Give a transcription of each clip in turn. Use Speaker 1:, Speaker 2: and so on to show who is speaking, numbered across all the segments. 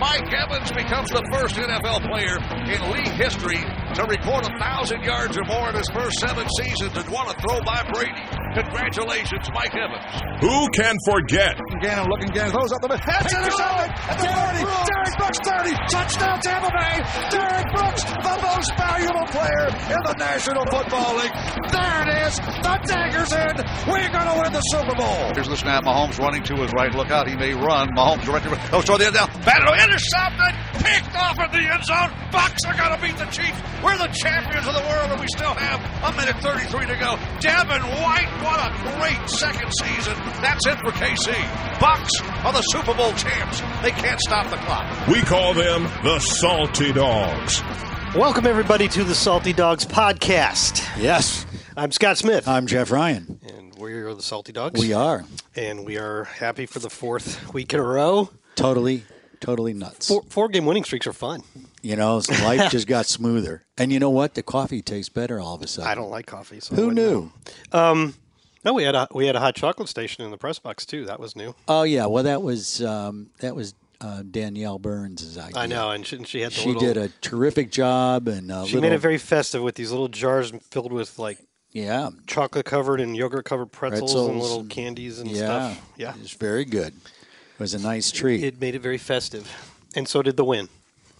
Speaker 1: Mike Evans becomes the first NFL player in league history to record a thousand yards or more in his first seven seasons and want to throw by Brady. Congratulations, Mike Evans.
Speaker 2: who can forget?
Speaker 1: Gannon looking Gannon throws up the middle. That's intercepted at the 30. Derek Brooks 30. Touchdown Tampa Bay. Derek Brooks, the most valuable player in the National Football League. There it is. The dagger's in. We're going to win the Super Bowl. Here's the snap. Mahomes running to his right. Look out. He may run. Mahomes directed. Oh, throw the end down. Battle intercepted. Picked off in the end zone. Bucks are going to beat the Chiefs. We're the champions of the world, and we still have a minute 33 to go. Devin White, what a great second season. That's it for KC. Bucks are the Super Bowl champs. They can't stop the clock.
Speaker 2: We call them the Salty Dogs.
Speaker 3: Welcome, everybody, to the Salty Dogs podcast.
Speaker 4: Yes,
Speaker 3: I'm Scott Smith.
Speaker 4: I'm Jeff Ryan.
Speaker 3: and we're the Salty Dogs.
Speaker 4: Uh, We are
Speaker 3: And we are happy for the fourth week in a row.
Speaker 4: totally, totally nuts.
Speaker 3: Four, four game winning streaks are fun.
Speaker 4: You know, so life just got smoother. And you know what? The coffee tastes better all of a sudden.
Speaker 3: I don't like coffee. So I
Speaker 4: Who
Speaker 3: wouldn't know.
Speaker 4: knew?
Speaker 3: No, we had a we had a hot chocolate station in the press box too. That was new.
Speaker 4: Oh yeah. Well, that was um, that was uh, Danielle Burns' idea.
Speaker 3: I know, and she, and she had the
Speaker 4: She
Speaker 3: little,
Speaker 4: did a terrific job, and a
Speaker 3: she
Speaker 4: little,
Speaker 3: made it very festive with these little jars filled with like
Speaker 4: yeah,
Speaker 3: chocolate covered and yogurt covered pretzels, and
Speaker 4: Pretzels
Speaker 3: little
Speaker 4: and-
Speaker 3: candies and
Speaker 4: yeah,
Speaker 3: stuff. Yeah,
Speaker 4: It was very good. It was a nice treat.
Speaker 3: it made it very festive, and so did the win.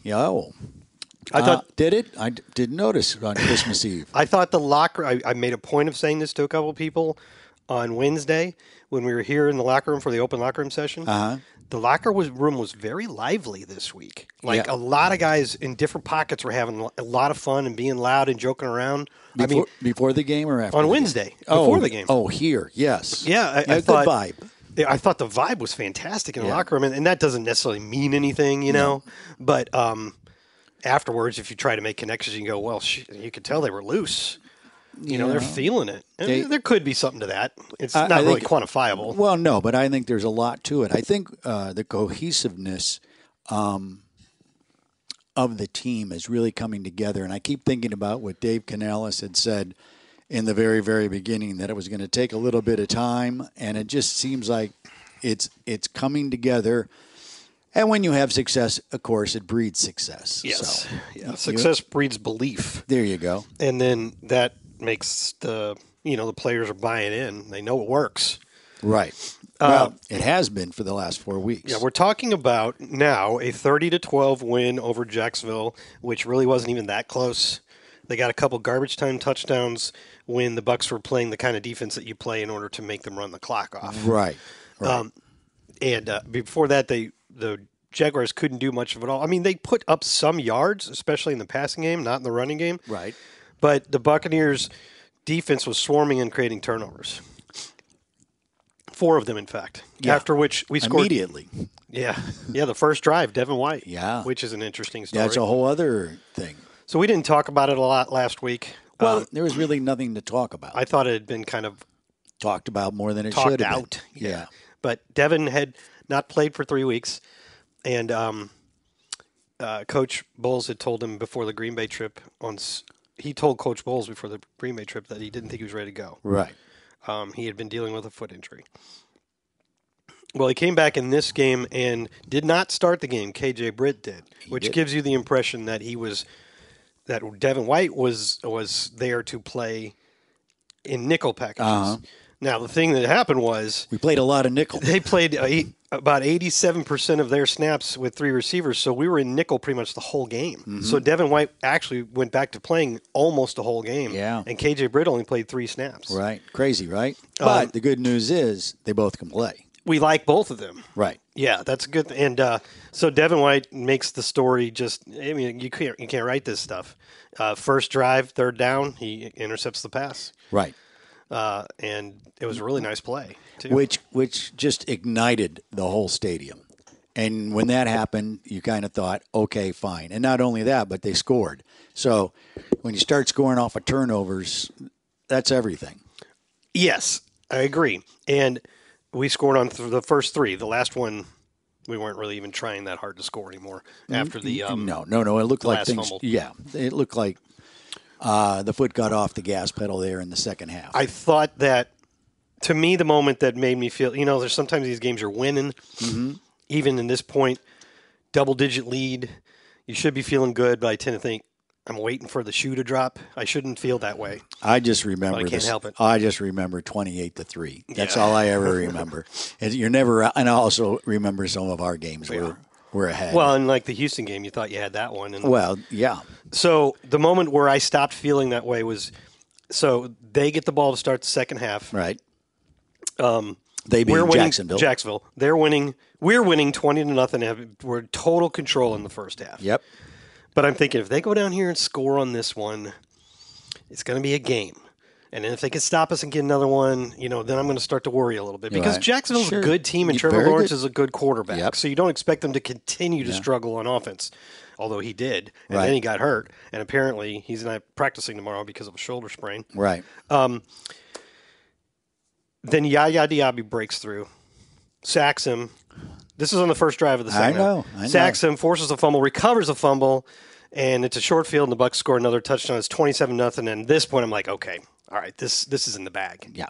Speaker 4: yeah. Oh.
Speaker 3: I
Speaker 4: Uh,
Speaker 3: thought
Speaker 4: did it? I d- didn't notice on Christmas Eve.
Speaker 3: I thought the locker. I, I made a point of saying this to a couple of people on Wednesday when we were here in the locker room for the open locker room session.
Speaker 4: Uh-huh.
Speaker 3: The locker was, room was very lively this week. Like
Speaker 4: Yeah.
Speaker 3: a lot of guys in different pockets were having a lot of fun and being loud and joking around.
Speaker 4: Before,
Speaker 3: I mean,
Speaker 4: before the game or after?
Speaker 3: on
Speaker 4: the game?
Speaker 3: Wednesday before
Speaker 4: oh,
Speaker 3: the game.
Speaker 4: Oh, here, yes.
Speaker 3: Yeah, I, I
Speaker 4: good
Speaker 3: thought
Speaker 4: vibe.
Speaker 3: Yeah, I thought the vibe was fantastic in the
Speaker 4: Yeah.
Speaker 3: locker room, and, and that doesn't necessarily mean anything, you know. But um, afterwards, if you try to make connections, you can go, well, sh-, you could tell they were loose. You know, they're feeling it. And
Speaker 4: They-
Speaker 3: there could be something to that. It's
Speaker 4: I-
Speaker 3: not
Speaker 4: I
Speaker 3: really
Speaker 4: think-
Speaker 3: quantifiable.
Speaker 4: Well, no, but I think there's a lot to it. I think uh, the cohesiveness um, of the team is really coming together, and I keep thinking about what Dave Canales had said in the very, very beginning that it was going to take a little bit of time, and it just seems like it's it's coming together. And when you have success, of course, it breeds success.
Speaker 3: yes,
Speaker 4: So,
Speaker 3: yeah. success breeds belief,
Speaker 4: there you go.
Speaker 3: and then that makes the you know the players are buying in. They know it works.
Speaker 4: Right. well, it has been for the last four weeks.
Speaker 3: Uh, Yeah, we're talking about now a 30 to 12 win over Jacksonville, which really wasn't even that close. They got a couple garbage time touchdowns when the Bucks were playing the kind of defense that you play in order to make them run the clock off.
Speaker 4: right. Right.
Speaker 3: And uh, before that, they the Jaguars couldn't do much of it all. I mean, they put up some yards, especially in the passing game, not in the running game.
Speaker 4: right.
Speaker 3: But the Buccaneers' defense was swarming and creating turnovers. Four of them, in fact.
Speaker 4: Yeah.
Speaker 3: After which we scored
Speaker 4: Immediately.
Speaker 3: Yeah, yeah. The first drive, Devin White.
Speaker 4: Yeah.
Speaker 3: which is an interesting story.
Speaker 4: That's a whole other thing.
Speaker 3: so we didn't talk about it a lot last week.
Speaker 4: Well,
Speaker 3: Um,
Speaker 4: there was really nothing to talk about.
Speaker 3: I thought it had been kind of
Speaker 4: talked about more than it
Speaker 3: talked
Speaker 4: should have.
Speaker 3: out.
Speaker 4: Been. Yeah.
Speaker 3: but Devin had not played for three weeks, and um, uh, Coach Bowles had told him before the Green Bay trip on. s- He told Coach Bowles before the Green Bay trip that he didn't think he was ready to go.
Speaker 4: Right.
Speaker 3: Um, he had been dealing with a foot injury. Well, he came back in this game and did not start the game. KJ Britt did, which
Speaker 4: did.
Speaker 3: gives you the impression that he was that Devin White was was there to play in nickel packages.
Speaker 4: Uh-huh.
Speaker 3: Now, the thing that happened was
Speaker 4: We played a lot of nickel.
Speaker 3: they played uh, eight, about 87% of their snaps with three receivers, so we were in nickel pretty much the whole game.
Speaker 4: Mm-hmm.
Speaker 3: So Devin White actually went back to playing almost the whole game.
Speaker 4: Yeah.
Speaker 3: And KJ Britt only played three snaps.
Speaker 4: right. Crazy, right?
Speaker 3: Um,
Speaker 4: But the good news is they both can play.
Speaker 3: We like both of them.
Speaker 4: Right.
Speaker 3: Yeah, that's a good. Th- and uh, so Devin White makes the story just. I mean, you can't you can't write this stuff. Uh, first drive, third down, he intercepts the pass,
Speaker 4: Right.
Speaker 3: uh, and it was a really nice play. Too.
Speaker 4: Which which just ignited the whole stadium. And when that happened, you kind of thought, okay, fine. And not only that, but they scored. So when you start scoring off of turnovers, that's everything.
Speaker 3: Yes, I agree. And we scored on th- the first three. The last one, we weren't really even trying that hard to score anymore. After the um,
Speaker 4: No, no, no. It looked like
Speaker 3: last
Speaker 4: things.
Speaker 3: fumble.
Speaker 4: Yeah, it looked like uh, the foot got off the gas pedal there in the second half.
Speaker 3: I thought that to me the moment that made me feel you know there's sometimes these games you're winning
Speaker 4: Mm-hmm.
Speaker 3: even in this point double digit lead you should be feeling good but I tend to think I'm waiting for the shoe to drop I shouldn't feel that way
Speaker 4: I just remember.
Speaker 3: can't
Speaker 4: this-
Speaker 3: help it.
Speaker 4: I just remember twenty-eight to three. That's all I ever remember. And you're never. And I also remember some of our games where we're ahead.
Speaker 3: well and like the Houston game you thought you had that one and
Speaker 4: well, yeah.
Speaker 3: so the moment where I stopped feeling that way was so they get the ball to start the second half
Speaker 4: Right. Um, they beat
Speaker 3: we're winning
Speaker 4: Jacksonville.
Speaker 3: Jacksonville they're winning we're winning 20 to nothing Have- we're total control in the first half
Speaker 4: yep.
Speaker 3: But I'm thinking if they go down here and score on this one, it's going to be a game. And then if they can stop us and get another one, you know, then I'm going to start to worry a little bit because
Speaker 4: Right.
Speaker 3: Jacksonville's
Speaker 4: Sure.
Speaker 3: a good team and
Speaker 4: You-
Speaker 3: Trevor
Speaker 4: very
Speaker 3: Lawrence
Speaker 4: good.
Speaker 3: is a good quarterback.
Speaker 4: Yep.
Speaker 3: So you don't expect them to continue to struggle on offense, although he did. And
Speaker 4: Right.
Speaker 3: then he got hurt. And apparently he's not practicing tomorrow because of a shoulder sprain.
Speaker 4: Right.
Speaker 3: Um, Then Yaya Diaby breaks through, sacks him. This is on the first drive of the
Speaker 4: I
Speaker 3: second.
Speaker 4: know,
Speaker 3: half.
Speaker 4: I know.
Speaker 3: Sacks him, forces a fumble, recovers a fumble, and it's a short field. And the Bucks score another touchdown. It's twenty-seven nothing. And at this point, I'm like, okay, all right, this this is in the bag.
Speaker 4: Yeah.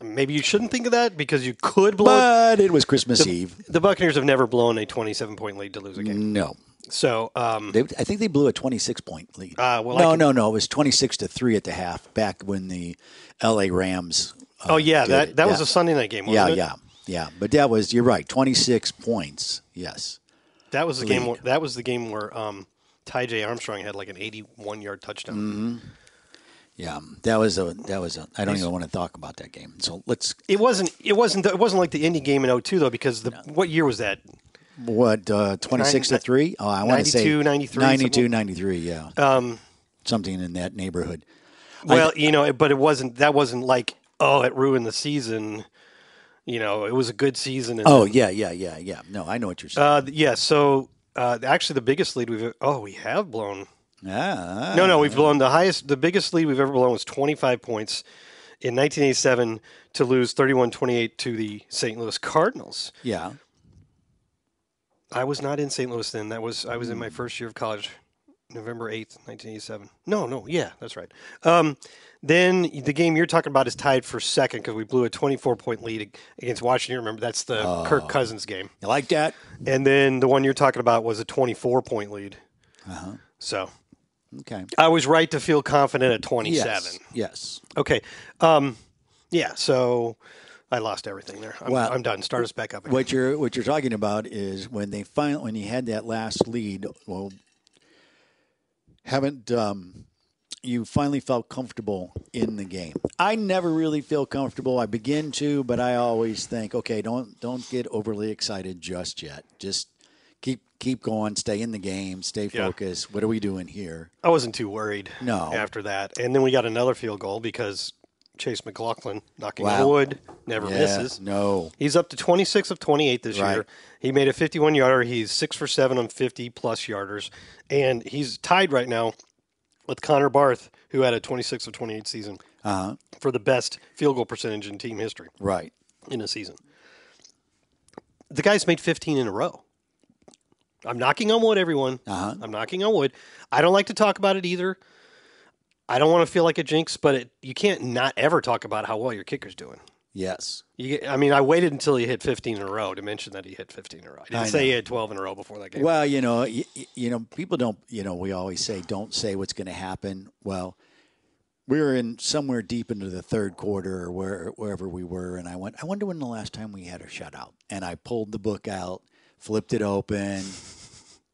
Speaker 3: Maybe you shouldn't think of that because you could blow. it.
Speaker 4: But it was Christmas Eve.
Speaker 3: The Buccaneers have never blown a twenty-seven point lead to lose a game.
Speaker 4: No.
Speaker 3: So um,
Speaker 4: Mm. They, I think they blew a 26 point lead.
Speaker 3: Uh, well, I
Speaker 4: no,
Speaker 3: can-
Speaker 4: no, no. It was 26 to 3 at the half back when the LA Rams. uh,
Speaker 3: oh yeah,
Speaker 4: did
Speaker 3: that
Speaker 4: it.
Speaker 3: that was
Speaker 4: Yeah.
Speaker 3: a Sunday night game.
Speaker 4: Yeah,
Speaker 3: Wasn't it?
Speaker 4: yeah, yeah. But that was, you're right, 26 points. Yes.
Speaker 3: That was the game. Where, that was the game where um, Ty J Armstrong had like an eighty-one yard touchdown.
Speaker 4: Yeah. um, That was a, that was a, I don't even want to talk about that game. So let's,
Speaker 3: It wasn't. It wasn't. It wasn't like the indie game in 02, though, because the what year was that?
Speaker 4: what, uh, 26 to
Speaker 3: Nine-
Speaker 4: 3? Oh, I want to say
Speaker 3: 92, 93,
Speaker 4: 92,
Speaker 3: something. Um,
Speaker 4: 93, yeah. something in that neighborhood.
Speaker 3: Well, you know, it- but it wasn't. That wasn't like oh, it ruined the season. You know, it was a good season. And,
Speaker 4: Oh, yeah, yeah, yeah, yeah. No, I know what you're saying.
Speaker 3: uh, yeah. So uh, actually, the biggest lead we've oh we have blown.
Speaker 4: ah,
Speaker 3: No, no, we've blown the highest. The biggest lead we've ever blown was 25 points in 1987 to lose 31-28 to the St. Louis Cardinals.
Speaker 4: Yeah.
Speaker 3: I was not in St. Louis then. That was I was
Speaker 4: Hmm.
Speaker 3: in my first year of college, November eighth, nineteen eighty seven. No, no, yeah, that's right. Um, then the game you're talking about is tied for second because we blew a twenty four point lead ag- against Washington. Remember that's the
Speaker 4: Oh.
Speaker 3: Kirk Cousins game,
Speaker 4: You like that?
Speaker 3: and then the one you're talking about was a twenty four point lead.
Speaker 4: Uh-huh.
Speaker 3: So
Speaker 4: Okay.
Speaker 3: I was right to feel confident at twenty seven.
Speaker 4: Yes. Yes.
Speaker 3: Okay, um, yeah. So I lost everything there. I'm,
Speaker 4: Well-
Speaker 3: I'm done. Start us back up. Again.
Speaker 4: What you're what you're talking about is when they final when you had that last lead. Well, haven't um, you finally felt comfortable in the game? I never really feel comfortable. I begin to, but I always think, okay, don't don't get overly excited just yet. Just keep keep going, stay in the game, stay
Speaker 3: Yeah.
Speaker 4: focused. What are we doing here?
Speaker 3: I wasn't too worried.
Speaker 4: No.
Speaker 3: After that, and then we got another field goal because Chase McLaughlin, knocking
Speaker 4: Wow.
Speaker 3: on wood, never
Speaker 4: Yeah,
Speaker 3: misses.
Speaker 4: No.
Speaker 3: He's up to 26 of 28 this
Speaker 4: Right.
Speaker 3: year. He made a 51 yarder. He's six for seven on 50 plus yarders, and he's tied right now with Connor Barth, who had a 26 of 28 season
Speaker 4: Uh-huh.
Speaker 3: for the best field goal percentage in team history
Speaker 4: Right.
Speaker 3: in a season. The guy's made 15 in a row. I'm knocking on wood, everyone.
Speaker 4: Uh-huh.
Speaker 3: I'm knocking on wood. I don't like to talk about it either. I don't want to feel like a jinx, but it, you can't not ever talk about how well your kicker's doing.
Speaker 4: Yes.
Speaker 3: You, get- I mean, I waited until he hit 15 in a row to mention that he hit 15 in a row. I didn't
Speaker 4: I
Speaker 3: say
Speaker 4: know.
Speaker 3: he had 12 in a row before that game.
Speaker 4: Well, you know, y- y- you know, people don't. You know, we always say, "Don't say what's going to happen." Well, we were in somewhere deep into the third quarter, or where wherever we were, and I went. I wonder when the last time we had a shutout. And I pulled the book out, flipped it open.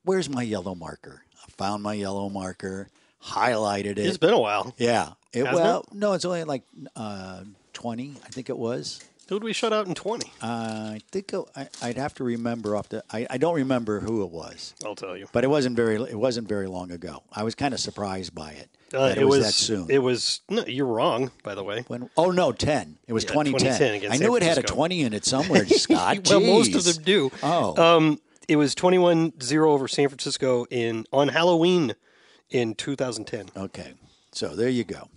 Speaker 4: Where's my yellow marker? I found my yellow marker, highlighted
Speaker 3: it's
Speaker 4: it.
Speaker 3: been a while.
Speaker 4: Yeah. It,
Speaker 3: Hasn't
Speaker 4: well, no, it's only like uh, twenty, I think it was.
Speaker 3: Who would we shut out in 20?
Speaker 4: Uh, I think it- I, I'd have to remember off the. I, I don't remember who it was,
Speaker 3: I'll tell you.
Speaker 4: but it wasn't very. It wasn't very long ago. I was kind of surprised by it.
Speaker 3: Uh,
Speaker 4: that it, was, that soon.
Speaker 3: It was. No, you're wrong, by the way.
Speaker 4: when, oh no, ten. It was 2010.
Speaker 3: 2010 against
Speaker 4: I
Speaker 3: San
Speaker 4: knew it had a
Speaker 3: Francisco.
Speaker 4: twenty in it somewhere. Scott.
Speaker 3: well, most of
Speaker 4: Jeez.
Speaker 3: them do.
Speaker 4: Oh,
Speaker 3: Um, it was 21-0 over San Francisco in on Halloween in 2010.
Speaker 4: Okay. So there you go.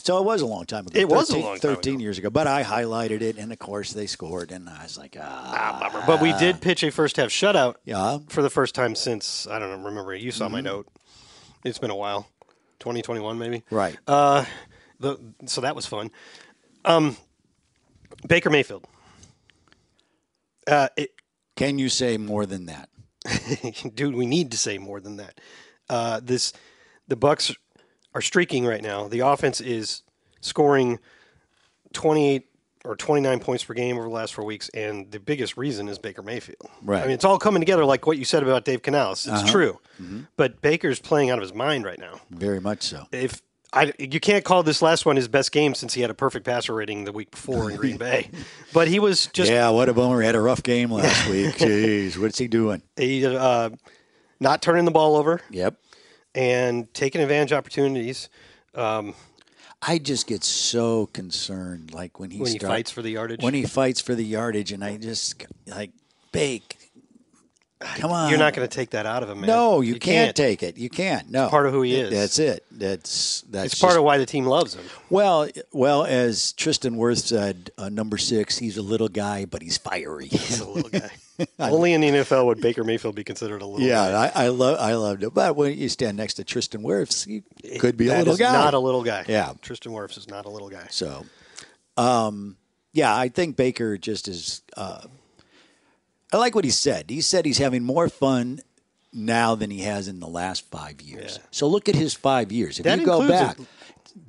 Speaker 4: So it was a long time ago.
Speaker 3: It was a long time
Speaker 4: 13
Speaker 3: ago.
Speaker 4: years ago. But I highlighted it, and of course they scored, and I was like, ah,
Speaker 3: but we did pitch a first half shutout
Speaker 4: yeah.
Speaker 3: for the first time since I don't know, remember. You saw my note. It's been a while. 2021 maybe.
Speaker 4: Right.
Speaker 3: Uh, the, so that was fun. Um, Baker Mayfield. Uh, it,
Speaker 4: Can you say more than that?
Speaker 3: dude, we need to say more than that. Uh, this, the Bucks are streaking right now. The offense is scoring twenty-eight or twenty-nine points per game over the last four weeks, and the biggest reason is Baker Mayfield.
Speaker 4: Right. Uh-huh.
Speaker 3: I mean, it's all coming together, like what you said about Dave Canales. It's true,
Speaker 4: Mm-hmm.
Speaker 3: but Baker's playing out of his mind right now.
Speaker 4: Very much so.
Speaker 3: If I, you can't call this last one his best game since he had a perfect passer rating the week before in Green Bay, but he was just
Speaker 4: Yeah, what a bummer. He had a rough game last week. Jeez, what's he doing?
Speaker 3: he, uh, not turning the ball over.
Speaker 4: Yep.
Speaker 3: and taking advantage of opportunities
Speaker 4: I just get so concerned, like when he
Speaker 3: when he
Speaker 4: start-
Speaker 3: fights for the yardage.
Speaker 4: when he fights for the yardage, and I just like bake. Come on,
Speaker 3: You're not going to take that out of him, man.
Speaker 4: No, you, can't, take it. You can't. No,
Speaker 3: part of who he is.
Speaker 4: That's it. That's that's
Speaker 3: It's part
Speaker 4: just-
Speaker 3: of why the team loves him.
Speaker 4: Well, well, as Tristan Worth said, uh, number six, he's a little guy, but he's fiery.
Speaker 3: He's a little guy. Only in the NFL would Baker Mayfield be considered a little.
Speaker 4: yeah,
Speaker 3: guy.
Speaker 4: I, I love, I loved it. But when you stand next to Tristan Wirfs, he could be a
Speaker 3: That
Speaker 4: little
Speaker 3: is
Speaker 4: guy.
Speaker 3: Not a little guy.
Speaker 4: Yeah.
Speaker 3: Tristan Wirfs is not a little guy.
Speaker 4: so, um, yeah, I think Baker just is. Uh, I like what he said. He said he's having more fun now than he has in the last five years.
Speaker 3: Yeah.
Speaker 4: So look at his five years. If
Speaker 3: That
Speaker 4: you go
Speaker 3: includes a- Oh,
Speaker 4: back,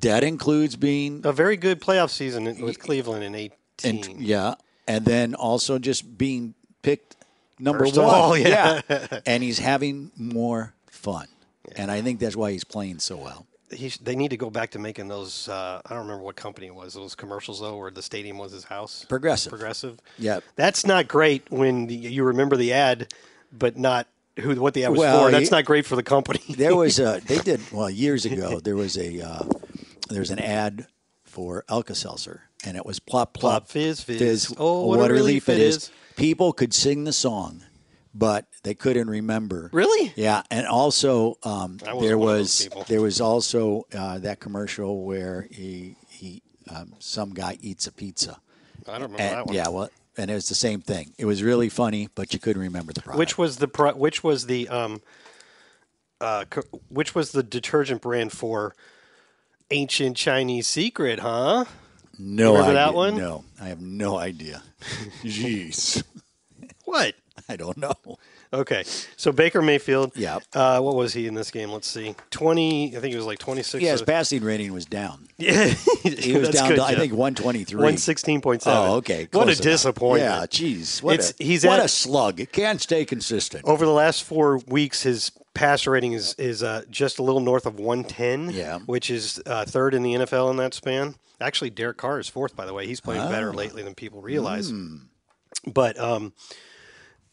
Speaker 4: that includes being
Speaker 3: A very good playoff season in- with Cleveland in 18.
Speaker 4: and yeah, and then also just being picked number
Speaker 3: First
Speaker 4: one.
Speaker 3: overall, yeah.
Speaker 4: and he's having more fun, and I think that's why he's playing so well.
Speaker 3: He, sh- they need to go back to making those. Uh, I don't remember what company it was. Those commercials though, where the stadium was his house.
Speaker 4: Progressive.
Speaker 3: Progressive.
Speaker 4: Yep.
Speaker 3: That's not great when y- you remember the ad, but not who what the ad was
Speaker 4: Well,
Speaker 3: for. That's
Speaker 4: you-
Speaker 3: not great for the company.
Speaker 4: There was a they did well years ago. There was a uh, there was an ad for Alka Seltzer, and it was plop plop,
Speaker 3: Plop, fizz, fizz. Oh, what a relief it is.
Speaker 4: People could sing the song, but they couldn't remember
Speaker 3: Really?
Speaker 4: Yeah, and also um,
Speaker 3: I wasn't
Speaker 4: there
Speaker 3: one of those
Speaker 4: was
Speaker 3: people.
Speaker 4: there was also uh, that commercial where he he um, some guy eats a pizza.
Speaker 3: I don't remember
Speaker 4: And-
Speaker 3: that one.
Speaker 4: yeah, well, and it was the same thing. It was really funny, but you couldn't remember the product.
Speaker 3: Which was the pro- which was the um, uh, co- which was the detergent brand for ancient Chinese secret, huh?
Speaker 4: no,
Speaker 3: remember
Speaker 4: idea.
Speaker 3: that one?
Speaker 4: No, I have no idea. Jeez,
Speaker 3: What?
Speaker 4: I don't know.
Speaker 3: Okay, so Baker Mayfield.
Speaker 4: Yeah.
Speaker 3: Uh, what was he in this game? Let's see. Twenty. I think he was like twenty six.
Speaker 4: Yeah, his passing rating was down.
Speaker 3: yeah.
Speaker 4: He was down to I think one twenty three.
Speaker 3: one sixteen point seven.
Speaker 4: Oh, okay.
Speaker 3: What a
Speaker 4: close enough.
Speaker 3: disappointment.
Speaker 4: Yeah, geez. What
Speaker 3: It's-
Speaker 4: a,
Speaker 3: he's
Speaker 4: what
Speaker 3: at- Oh.
Speaker 4: a slug. It can't stay consistent.
Speaker 3: over the last four weeks, his passer rating is is uh, just a little north of 110,
Speaker 4: Yeah.
Speaker 3: which is uh, third in the NFL in that span. Actually, Derek Carr is fourth, by the way. He's playing
Speaker 4: Oh.
Speaker 3: better lately than people realize.
Speaker 4: Hmm.
Speaker 3: But um,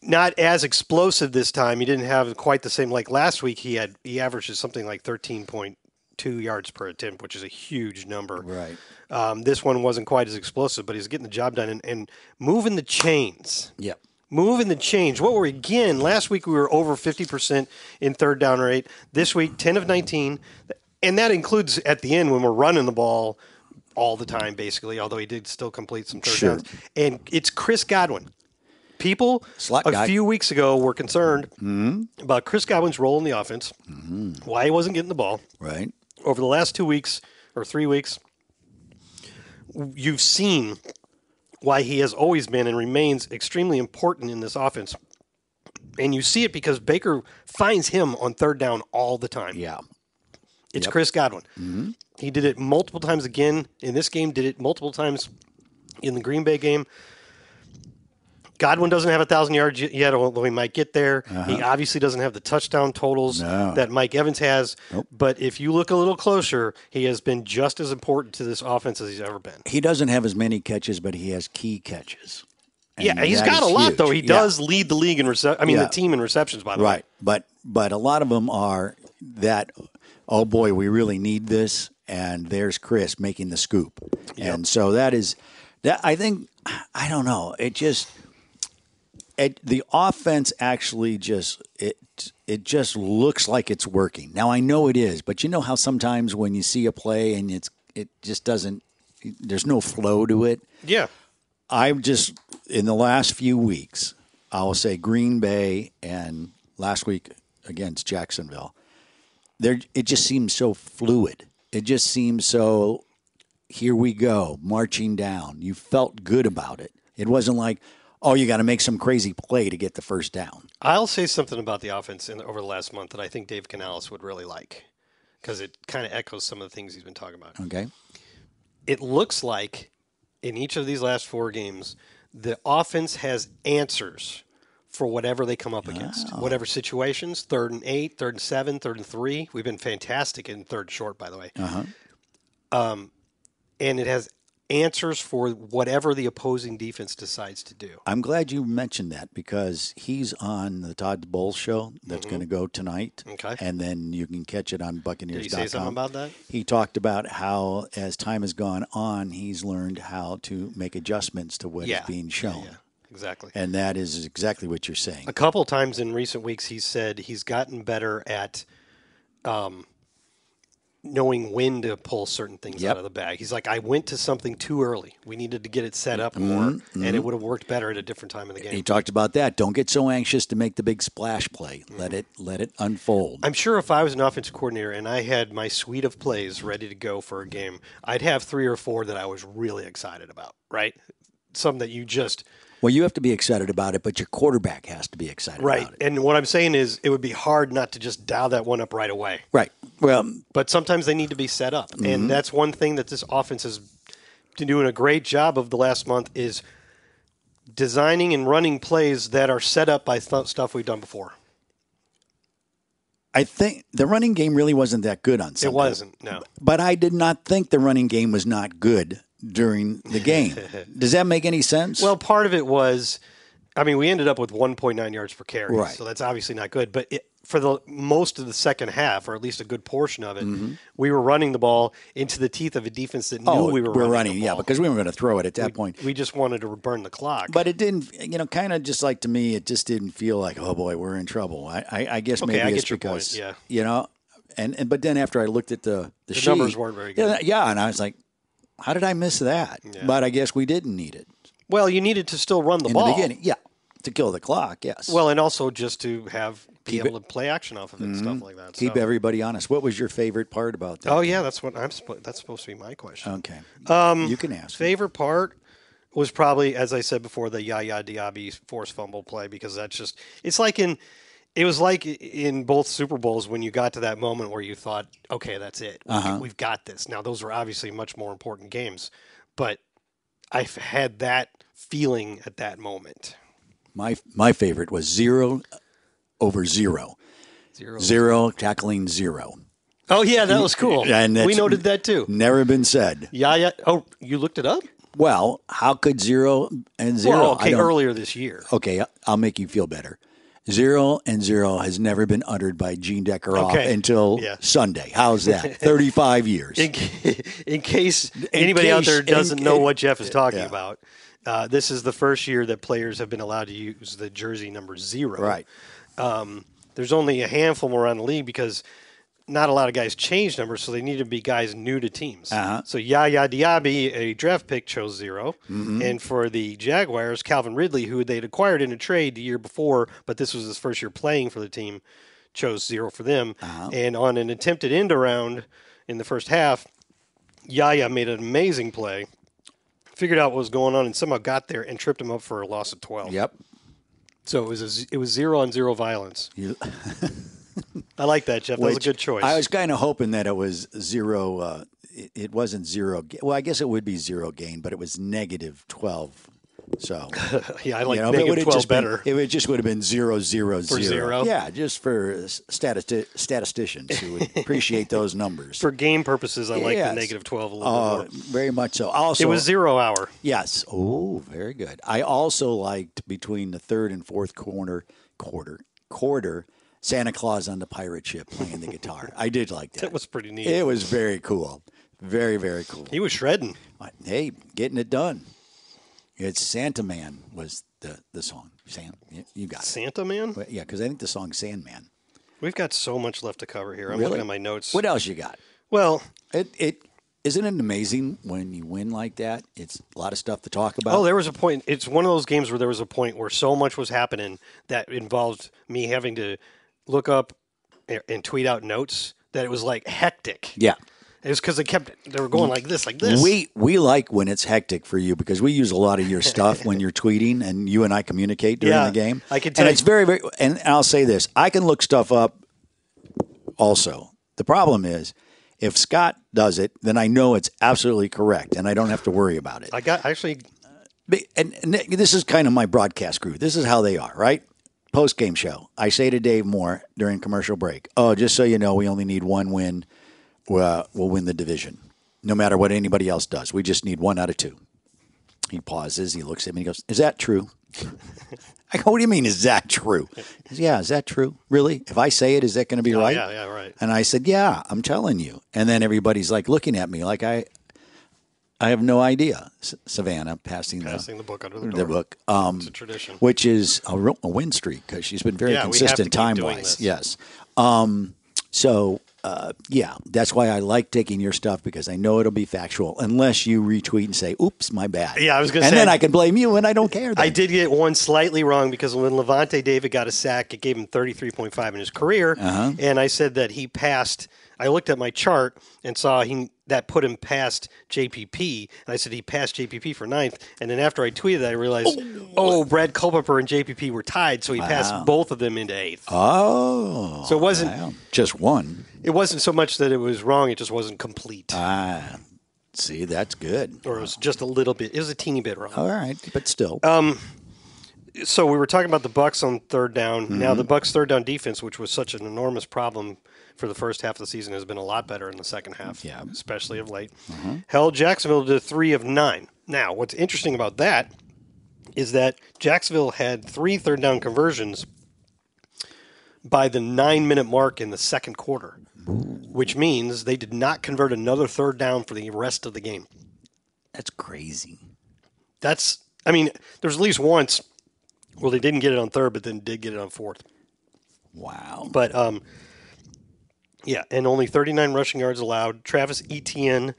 Speaker 3: not as explosive this time. He didn't have quite the same. Like last week, he had he averages something like 13.2 yards per attempt, which is a huge number.
Speaker 4: Right.
Speaker 3: Um, this one wasn't quite as explosive, but he's getting the job done and, and moving the chains.
Speaker 4: Yep.
Speaker 3: Moving the change. What were we again? Last week we were over 50% in third down rate. This week, 10 of 19. And that includes at the end when we're running the ball all the time, basically, although he did still complete some third
Speaker 4: Sure.
Speaker 3: downs. And it's Chris Godwin. People
Speaker 4: Slot
Speaker 3: a
Speaker 4: guy. Mm-hmm.
Speaker 3: few weeks ago were concerned about Chris Godwin's role in the offense, why he wasn't getting the ball
Speaker 4: Right.
Speaker 3: over the last two weeks or three weeks, you've seen why he has always been and remains extremely important in this offense. And you see it because Baker finds him on third down all the time.
Speaker 4: Yeah.
Speaker 3: It's Chris Godwin.
Speaker 4: Mm-hmm.
Speaker 3: He did it multiple times again in this game, did it multiple times in the Green Bay game. Godwin doesn't have a thousand yards y- yet, although he might get there. He obviously doesn't have the touchdown totals
Speaker 4: Uh-huh. No.
Speaker 3: that Mike Evans has. But if you look a little closer, he has been just as important to this offense as he's ever been.
Speaker 4: He doesn't have as many catches, but he has key catches. And
Speaker 3: yeah, he's
Speaker 4: that
Speaker 3: got a
Speaker 4: is
Speaker 3: lot
Speaker 4: huge.
Speaker 3: though. He
Speaker 4: Yeah.
Speaker 3: does lead the league in rece- I mean,
Speaker 4: Yeah.
Speaker 3: the team in receptions. By the way,
Speaker 4: Right, but but a lot of them are that. Oh boy, we really need this, and there's Chris making the scoop, and so that is that. I think I don't know. It just it, the offense actually just it it just looks like it's working. Now I know it is, but you know how sometimes when you see a play and it's it just doesn't. There's no flow to it.
Speaker 3: Yeah,
Speaker 4: I've just in the last few weeks, I'll say Green Bay and last week against Jacksonville. There, it just seems so fluid. It just seems so. Here we go, marching down. You felt good about it. It wasn't like, oh, you got to make some crazy play to get the first down.
Speaker 3: I'll say something about the offense in, over the last month that I think Dave Canales would really like because it kind of echoes some of the things he's been talking about.
Speaker 4: Okay,
Speaker 3: it looks like in each of these last four games, the offense has answers for whatever they come up against, whatever situations. Third and eight, third and seven, third and three. We've been fantastic in third short, by the way. Um, and it has answers for whatever the opposing defense decides to do.
Speaker 4: I'm glad you mentioned that because he's on the Todd Bowles show that's going to go tonight.
Speaker 3: Mm-hmm. Okay.
Speaker 4: and then you can catch it on
Speaker 3: Did
Speaker 4: Buccaneers.com.
Speaker 3: he say something about that?
Speaker 4: he talked about how as time has gone on he's learned how to make adjustments to what is
Speaker 3: Yeah.
Speaker 4: being shown
Speaker 3: Yeah, exactly.
Speaker 4: and that is exactly what you're saying
Speaker 3: a couple times in recent weeks he said he's gotten better at um, knowing when to pull certain things
Speaker 4: Yep.
Speaker 3: out of the bag. He's like, I went to something too early. We needed to get it set up more, and it would have worked better at a different time in the game.
Speaker 4: he talked about that don't get so anxious to make the big splash play let
Speaker 3: Mm-hmm.
Speaker 4: it let it unfold
Speaker 3: I'm sure if I was an offensive coordinator and I had my suite of plays ready to go for a game, I'd have three or four that I was really excited about, right? Some that you just
Speaker 4: well you have to be excited about it but your quarterback has to be excited
Speaker 3: right.
Speaker 4: about it
Speaker 3: And what I'm saying is, it would be hard not to just dial that one up right away.
Speaker 4: right well
Speaker 3: but sometimes they need to be set up and that's one thing that this offense has been doing a great job of the last month is designing and running plays that are set up by th- stuff we've done before
Speaker 4: i think the running game really wasn't that good on Sunday.
Speaker 3: it wasn't no
Speaker 4: but i did not think the running game was not good during the game does that make any sense
Speaker 3: well part of it was i mean we ended up with 1.9 yards per carry
Speaker 4: Right.
Speaker 3: so that's obviously not good but it, for the most of the second half or at least a good portion of it we were running the ball into the teeth of a defense that knew we Oh, were, running, the
Speaker 4: Oh, yeah
Speaker 3: ball.
Speaker 4: because we were going to throw it at that point
Speaker 3: we just wanted to burn the clock
Speaker 4: But it didn't, you know, kind of just like to me, it just didn't feel like, oh boy, we're in trouble. I, I, I guess
Speaker 3: Okay,
Speaker 4: maybe
Speaker 3: I
Speaker 4: it's
Speaker 3: get your point,
Speaker 4: because,
Speaker 3: yeah.
Speaker 4: you know, and, and but then after I looked at the the, sheet,
Speaker 3: numbers weren't very good.
Speaker 4: Yeah, yeah, and I was like, how did I miss that? But I guess we didn't need it
Speaker 3: well you needed to still run the
Speaker 4: in
Speaker 3: ball
Speaker 4: the beginning. Yeah, to kill the clock. Yes.
Speaker 3: Well, and also just to have be
Speaker 4: Keep
Speaker 3: able to play action off of it Mm-hmm. and stuff like that.
Speaker 4: keep
Speaker 3: so.
Speaker 4: everybody honest. What was your favorite part about that?
Speaker 3: Oh yeah, that's what I'm. Sp- that's supposed to be my question.
Speaker 4: Okay, um, you can ask.
Speaker 3: Favorite part was probably, as I said before, the Yaya Diaby force fumble play because that's just. It's like in. It was like i- in both Super Bowls when you got to that moment where you thought, "Okay, that's it. We- We've got this." Now those were obviously much more important games, but I have had that feeling at that moment.
Speaker 4: My my favorite was zero over zero,
Speaker 3: Zero.
Speaker 4: zero tackling zero.
Speaker 3: Oh yeah, that was cool.
Speaker 4: Yeah, and
Speaker 3: we
Speaker 4: that's-
Speaker 3: noted that too.
Speaker 4: Never been said.
Speaker 3: Yaya. Oh, you looked it up?
Speaker 4: Well, how could zero and zero?
Speaker 3: Well,
Speaker 4: I
Speaker 3: okay,
Speaker 4: don't-
Speaker 3: earlier this year.
Speaker 4: Okay, I'll make you feel better. Zero and zero has never been uttered by Gene Deckeroff
Speaker 3: Okay,
Speaker 4: until
Speaker 3: yeah.
Speaker 4: Sunday. How's that? Thirty-five years.
Speaker 3: In, ca- in case anybody out
Speaker 4: case-
Speaker 3: there doesn't
Speaker 4: in-
Speaker 3: know
Speaker 4: in-
Speaker 3: what Jeff is talking
Speaker 4: yeah.
Speaker 3: about, uh, this is the first year that players have been allowed to use the jersey number zero.
Speaker 4: right.
Speaker 3: There's only a handful more around the league because not a lot of guys change numbers, so they need to be guys new to teams.
Speaker 4: Uh-huh.
Speaker 3: So Yaya Diaby, a draft pick, chose 0 And for the Jaguars, Calvin Ridley, who they'd acquired in a trade the year before, but this was his first year playing for the team, chose zero for them. And on an attempted end around in the first half, Yaya made an amazing play, figured out what was going on, and somehow got there and tripped him up for a loss of 12.
Speaker 4: Yep.
Speaker 3: So it was a, z- it was zero on zero violence.
Speaker 4: You-
Speaker 3: I like that, Jeff. That was a
Speaker 4: Which
Speaker 3: good choice.
Speaker 4: I was kind of hoping that it was zero. Uh, it, it wasn't zero. ga- Well, I guess it would be zero gain, but it was negative twelve So
Speaker 3: Yeah, I like
Speaker 4: you know, if it
Speaker 3: making
Speaker 4: would've
Speaker 3: 12
Speaker 4: just been-
Speaker 3: better.
Speaker 4: it would just would have been zero zero zero.
Speaker 3: zero?
Speaker 4: Yeah, just for statisti- statisticians who would appreciate those numbers.
Speaker 3: For game purposes, I like the
Speaker 4: Yes.
Speaker 3: negative 12 a little
Speaker 4: uh,
Speaker 3: bit more.
Speaker 4: very much so. Also,
Speaker 3: It was zero hour.
Speaker 4: Yes. Oh, very good. I also liked between the third and fourth corner quarter quarter Santa Claus on the pirate ship playing the guitar. I did like that.
Speaker 3: That was pretty neat.
Speaker 4: It was very cool. Very very cool.
Speaker 3: He was shredding.
Speaker 4: Hey, getting it done. It's Santa Man was the the song. San, you- you got it.
Speaker 3: Santa Man?
Speaker 4: But yeah, because I think the song Sandman.
Speaker 3: We've got so much left to cover here. I'm looking at my notes.
Speaker 4: What else you got?
Speaker 3: Well,
Speaker 4: It it isn't it amazing when you win like that. It's a lot of stuff to talk about.
Speaker 3: Oh, there was a point. It's one of those games where there was a point where so much was happening that involved me having to look up a- and tweet out notes that it was like hectic.
Speaker 4: yeah.
Speaker 3: It was because they kept they were going like this, like this.
Speaker 4: We we like when it's hectic for you because we use a lot of your stuff when you're tweeting and you and I communicate during
Speaker 3: Yeah,
Speaker 4: the game.
Speaker 3: I can tell
Speaker 4: and it's
Speaker 3: you-
Speaker 4: very very. And I'll say this: I can look stuff up. Also, the problem is if Scott does it, then I know it's absolutely correct, and I don't have to worry about it.
Speaker 3: I got actually
Speaker 4: But- and, and this is kind of my broadcast crew. This is how they are, right? Post game show. I say to Dave Moore during commercial break, "Oh, just so you know, we only need one win. Uh, we'll win the division, no matter what anybody else does. We just need one out of two. He pauses. He looks at me. and He goes, "Is that true?" I go, "What do you mean? Is that true?" He says, yeah, is that true? Really? If I say it, is that going to be right?
Speaker 3: Oh, yeah, yeah, right.
Speaker 4: And I said, "Yeah, I'm telling you." And then everybody's like looking at me, like I, I have no idea. S- Savannah passing,
Speaker 3: passing the book under the
Speaker 4: the,
Speaker 3: door.
Speaker 4: book, um,
Speaker 3: It's a tradition.
Speaker 4: which is a, ro- a win streak because she's been very
Speaker 3: Yeah, we have to
Speaker 4: consistent
Speaker 3: keep
Speaker 4: time
Speaker 3: doing
Speaker 4: wise.
Speaker 3: this.
Speaker 4: Yes. Um, so uh, yeah, that's why I like taking your stuff because I know it'll be factual, unless you retweet and say, "Oops, my bad."
Speaker 3: Yeah, I was gonna
Speaker 4: and
Speaker 3: say-
Speaker 4: then I can blame you, and I don't care. Then.
Speaker 3: I did get one slightly wrong because when Levante David got a sack, it gave him 33.5 in his career.
Speaker 4: Uh-huh.
Speaker 3: And I said that he passed. I looked at my chart and saw he that put him past JPP. And I said he passed JPP for ninth. And then after I tweeted that, I realized, oh, Brad Culpepper and JPP were tied. So he passed both of them into eighth.
Speaker 4: Oh,
Speaker 3: So it wasn't-
Speaker 4: wow. just one.
Speaker 3: It wasn't so much that it was wrong, it just wasn't complete.
Speaker 4: Ah, see, that's good.
Speaker 3: or it was just a little bit. It was a teeny bit wrong.
Speaker 4: All right, but still,
Speaker 3: Uh, so we were talking about the Bucks on third down. Now the Bucks third down defense, which was such an enormous problem for the first half of the season, has been a lot better in the second half,
Speaker 4: Yeah.
Speaker 3: especially of late. Held Jacksonville to three of nine. Now, what's interesting about that is that Jacksonville had three third down conversions by the nine minute mark in the second quarter, which means they did not convert another third down for the rest of the game.
Speaker 4: that's crazy.
Speaker 3: That's, I mean, there's at least once where they didn't get it on third, but then did get it on fourth.
Speaker 4: Wow.
Speaker 3: But um, yeah, and only 39 rushing yards allowed. Travis Etienne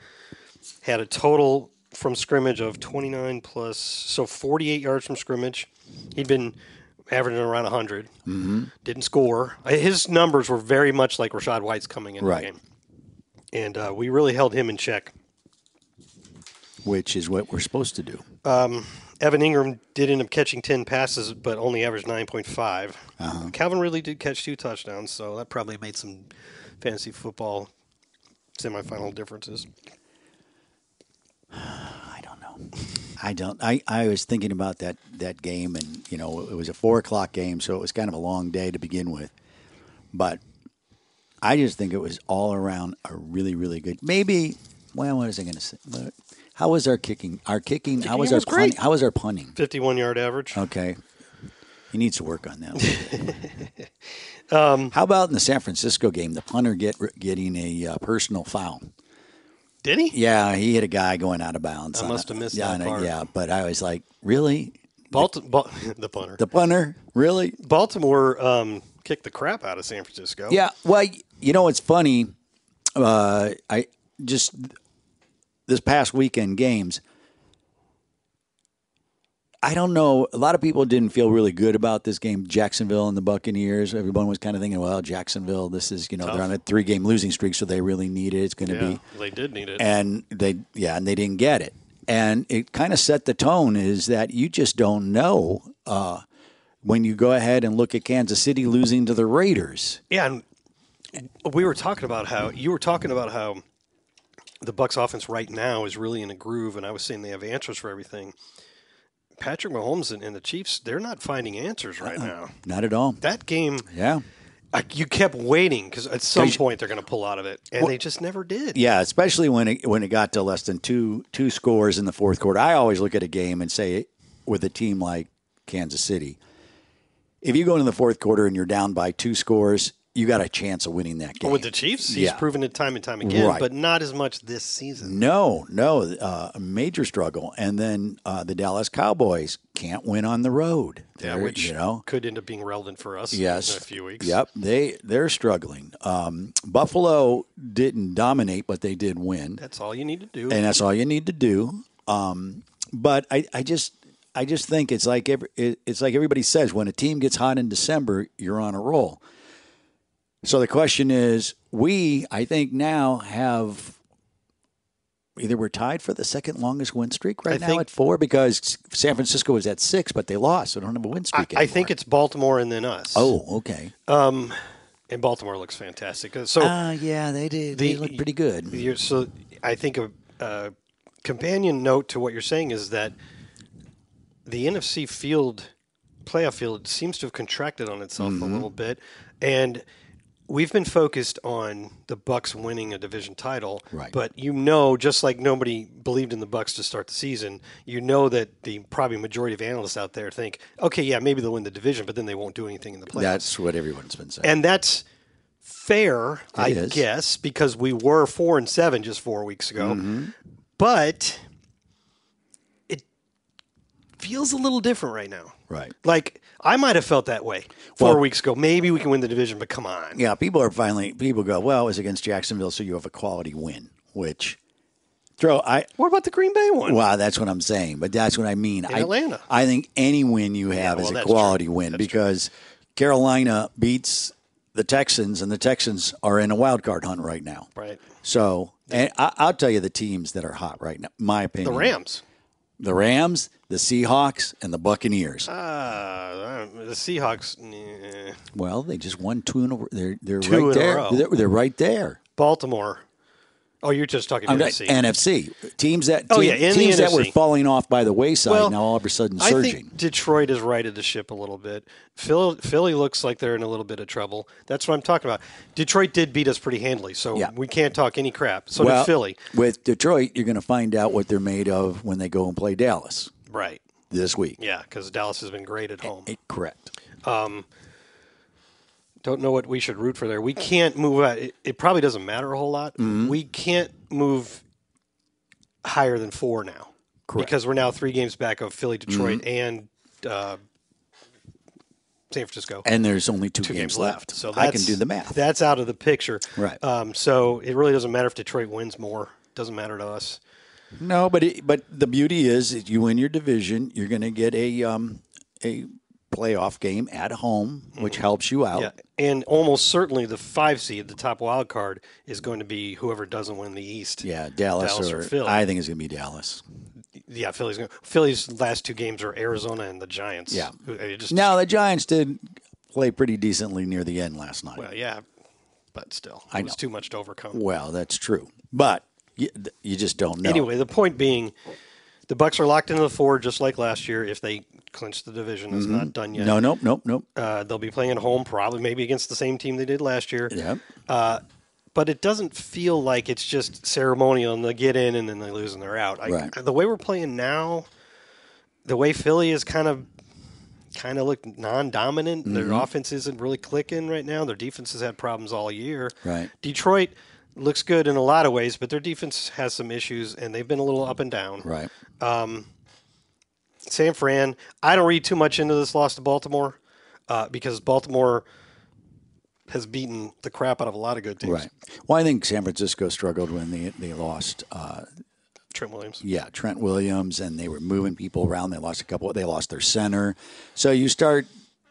Speaker 3: had a total from scrimmage of 29 plus, so 48 yards from scrimmage. He'd been averaging around 100. Mm-hmm. Didn't score. Uh, His numbers were very much like Rashad White's coming in
Speaker 4: Right.
Speaker 3: the game, and uh, we really held him in check.
Speaker 4: Which is what we're supposed to do.
Speaker 3: Evan Ingram did end up catching 10 passes, but only averaged 9.5.
Speaker 4: Uh-huh.
Speaker 3: Calvin Ridley did catch two touchdowns, so that probably made some fantasy football semifinal differences.
Speaker 4: I don't know. I don't. I, I was thinking about that that game, and you know, it was a four o'clock game, so it was kind of a long day to begin with. But I just think it was all around a really, really good. Maybe. Well, what is I going to say? What- How was our kicking? Our kicking. how was our
Speaker 3: was great.
Speaker 4: punting? How was our punting?
Speaker 3: 51 yard average.
Speaker 4: Okay. He needs to work on that. um, How about in the San Francisco game, the punter get getting a uh, personal foul?
Speaker 3: Did he?
Speaker 4: Yeah, he hit a guy going out of bounds.
Speaker 3: I
Speaker 4: on
Speaker 3: must
Speaker 4: a-
Speaker 3: have missed
Speaker 4: yeah,
Speaker 3: that
Speaker 4: on a-
Speaker 3: part.
Speaker 4: Yeah, but I was like, really?
Speaker 3: Balt- Bal- the punter.
Speaker 4: The punter? Really?
Speaker 3: Baltimore um, kicked the crap out of San Francisco.
Speaker 4: Yeah. Well, you know, it's funny. Uh, I just this past weekend games. I don't know. A lot of people didn't feel really good about this game, Jacksonville and the Buccaneers. Everyone was kind of thinking, "Well, Jacksonville, this is you know they're on a three-game losing streak, so they really need it. It's going to
Speaker 3: Yeah,
Speaker 4: be."
Speaker 3: they did need it.
Speaker 4: and they yeah and they didn't get it and it kind of set the tone is that you just don't know uh, when you go ahead and look at kansas city losing to the raiders
Speaker 3: Yeah, and we were talking about how you were talking about how the Bucks offense right now is really in a groove, and I was saying they have answers for everything. Patrick Mahomes and, and the Chiefs, they're not finding answers
Speaker 4: Uh-uh.
Speaker 3: right now.
Speaker 4: Not at all.
Speaker 3: That game,
Speaker 4: Yeah.
Speaker 3: I, you kept waiting because at some
Speaker 4: 'Cause you-
Speaker 3: point they're going to pull out of it, and they just never did.
Speaker 4: Yeah, especially when it when it got to less than two two scores in the fourth quarter. I always look at a game and say with a team like Kansas City, if you go into the fourth quarter and you're down by two scores, you got a chance of winning that game.
Speaker 3: With the Chiefs, he's
Speaker 4: Yeah.
Speaker 3: proven it time and time again,
Speaker 4: Right.
Speaker 3: but not as much this season.
Speaker 4: no, no, uh, a major struggle, and then uh, the Dallas Cowboys can't win on the road.
Speaker 3: Yeah,
Speaker 4: They're,
Speaker 3: which
Speaker 4: you know,
Speaker 3: could end up being relevant for us
Speaker 4: yes,
Speaker 3: in a few weeks.
Speaker 4: Yep, they they're struggling. Um, Buffalo didn't dominate, but they did win.
Speaker 3: That's all you need to do.
Speaker 4: and that's all you need to do. Um, but I, I just, I just think it's like every, it- it's like everybody says when a team gets hot in December, you're on a roll. So the question is, we, I think now have either we're tied for the second longest win streak right
Speaker 3: I
Speaker 4: now
Speaker 3: think-
Speaker 4: at four because San Francisco was at six, but they lost, so they don't have a
Speaker 3: I,
Speaker 4: win streak.
Speaker 3: I think
Speaker 4: anymore.
Speaker 3: it's Baltimore and then us.
Speaker 4: Oh, okay.
Speaker 3: and Baltimore looks fantastic. So
Speaker 4: Uh, yeah, they did. They
Speaker 3: the-
Speaker 4: look pretty good.
Speaker 3: You're, so I think a, a companion note to what you're saying is that the NFC field, playoff field, seems to have contracted on itself a little bit, and we've been focused on the Bucks winning a division title.
Speaker 4: Right.
Speaker 3: But you know, just like nobody believed in the Bucks to start the season, you know that the probably majority of analysts out there think, okay, yeah, maybe they'll win the division, but then they won't do anything in the playoffs.
Speaker 4: That's what everyone's been saying.
Speaker 3: And that's fair, I
Speaker 4: is.
Speaker 3: guess, because we were four and seven just four weeks ago. But it feels a little different right now.
Speaker 4: right.
Speaker 3: Like I might have felt that way four
Speaker 4: Well-
Speaker 3: weeks ago. Maybe we can win the division, but come on.
Speaker 4: Yeah, people are finally people go, well, it was against Jacksonville, so you have a quality win, which throw I
Speaker 3: What about the Green Bay one?
Speaker 4: wow, that's what I'm saying. But that's what I mean. I,
Speaker 3: Atlanta.
Speaker 4: I think any win you have
Speaker 3: well,
Speaker 4: is a
Speaker 3: that's
Speaker 4: quality
Speaker 3: true.
Speaker 4: win
Speaker 3: That's true.
Speaker 4: because Carolina beats the Texans and the Texans are in a wild card hunt right now.
Speaker 3: Right.
Speaker 4: So and I, I'll tell you the teams that are hot right now, my opinion.
Speaker 3: The Rams.
Speaker 4: The Rams, the Seahawks, and the Buccaneers.
Speaker 3: Uh, the Seahawks. eh.
Speaker 4: well, they just won two in a they're they're
Speaker 3: Two
Speaker 4: right
Speaker 3: in a
Speaker 4: there.
Speaker 3: row.
Speaker 4: They're, they're right there.
Speaker 3: Baltimore. Oh, you're just talking
Speaker 4: I'm
Speaker 3: NFC.
Speaker 4: not- NFC teams that
Speaker 3: Oh,
Speaker 4: team-
Speaker 3: yeah, in the
Speaker 4: teams that were
Speaker 3: NFC.
Speaker 4: falling off by the wayside
Speaker 3: Well,
Speaker 4: now all of a sudden
Speaker 3: I
Speaker 4: surging.
Speaker 3: think Detroit has righted the ship a little bit. Phil, Philly looks like they're in a little bit of trouble. That's what I'm talking about. Detroit did beat us pretty handily, so
Speaker 4: Yeah.
Speaker 3: we can't talk any crap. So
Speaker 4: well,
Speaker 3: did Philly,
Speaker 4: with Detroit, you're going to find out what they're made of when they go and play Dallas
Speaker 3: right?
Speaker 4: this week.
Speaker 3: Yeah, because Dallas has been great at home.
Speaker 4: Eh, correct.
Speaker 3: Don't know what we should root for there. We can't move. Out. It, it probably doesn't matter a whole lot.
Speaker 4: Mm-hmm.
Speaker 3: We can't move higher than four now,
Speaker 4: Correct. Mm-hmm.
Speaker 3: Because we're now three games back of Philly, Detroit, and uh, San Francisco.
Speaker 4: And there's only two, games, left,
Speaker 3: So
Speaker 4: I
Speaker 3: that's,
Speaker 4: can do the math.
Speaker 3: That's out of the picture.
Speaker 4: Right.
Speaker 3: Um, so it really doesn't matter if Detroit wins more. Doesn't matter to us.
Speaker 4: no, but it, but the beauty is, if you win your division, you're going to get a um, a playoff game at home, which helps you
Speaker 3: Mm-hmm.
Speaker 4: out.
Speaker 3: Yeah. And almost certainly the five seed, the top wild card, is going to be whoever doesn't win the East.
Speaker 4: Yeah, Dallas,
Speaker 3: Dallas
Speaker 4: or,
Speaker 3: or Philly.
Speaker 4: I think it's going to be Dallas.
Speaker 3: Yeah. Philly's going. to Philly's last two games are Arizona and the Giants.
Speaker 4: Yeah.
Speaker 3: Who- they just
Speaker 4: Now the Giants did play pretty decently near the end last night.
Speaker 3: Well, yeah. But still, it
Speaker 4: I
Speaker 3: was
Speaker 4: know.
Speaker 3: too much to overcome.
Speaker 4: Well, that's true, but you, th- you just don't know.
Speaker 3: Anyway, the point being, the Bucks are locked into the four just like last year. If they clinch the division, it's not done yet.
Speaker 4: Mm-hmm. no, nope, nope, nope.
Speaker 3: Uh, they'll be playing at home, probably maybe against the same team they did last year.
Speaker 4: yeah,
Speaker 3: but it doesn't feel like it's just ceremonial and they get in and then they lose and they're out. I,
Speaker 4: Right.
Speaker 3: The way we're playing now, the way Philly is kind of kind of look non-dominant.
Speaker 4: Mm-hmm.
Speaker 3: Their offense isn't really clicking right now. Their defense has had problems all year.
Speaker 4: Right.
Speaker 3: Detroit looks good in a lot of ways, but their defense has some issues and they've been a little up and down.
Speaker 4: right.
Speaker 3: San Fran. I don't read too much into this loss to Baltimore uh, because Baltimore has beaten the crap out of a lot of good teams.
Speaker 4: Right. Well, I think San Francisco struggled when they they lost. Uh,
Speaker 3: Trent Williams.
Speaker 4: yeah, Trent Williams, and they were moving people around. They lost a couple. They lost their center. So you start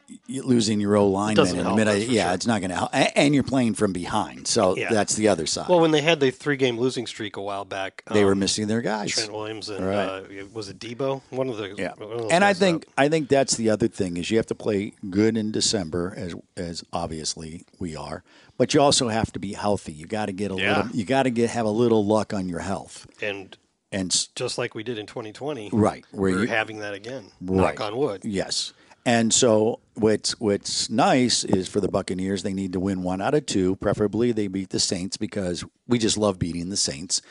Speaker 4: y- losing your O lineman
Speaker 3: doesn't
Speaker 4: in the
Speaker 3: help,
Speaker 4: middle.
Speaker 3: that's for
Speaker 4: Yeah,
Speaker 3: sure.
Speaker 4: it's not going to help. A- And you're playing from behind, so
Speaker 3: Yeah.
Speaker 4: that's the other side.
Speaker 3: Well, when they had the three-game losing streak a while back,
Speaker 4: they were
Speaker 3: um,
Speaker 4: missing their guys.
Speaker 3: Trent Williams and
Speaker 4: Right.
Speaker 3: uh, was it Debo? One of the
Speaker 4: Yeah,
Speaker 3: one of those
Speaker 4: and I
Speaker 3: guys
Speaker 4: think
Speaker 3: up.
Speaker 4: I think that's the other thing is you have to play good in December, as as obviously we are, but you also have to be healthy. You got to get a
Speaker 3: Yeah.
Speaker 4: little, you got to get have a little luck on your health.
Speaker 3: and
Speaker 4: and s-
Speaker 3: just like we did in 2020.
Speaker 4: Right, where
Speaker 3: we're
Speaker 4: you-
Speaker 3: having that again.
Speaker 4: Right.
Speaker 3: Knock on wood.
Speaker 4: Yes. And so what's what's nice is for the Buccaneers, they need to win one out of two. Preferably, they beat the Saints because we just love beating the Saints,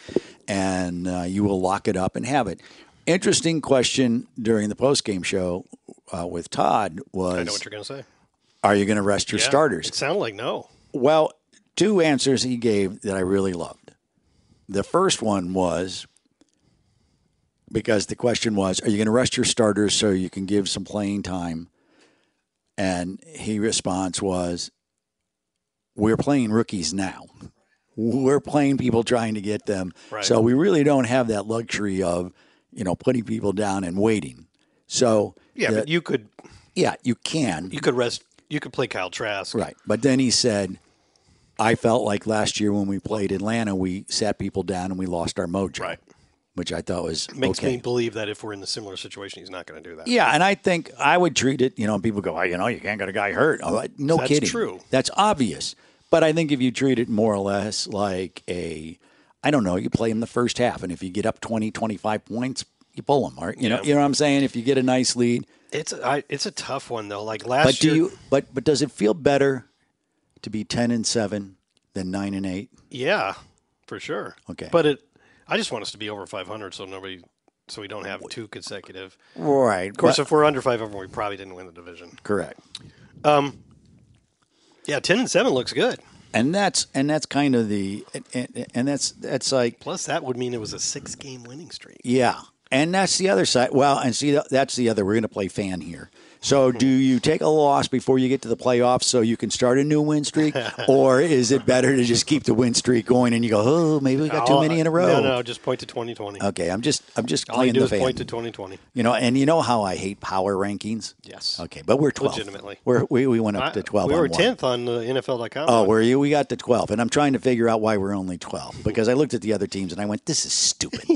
Speaker 4: and uh, you will lock it up and have it. Interesting question during the postgame show uh, with Todd was:
Speaker 3: I know what you're going to say.
Speaker 4: Are you going to rest your
Speaker 3: Yeah.
Speaker 4: starters?
Speaker 3: It sounded like no.
Speaker 4: Well, two answers he gave that I really loved. The first one was because the question was, are you going to rest your starters so you can give some playing time? And his response was, we're playing rookies now. We're playing people trying to get them.
Speaker 3: Right.
Speaker 4: So we really don't have that luxury of, you know, putting people down and waiting. So
Speaker 3: Yeah,
Speaker 4: the-
Speaker 3: but you could
Speaker 4: yeah, you can.
Speaker 3: you could rest. You could play Kyle Trask.
Speaker 4: Right. But then he said, I felt like last year when we played Atlanta, we sat people down and we lost our mojo.
Speaker 3: Right.
Speaker 4: Which I thought was
Speaker 3: Makes me
Speaker 4: okay.
Speaker 3: believe that if we're in a similar situation, he's not going to do that.
Speaker 4: yeah, and I think I would treat it, you know, people go, oh, you know, you can't get a guy hurt. I'm like, no
Speaker 3: That's
Speaker 4: kidding.
Speaker 3: true.
Speaker 4: That's obvious. But I think if you treat it more or less like a, I don't know, you play him the first half, and if you get up 20, 25 points, you pull him, or you know, you know what I'm saying. If you get a nice lead,
Speaker 3: It's a, I, it's a tough one though. Like last
Speaker 4: but do
Speaker 3: year,
Speaker 4: you? But but does it feel better to be ten and seven than nine and eight?
Speaker 3: yeah, for sure.
Speaker 4: Okay.
Speaker 3: but it. I just want us to be over 500, so nobody, so we don't have two consecutive. Of
Speaker 4: Right. Of
Speaker 3: course, if we're under 500, we probably didn't win the division.
Speaker 4: correct.
Speaker 3: Yeah, 10 and seven looks good.
Speaker 4: And that's and that's kind of the and, and that's that's like
Speaker 3: Plus, that would mean it was a six game winning streak.
Speaker 4: yeah. And that's the other side. Well, and see that's the other. We're going to play fan here. So
Speaker 3: Hmm.
Speaker 4: do you take a loss before you get to the playoffs so you can start a new win streak, or is it better to just keep the win streak going and you go, oh, maybe we got too
Speaker 3: I'll-
Speaker 4: many in a row?
Speaker 3: No, no, just point to 2020.
Speaker 4: Okay, I'm just I'm just
Speaker 3: All you
Speaker 4: playing
Speaker 3: do
Speaker 4: the
Speaker 3: is
Speaker 4: fan.
Speaker 3: point to 2020.
Speaker 4: you know, and you know how I hate power rankings.
Speaker 3: Yes.
Speaker 4: Okay, but we're 12.
Speaker 3: Legitimately.
Speaker 4: We're, we we went up
Speaker 3: I-
Speaker 4: to 12.
Speaker 3: We were
Speaker 4: on one.
Speaker 3: 10th on the NFL.com.
Speaker 4: Oh, were you? We got to 12. And I'm trying to figure out why we're only 12 because I looked at the other teams and I went, this is stupid.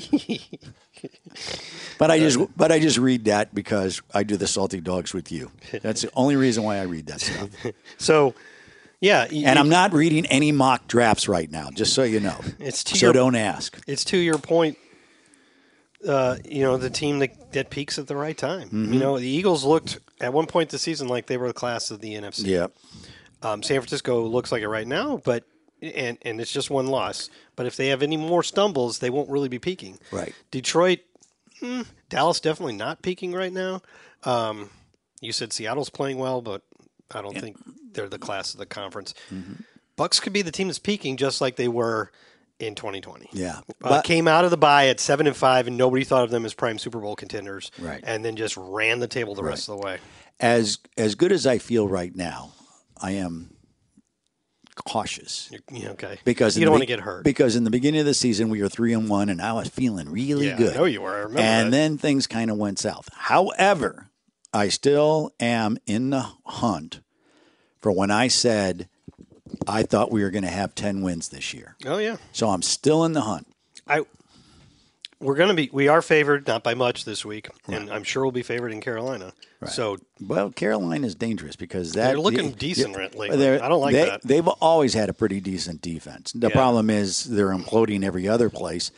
Speaker 4: but I just but I just read that because I do the salty dogs with you. That's the only reason why I read that stuff.
Speaker 3: so yeah, y-
Speaker 4: And
Speaker 3: y-
Speaker 4: I'm not reading any mock drafts right now, just so you know.
Speaker 3: It's to
Speaker 4: so
Speaker 3: your-
Speaker 4: don't ask.
Speaker 3: it's to your point. Uh, you know, the team that, that peaks at the right time. You
Speaker 4: Mm-hmm.
Speaker 3: know, the Eagles looked at one point this season like they were the class of the NFC.
Speaker 4: Yeah.
Speaker 3: Um, San Francisco looks like it right now, but and and it's just one loss. But if they have any more stumbles, they won't really be peaking.
Speaker 4: Right.
Speaker 3: Detroit, hmm, Dallas definitely not peaking right now. Um, you said Seattle's playing well, but I don't think they're the class of the conference.
Speaker 4: Mm-hmm.
Speaker 3: Bucks could be the team that's peaking, just like they were in 2020.
Speaker 4: Yeah.
Speaker 3: Uh,
Speaker 4: But-
Speaker 3: came out of the bye at seven and five, and nobody thought of them as prime Super Bowl contenders.
Speaker 4: Right.
Speaker 3: and then just ran the table the rest of the way.
Speaker 4: as as good as I feel right now, I am cautious.
Speaker 3: You're, you know, okay,
Speaker 4: because in
Speaker 3: you
Speaker 4: the
Speaker 3: don't want to
Speaker 4: be-
Speaker 3: get hurt.
Speaker 4: Because in the beginning of the season, we were three and one, and I was feeling really
Speaker 3: Yeah, I
Speaker 4: good.
Speaker 3: know you were. I remember
Speaker 4: and
Speaker 3: that.
Speaker 4: then things kind of went south. However, I still am in the hunt for when I said I thought we were going to have ten wins this year.
Speaker 3: oh yeah,
Speaker 4: So I'm still in the hunt.
Speaker 3: I we're gonna be we are favored not by much this week, and I'm sure we'll be favored in Carolina. So
Speaker 4: Well, Carolina is dangerous because that
Speaker 3: They're looking
Speaker 4: the-
Speaker 3: decent
Speaker 4: yeah,
Speaker 3: lately.
Speaker 4: they're-
Speaker 3: I don't like
Speaker 4: they,
Speaker 3: that.
Speaker 4: They've always had a pretty decent defense. The
Speaker 3: Yeah.
Speaker 4: problem is they're imploding every other place.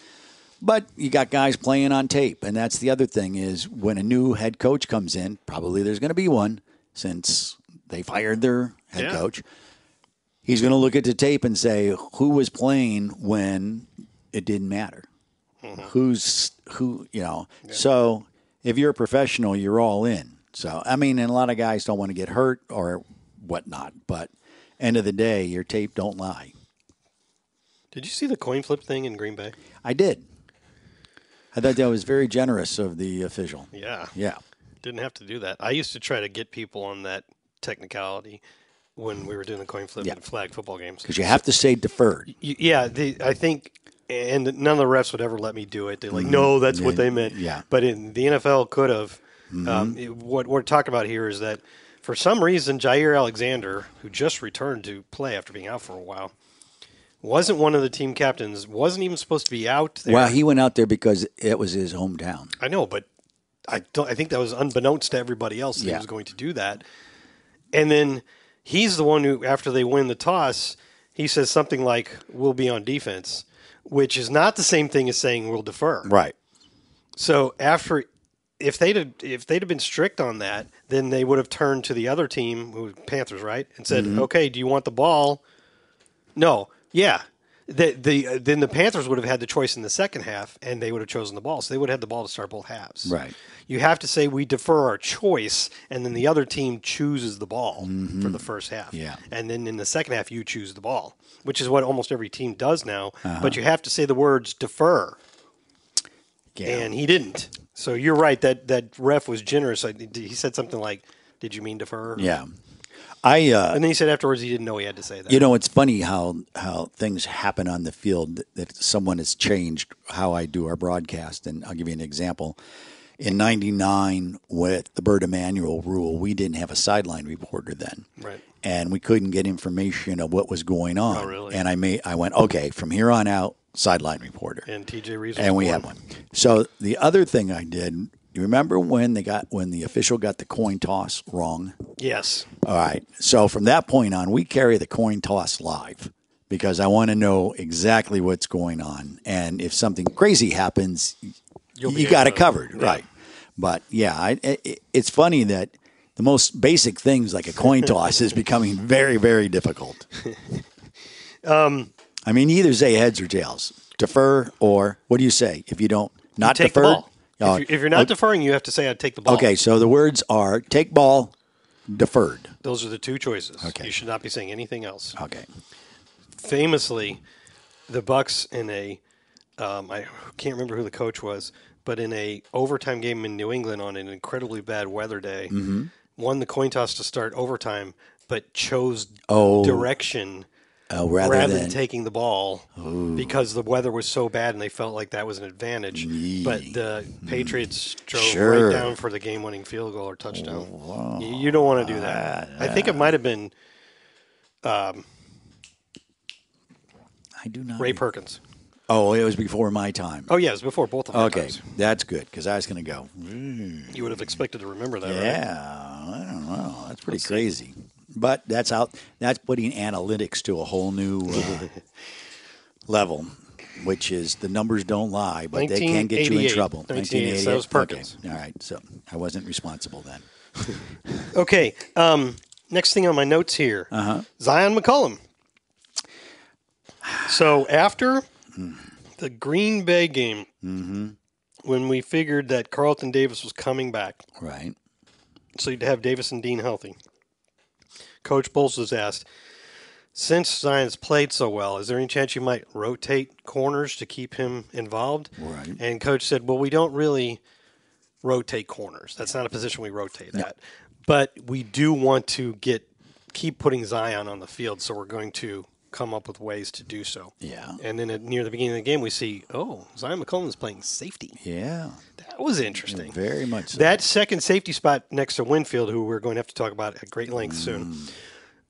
Speaker 4: But you got guys playing on tape, and that's the other thing is when a new head coach comes in, probably there's going to be one since they fired their head
Speaker 3: Yeah.
Speaker 4: coach. He's going to look at the tape and say who was playing when it didn't matter. Who's who? You know. So if you're a professional, you're all in. So I mean, and a lot of guys don't want to get hurt or whatnot, but end of the day, your tape don't lie.
Speaker 3: did you see the coin flip thing in Green Bay?
Speaker 4: I did. I thought that was very generous of the official.
Speaker 3: Yeah,
Speaker 4: Yeah.
Speaker 3: didn't have to do that. I used to try to get people on that technicality when we were doing the coin flip
Speaker 4: Yeah.
Speaker 3: in flag football games.
Speaker 4: Because you have to say deferred.
Speaker 3: Y- Yeah, the, I think, and none of the refs would ever let me do it. They're like, no, that's what they meant.
Speaker 4: Mm-hmm. yeah. Mm-hmm.
Speaker 3: But in the NFL could have. Um, it- what we're talking about here is that for some reason, Jair Alexander, who just returned to play after being out for a while, wasn't one of the team captains, wasn't even supposed to be out there.
Speaker 4: Well, he went out there because it was his hometown.
Speaker 3: I know, but I don't, I think that was unbeknownst to everybody else that he
Speaker 4: Yeah.
Speaker 3: was going to do that. And then he's the one who, after they win the toss, he says something like, "We'll be on defense," which is not the same thing as saying we'll defer.
Speaker 4: Right.
Speaker 3: So after, if they'd have, if they'd have been strict on that, then they would have turned to the other team, who Panthers, right, and said,
Speaker 4: Mm-hmm.
Speaker 3: "Okay, do you want the ball?" No, yeah. The, the uh, then the Panthers would have had the choice in the second half, and they would have chosen the ball. So they would have had the ball to start both halves.
Speaker 4: Right.
Speaker 3: You have to say we defer our choice, and then the other team chooses the ball for the first half.
Speaker 4: Mm-hmm. Yeah.
Speaker 3: And then in the second half, you choose the ball, which is what almost every team does now.
Speaker 4: Uh-huh.
Speaker 3: But you have to say the words defer
Speaker 4: Yeah.
Speaker 3: and he didn't. So you're right that that ref was generous. I, he said something like, "Did you mean defer?"
Speaker 4: yeah. I uh,
Speaker 3: And then he said afterwards he didn't know he had to say that.
Speaker 4: You know, it's funny how how things happen on the field that, that someone has changed how I do our broadcast. And I'll give you an example. In '99, with the Bird Emanuel rule, we didn't have a sideline reporter then,
Speaker 3: Right.
Speaker 4: And we couldn't get information of what was going on.
Speaker 3: Oh, really?
Speaker 4: And I made I went okay from here on out sideline reporter.
Speaker 3: and TJ Reeves.
Speaker 4: And we had one. So the other thing I did, you remember when they got when the official got the coin toss wrong?
Speaker 3: Yes.
Speaker 4: All right. So from that point on, we carry the coin toss live because I want to know exactly what's going on, and if something crazy happens,
Speaker 3: You'll be
Speaker 4: you got it
Speaker 3: able to-
Speaker 4: covered,
Speaker 3: yeah.
Speaker 4: right? But yeah, I, it, it's funny that the most basic things like a coin toss is becoming very, very difficult. um,
Speaker 3: Um,
Speaker 4: I mean, either say heads or tails, defer or what do you say if you don't not
Speaker 3: Take
Speaker 4: defer?
Speaker 3: the ball.
Speaker 4: Oh,
Speaker 3: if, you, if you're not deferring, you have to say I'd take the ball.
Speaker 4: okay, so the words are take ball, deferred.
Speaker 3: Those are the two choices.
Speaker 4: Okay.
Speaker 3: You should not be saying anything else.
Speaker 4: Okay.
Speaker 3: Famously, the Bucks in a um, I can't remember who the coach was, but in a overtime game in New England on an incredibly bad weather day,
Speaker 4: Mm-hmm.
Speaker 3: won the coin toss to start overtime, but chose
Speaker 4: Oh.
Speaker 3: direction
Speaker 4: Uh,
Speaker 3: rather,
Speaker 4: rather,
Speaker 3: than, taking the ball because the weather was so bad and they felt like that was an advantage. But the Patriots drove
Speaker 4: Mm-hmm. Sure. Oh,
Speaker 3: right down for the game winning field goal or touchdown. Y- You don't want to do that.
Speaker 4: Ah,
Speaker 3: I think it might have been
Speaker 4: I do not.
Speaker 3: Ray Perkins.
Speaker 4: oh, it was before my time.
Speaker 3: Oh, yeah, it was before both of them.
Speaker 4: Okay, that's good because I was going to go.
Speaker 3: You would have expected to remember that, right?
Speaker 4: Yeah, I don't know. That's pretty crazy. But that's out. That's putting analytics to a whole new uh, level, which is the numbers don't lie, but they can get you in
Speaker 3: 1988.
Speaker 4: trouble.
Speaker 3: 1988, so that was
Speaker 4: 1988?
Speaker 3: Perkins.
Speaker 4: Okay, All right, so I wasn't responsible then.
Speaker 3: Okay. Um, next thing on my notes here Zion McCollum. So after the Green Bay game, when we figured that Carlton Davis was coming back,
Speaker 4: Right.
Speaker 3: so you'd have Davis and Dean healthy, Coach Bowles was asked, since Zion's played so well, is there any chance you might rotate corners to keep him involved?
Speaker 4: Right.
Speaker 3: And coach said, "Well, we don't really rotate corners. That's not a position we rotate at. But we do want to get keep putting Zion on the field, so we're going to come up with ways to do so."
Speaker 4: Yeah.
Speaker 3: And then at, near the beginning of the game, we see, "Oh, Zion McCollum's playing safety.
Speaker 4: Yeah.
Speaker 3: That was interesting."
Speaker 4: Very much. So.
Speaker 3: That second safety spot next to Winfield, who we're going to have to talk about at great length soon,
Speaker 4: Mm.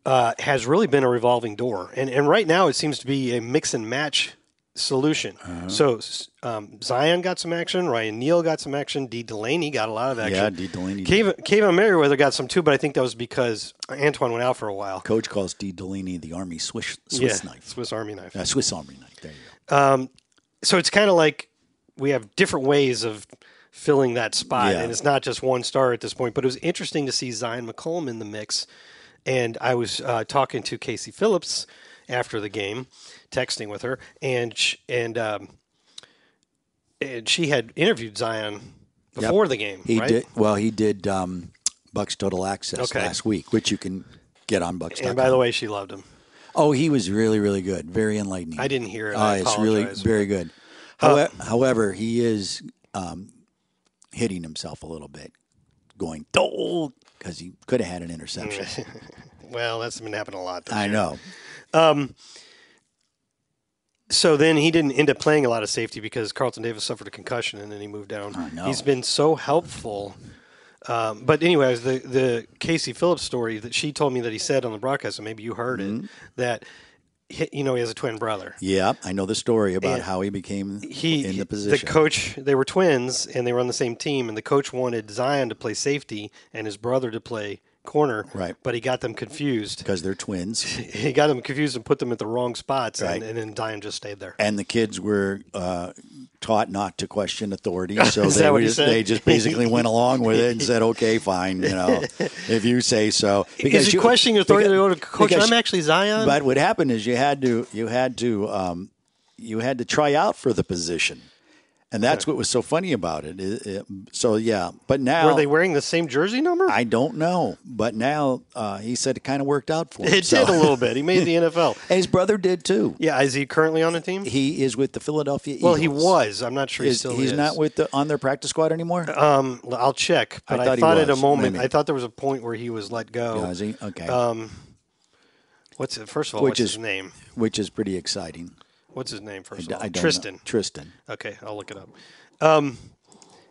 Speaker 3: uh, has really been a revolving door. And and right now it seems to be a mix and match solution.
Speaker 4: Uh-huh.
Speaker 3: So s- um, Zion got some action, Ryan Neal got some action, D Delaney got a lot of action.
Speaker 4: Yeah, D. Delaney.
Speaker 3: Kayvon Kayvon Merriweather got some too, but I think that was because Antoine went out for a while.
Speaker 4: Coach calls D. Delaney the Army Swiss, Swiss knife.
Speaker 3: Swiss Army knife.
Speaker 4: Uh, Swiss Army knife. There you go.
Speaker 3: so it's kind of like we have different ways of filling that spot,
Speaker 4: Yeah.
Speaker 3: and it's not just one star at this point. But it was interesting to see Zion McCollum in the mix, and I was uh, talking to Casey Phillips after the game, texting with her, and sh- and um, and she had interviewed Zion before the game.
Speaker 4: He
Speaker 3: right?
Speaker 4: did well. He did um, Bucks Total Access
Speaker 3: Okay.
Speaker 4: last week, which you can get on Bucks.
Speaker 3: And by the way, she loved him.
Speaker 4: oh, he was really, really good. Very enlightening.
Speaker 3: I didn't hear it.
Speaker 4: Oh,
Speaker 3: I
Speaker 4: it's really
Speaker 3: apologize.
Speaker 4: very good. However, however, he is um, hitting himself a little bit, going dole because he could have had an interception.
Speaker 3: Well, that's been happening a lot. This
Speaker 4: I
Speaker 3: year.
Speaker 4: know.
Speaker 3: So then he didn't end up playing a lot of safety because Carlton Davis suffered a concussion and then he moved down.
Speaker 4: know.
Speaker 3: He's been so helpful. Um, but anyways, the the Casey Phillips story that she told me that he said on the broadcast, and maybe you heard
Speaker 4: Mm-hmm.
Speaker 3: it, that he, you know he has a twin brother.
Speaker 4: Yeah, I know the story about
Speaker 3: And
Speaker 4: how he became
Speaker 3: He
Speaker 4: in the position.
Speaker 3: coach they were twins and they were on the same team, and the coach wanted Zion to play safety and his brother to play corner.
Speaker 4: Right.
Speaker 3: But he got them confused.
Speaker 4: because they're twins,
Speaker 3: He got them confused and put them at the wrong spots,
Speaker 4: Right.
Speaker 3: and, and then Zion just stayed there.
Speaker 4: and the kids were uh, taught not to question authority, so
Speaker 3: Is
Speaker 4: they,
Speaker 3: that what
Speaker 4: were
Speaker 3: he
Speaker 4: just,
Speaker 3: said?
Speaker 4: they just basically went along with it and said, "Okay, fine, you know, if you say so."
Speaker 3: Is he questioning authority?
Speaker 4: because-
Speaker 3: to coach,
Speaker 4: because-
Speaker 3: I'm actually Zion.
Speaker 4: But what happened is you had to you had to um, you had to try out for the position, and that's what was so funny about it. It- it- so yeah, but now
Speaker 3: Were they wearing the same jersey number?
Speaker 4: I don't know, but now uh, he said it kind of worked out for him.
Speaker 3: it
Speaker 4: so-
Speaker 3: did a little bit. He made the NFL.
Speaker 4: and his brother did too.
Speaker 3: Yeah, is he currently on a team?
Speaker 4: He is with the Philadelphia.
Speaker 3: well, he
Speaker 4: Eagles.
Speaker 3: was. I'm not sure he
Speaker 4: Is-
Speaker 3: still
Speaker 4: he's
Speaker 3: is.
Speaker 4: not with the on their practice squad anymore.
Speaker 3: Um, I'll check. But I
Speaker 4: thought
Speaker 3: thought,
Speaker 4: he
Speaker 3: at a
Speaker 4: was,
Speaker 3: moment,
Speaker 4: maybe.
Speaker 3: I thought there was a point where he was let go.
Speaker 4: Yeah, is he? Okay,
Speaker 3: Um, what's it? First of all,
Speaker 4: Which
Speaker 3: what's
Speaker 4: is-
Speaker 3: his name?
Speaker 4: which is pretty exciting.
Speaker 3: What's his name? First
Speaker 4: I
Speaker 3: of all,
Speaker 4: don't know.
Speaker 3: Tristan.
Speaker 4: Tristan.
Speaker 3: Okay, I'll look it up. Um,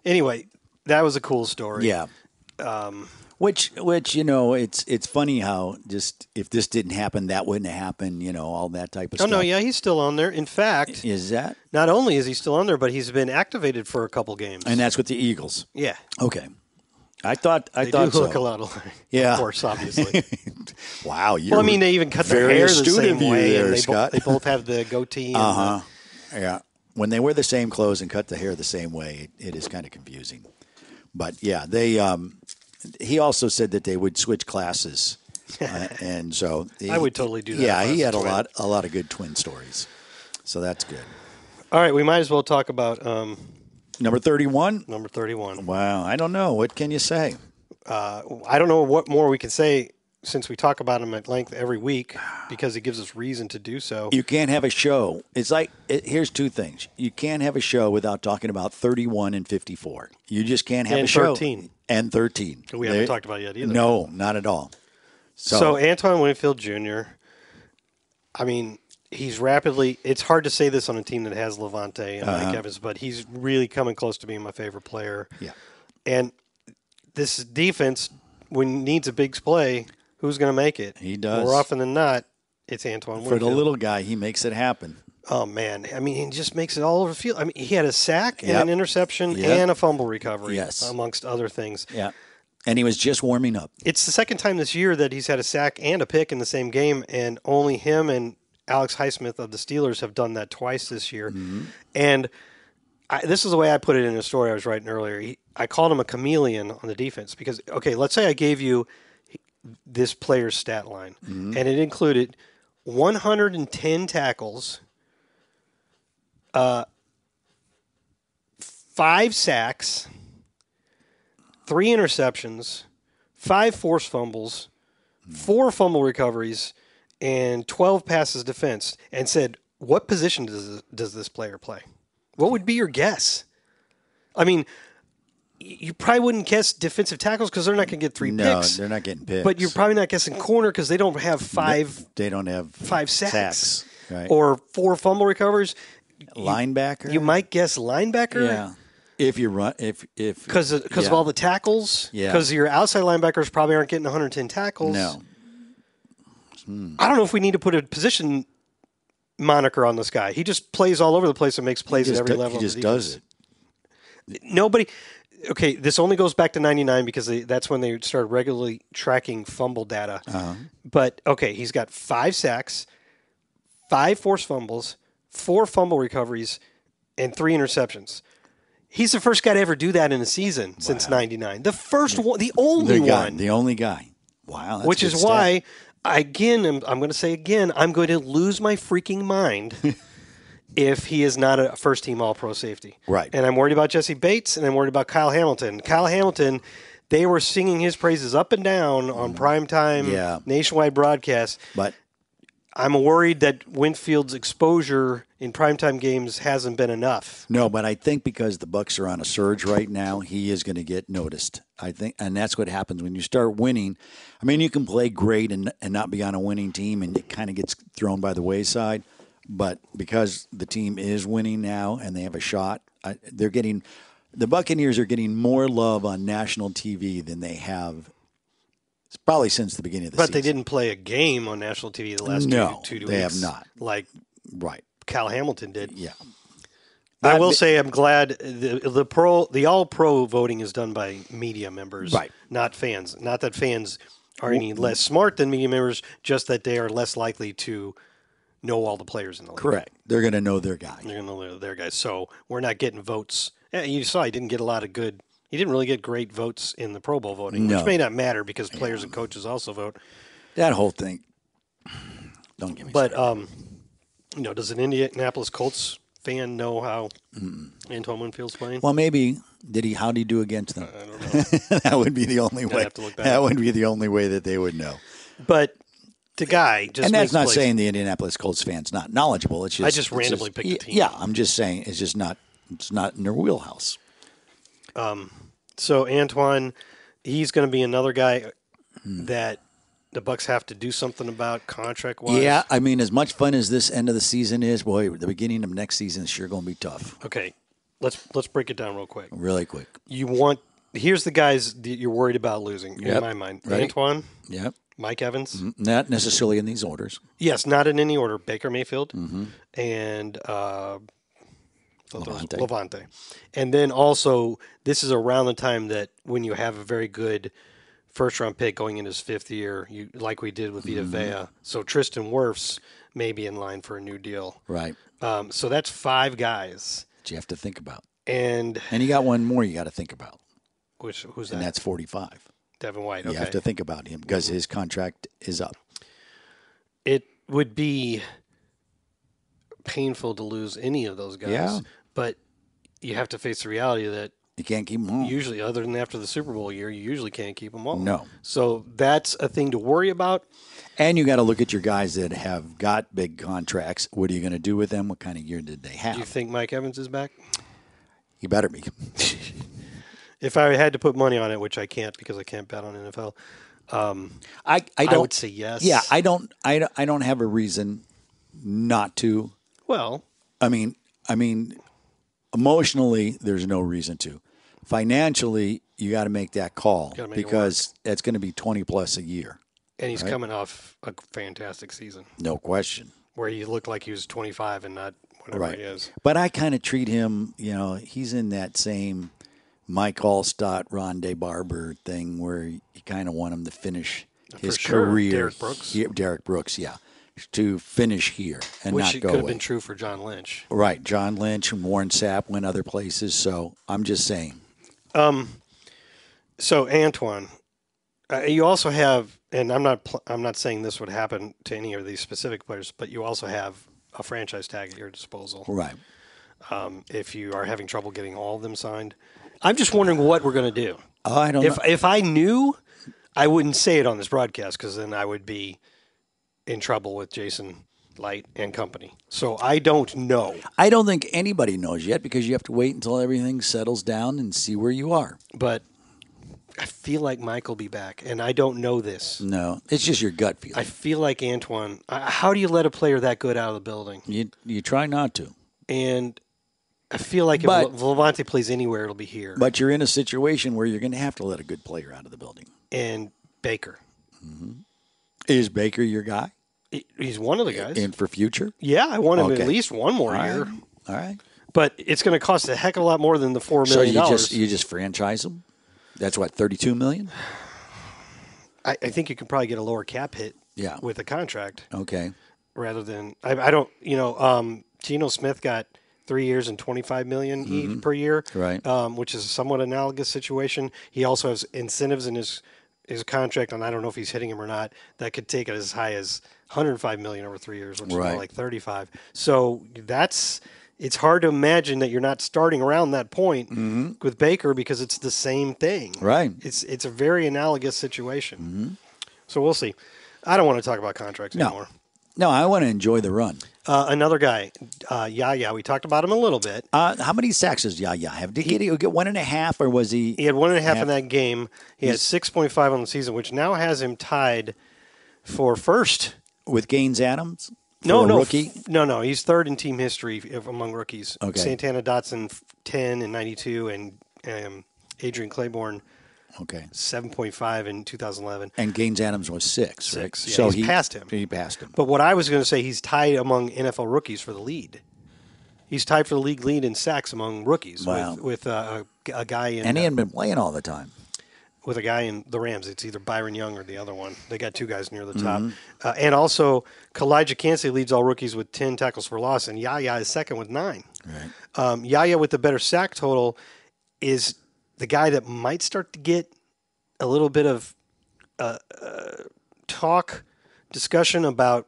Speaker 3: anyway, that was a cool story.
Speaker 4: Yeah.
Speaker 3: Um,
Speaker 4: which, which you know, it's it's funny how just if this didn't happen, that wouldn't have happened. You know, all that type of
Speaker 3: Oh
Speaker 4: stuff.
Speaker 3: no, yeah, he's still on there. In fact,
Speaker 4: Is that?
Speaker 3: not only is he still on there, but he's been activated for a couple games.
Speaker 4: And that's with the Eagles.
Speaker 3: yeah,
Speaker 4: Okay. I thought I
Speaker 3: they do
Speaker 4: thought so.
Speaker 3: look a lot alike.
Speaker 4: Yeah.
Speaker 3: of course, obviously.
Speaker 4: Wow. You're
Speaker 3: well, I mean, they even cut their
Speaker 4: very
Speaker 3: hair the
Speaker 4: astute
Speaker 3: same
Speaker 4: of you
Speaker 3: way.
Speaker 4: there,
Speaker 3: and they, bo-
Speaker 4: Scott. Uh-huh.
Speaker 3: they both have the goatee. and the-
Speaker 4: Yeah. When they wear the same clothes and cut the hair the same way, it, it is kind of confusing. But yeah, they. Um, he also said that they would switch classes, Uh, and so
Speaker 3: I would totally do that
Speaker 4: Yeah,
Speaker 3: if I
Speaker 4: he
Speaker 3: was a
Speaker 4: had a
Speaker 3: twin.
Speaker 4: lot, a lot of good twin stories. So that's good.
Speaker 3: All right, we might as well talk about um,
Speaker 4: Number thirty-one.
Speaker 3: number thirty-one.
Speaker 4: Wow, I don't know. What can you say?
Speaker 3: I don't know what more we can say since we talk about him at length every week because it gives us reason to do so.
Speaker 4: You can't have a show. It's like it, here's two things. You can't have a show without talking about 31 and 54. You just can't have
Speaker 3: And
Speaker 4: a show.
Speaker 3: 13.
Speaker 4: And 13.
Speaker 3: We haven't
Speaker 4: They-
Speaker 3: talked about it yet either.
Speaker 4: No, not at all. So,
Speaker 3: So, Antoine Winfield Jr. I mean, he's rapidly. It's hard to say this on a team that has Levante and Mike Evans, but he's really coming close to being my favorite player.
Speaker 4: Uh-huh. yeah.
Speaker 3: And this defense, when needs a big play, who's going to make it?
Speaker 4: He does.
Speaker 3: More often than not, it's Antoine
Speaker 4: For
Speaker 3: Winfield.
Speaker 4: the little guy, he makes it happen.
Speaker 3: Oh man, I mean, he just makes it all over the field. I mean, he had a sack and
Speaker 4: Yep.
Speaker 3: an interception
Speaker 4: Yep.
Speaker 3: and a fumble recovery,
Speaker 4: Yes.
Speaker 3: amongst other things.
Speaker 4: Yeah. And he was just warming up.
Speaker 3: It's the second time this year that he's had a sack and a pick in the same game, and only him and Alex Highsmith of the Steelers have done that twice this year. And I, this is the way I put it in a story I was writing earlier. He, I called him a chameleon on the defense because, okay, let's say I gave you this player's stat line,
Speaker 4: Mm-hmm.
Speaker 3: and it included 110 tackles, uh, five sacks, three interceptions, five forced fumbles,
Speaker 4: Mm-hmm.
Speaker 3: four fumble recoveries, and 12 passes defensed, and said, what position does this, does this player play? What would be your guess? I mean, y- you probably wouldn't guess defensive tackles because they're not going to get three
Speaker 4: No,
Speaker 3: picks.
Speaker 4: they're not getting picked.
Speaker 3: But you're probably not guessing corner because they don't have five
Speaker 4: they don't have
Speaker 3: five sacks,
Speaker 4: right?
Speaker 3: or four fumble recovers.
Speaker 4: linebacker.
Speaker 3: You might guess linebacker.
Speaker 4: yeah. If you run, if if
Speaker 3: Because of, 'cause of
Speaker 4: yeah.
Speaker 3: all the tackles,
Speaker 4: Yeah.
Speaker 3: because your outside linebackers probably aren't getting 110 tackles.
Speaker 4: no,
Speaker 3: I don't know if we need to put a position moniker on this guy. He just plays all over the place and makes plays
Speaker 4: just
Speaker 3: at every
Speaker 4: do-
Speaker 3: level.
Speaker 4: he
Speaker 3: of the
Speaker 4: just does
Speaker 3: defense.
Speaker 4: it.
Speaker 3: Nobody. Okay, this only goes back to '99 because they, that's when they started regularly tracking fumble data. But okay, he's got five sacks, five forced fumbles, four fumble recoveries, and three interceptions. He's the first guy to ever do that in a season since '99. The first one, the only
Speaker 4: The guy,
Speaker 3: E one
Speaker 4: the only guy. Wow, that's
Speaker 3: which
Speaker 4: a
Speaker 3: is
Speaker 4: good stat.
Speaker 3: why I, again I'm, I'm going to say again I'm going to lose my freaking mind if he is not a first team all pro safety.
Speaker 4: Right.
Speaker 3: And I'm worried about Jesse Bates and I'm worried about Kyle Hamilton. Kyle Hamilton they were singing his praises up and down on primetime
Speaker 4: Mm. Yeah.
Speaker 3: nationwide broadcasts.
Speaker 4: But
Speaker 3: I'm worried that Winfield's exposure in primetime games hasn't been enough.
Speaker 4: No, but I think because the Bucks are on a surge right now, he is going to get noticed. I think, and that's what happens when you start winning. I mean, you can play great and and not be on a winning team, and it kind of gets thrown by the wayside. But because the team is winning now and they have a shot, I, they're getting the Buccaneers are getting more love on national TV than they have probably since the beginning of the
Speaker 3: But
Speaker 4: season.
Speaker 3: they didn't play a game on national TV the last
Speaker 4: No,
Speaker 3: two, two
Speaker 4: they have
Speaker 3: weeks,
Speaker 4: not.
Speaker 3: Like
Speaker 4: right?
Speaker 3: Kyle Hamilton did.
Speaker 4: Yeah.
Speaker 3: I will say I'm glad the the pro the all pro voting is done by media members,
Speaker 4: Right.
Speaker 3: Not fans. Not that fans are any less smart than media members, just that they are less likely to know all the players in the league.
Speaker 4: Correct. They're going to know their guy.
Speaker 3: They're going to know their guys. So we're not getting votes. Eh, You saw he didn't get a lot of good. He didn't really get great votes in the Pro Bowl voting,
Speaker 4: No.
Speaker 3: which may not matter because players and coaches also vote.
Speaker 4: That whole thing. Don't give me.
Speaker 3: But um, you know, does an Indianapolis Colts fan know how Antoine Winfield's playing?
Speaker 4: well, maybe did he? How do you do against them? I don't know. that would be the only way.
Speaker 3: have to look that
Speaker 4: that would be the only way that they would know.
Speaker 3: but the guy just
Speaker 4: and
Speaker 3: makes
Speaker 4: that's not
Speaker 3: plays.
Speaker 4: saying the Indianapolis Colts fans not knowledgeable. It's just
Speaker 3: I just
Speaker 4: it's
Speaker 3: randomly picked a
Speaker 4: y-
Speaker 3: team.
Speaker 4: Yeah, I'm just saying it's just not it's not in their wheelhouse.
Speaker 3: So Antoine, he's going to be another guy
Speaker 4: Hmm.
Speaker 3: that the Bucks have to do something about contract wise.
Speaker 4: Yeah, I mean, as much fun as this end of the season is, boy, the beginning of next season is sure going to be tough.
Speaker 3: Okay. Let's let's break it down real quick.
Speaker 4: Really quick.
Speaker 3: You want here's the guys that you're worried about losing in
Speaker 4: Yep. Mm-hmm.
Speaker 3: my mind.
Speaker 4: Right.
Speaker 3: Antoine,
Speaker 4: Yep.
Speaker 3: Mike Evans.
Speaker 4: Not necessarily in these orders.
Speaker 3: Yes, not in any order. Baker Mayfield
Speaker 4: Mm-hmm.
Speaker 3: and uh, Levante.
Speaker 4: Levante.
Speaker 3: Levante. And then also, this is around the time that when you have a very good first round pick going in his fifth year, you like we did with Vita
Speaker 4: Mm-hmm.
Speaker 3: Vea. So Tristan Wirfs may be in line for a new deal.
Speaker 4: Right.
Speaker 3: Um, so that's five guys.
Speaker 4: That you have to think about.
Speaker 3: And
Speaker 4: And you got one more you got to think about,
Speaker 3: which, who's
Speaker 4: and
Speaker 3: that?
Speaker 4: that's 45.
Speaker 3: Devin White.
Speaker 4: You
Speaker 3: Okay.
Speaker 4: have to think about him because his contract is up.
Speaker 3: it would be painful to lose any of those guys.
Speaker 4: Yeah.
Speaker 3: But you have to face the reality that
Speaker 4: You can't keep him home.
Speaker 3: usually other than after the Super Bowl year, you usually can't keep them all.
Speaker 4: No.
Speaker 3: So that's a thing to worry about.
Speaker 4: and you got to look at your guys that have got big contracts. What are you going to do with them? What kind of year did they have?
Speaker 3: Do you
Speaker 4: You,
Speaker 3: think Mike Evans is back?
Speaker 4: better be.
Speaker 3: If I had to put money on it, which I can't because I can't bet on NFL,
Speaker 4: I, I
Speaker 3: um, I
Speaker 4: don't
Speaker 3: would say yes.
Speaker 4: Yeah, I don't I, don't- I don't have a reason not to.
Speaker 3: well,
Speaker 4: I mean, I mean, emotionally, there's no reason to. Financially, you got to make that call
Speaker 3: make it
Speaker 4: because that's going to be 20 plus a year,
Speaker 3: and he's coming off a fantastic season
Speaker 4: no question.
Speaker 3: where he looked like he was 25 and not whatever
Speaker 4: Right.
Speaker 3: he is.
Speaker 4: But I kind of treat him, you know, he's in that same Mike Allstott, Ron De Barber thing where you kind of want him to finish his
Speaker 3: sure.
Speaker 4: career.
Speaker 3: Derek Brooks.
Speaker 4: here- Derek Brooks, yeah, to finish here and
Speaker 3: Which
Speaker 4: not
Speaker 3: it
Speaker 4: go
Speaker 3: could have
Speaker 4: away.
Speaker 3: been true for John Lynch.
Speaker 4: Right, John Lynch and Warren Sapp went other places. So I'm just saying,
Speaker 3: Um, So Antoine, uh, you also have, and I'm not, pl- I'm not saying this would happen to any of these specific players, but you also have a franchise tag at your disposal. um,
Speaker 4: right?
Speaker 3: if you are having trouble getting all of them signed. I'm just wondering what we're going to do.
Speaker 4: I don't
Speaker 3: If
Speaker 4: know.
Speaker 3: if I knew, I wouldn't say it on this broadcast because then I would be in trouble with Jason Light and company. So I don't know.
Speaker 4: I don't think anybody knows yet because you have to wait until everything settles down and see where you are.
Speaker 3: But I feel like Mike will be back, and I don't know this.
Speaker 4: No, it's just your gut feeling.
Speaker 3: I feel like Antoine. I- How do you let a player that good out of the building?
Speaker 4: you you try not to,
Speaker 3: And I feel like
Speaker 4: But-
Speaker 3: if Le- Levante plays anywhere, it'll be here.
Speaker 4: but you're in a situation where you're going to have to let a good player out of the building.
Speaker 3: and Baker,
Speaker 4: Is Baker your guy
Speaker 3: He- he's one of the guys.
Speaker 4: in for future?
Speaker 3: yeah, I want him
Speaker 4: Okay.
Speaker 3: at least one more
Speaker 4: All
Speaker 3: year.
Speaker 4: right. All right.
Speaker 3: but it's going to cost a heck of a lot more than the four
Speaker 4: So
Speaker 3: million
Speaker 4: you
Speaker 3: dollars.
Speaker 4: just you just franchise him. That's what thirty two million.
Speaker 3: I, I think you can probably get a lower cap hit,
Speaker 4: Yeah.
Speaker 3: with a contract
Speaker 4: Okay.
Speaker 3: rather than I, I don't. You know, um, Geno Smith got three years and twenty five million e- per year,
Speaker 4: Mm-hmm. Right.
Speaker 3: Um, which is a somewhat analogous situation. He also has incentives in his his contract, and I don't know if he's hitting him or not. That could take it as high as one hundred five million over three years, which is
Speaker 4: Right.
Speaker 3: more like thirty five. So that's. It's hard to imagine that you're not starting around that point with Baker because it's the same thing.
Speaker 4: Mm-hmm. Right. Mm-hmm.
Speaker 3: It's it's a very analogous situation. So we'll see. I don't want to talk about contracts
Speaker 4: No.
Speaker 3: anymore.
Speaker 4: No, I want to enjoy the run.
Speaker 3: Uh, another guy, uh, Yaya. We talked about him a little bit.
Speaker 4: Uh, how many sacks does Yaya have? Did he, get- get one and a half, or was he?
Speaker 3: He had one and a half
Speaker 4: Yeah.
Speaker 3: in that game. He had
Speaker 4: He's-
Speaker 3: six point five on the season, which now has him tied for first.
Speaker 4: with Gaines Adams? for
Speaker 3: No,
Speaker 4: a
Speaker 3: no,
Speaker 4: rookie.
Speaker 3: f- no, no. He's third in team history if, among rookies.
Speaker 4: Okay.
Speaker 3: Santana Dotson f- ten and ninety two, and um, Adrian Claiborne
Speaker 4: Okay,
Speaker 3: seven point five in two thousand eleven.
Speaker 4: and Gaines Adams was six. Right?
Speaker 3: Six, yeah. He's passed him.
Speaker 4: He passed him.
Speaker 3: But what I was going to say, he's tied among NFL rookies for the lead. He's tied for the league lead in sacks among rookies
Speaker 4: Wow.
Speaker 3: with, with uh, a, a guy in
Speaker 4: and he hadn't been playing all the time.
Speaker 3: with a guy in the Rams. It's either Byron Young or the other one. They got two guys near the top.
Speaker 4: Mm-hmm.
Speaker 3: Uh, and also, Kalijah Cansey leads all rookies with 10 tackles for loss, and Yaya is second with nine.
Speaker 4: Right.
Speaker 3: Um, Yaya with the better sack total is the guy that might start to get a little bit of uh, uh, talk, discussion about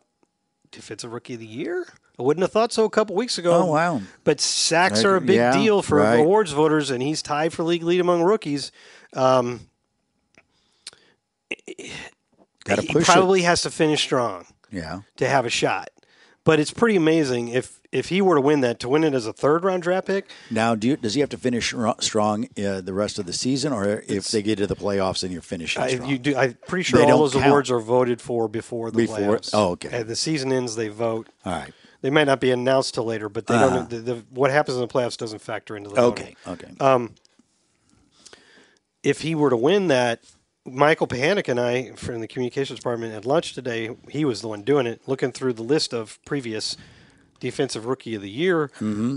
Speaker 3: if it's a rookie of the year. I wouldn't have thought so a couple weeks ago.
Speaker 4: Oh, wow.
Speaker 3: But sacks
Speaker 4: Like,
Speaker 3: are a big
Speaker 4: yeah,
Speaker 3: deal for
Speaker 4: right.
Speaker 3: awards voters, and he's tied for league lead among rookies. Um,
Speaker 4: Got to
Speaker 3: he
Speaker 4: push
Speaker 3: probably has to finish strong
Speaker 4: it. Yeah.
Speaker 3: to have a shot. But it's pretty amazing if if he were to win that, to win it as a third round draft pick.
Speaker 4: Now, do you, does he have to finish ro- strong uh, the rest of the season, or if they get to the playoffs and you're finishing
Speaker 3: I,
Speaker 4: strong?
Speaker 3: you do. I'm pretty sure
Speaker 4: They
Speaker 3: all
Speaker 4: don't
Speaker 3: those
Speaker 4: count.
Speaker 3: awards are voted for before the
Speaker 4: Before-
Speaker 3: playoffs.
Speaker 4: oh, okay.
Speaker 3: At the season ends, they vote.
Speaker 4: All right. Uh-huh.
Speaker 3: They might not be announced till later, but they don't. The, the, what happens in the playoffs doesn't factor into the voting.
Speaker 4: Okay. Okay.
Speaker 3: Um, if he were to win that, Michael Panic and I from the communications department at lunch today, he was the one doing it, looking through the list of previous defensive rookie of the year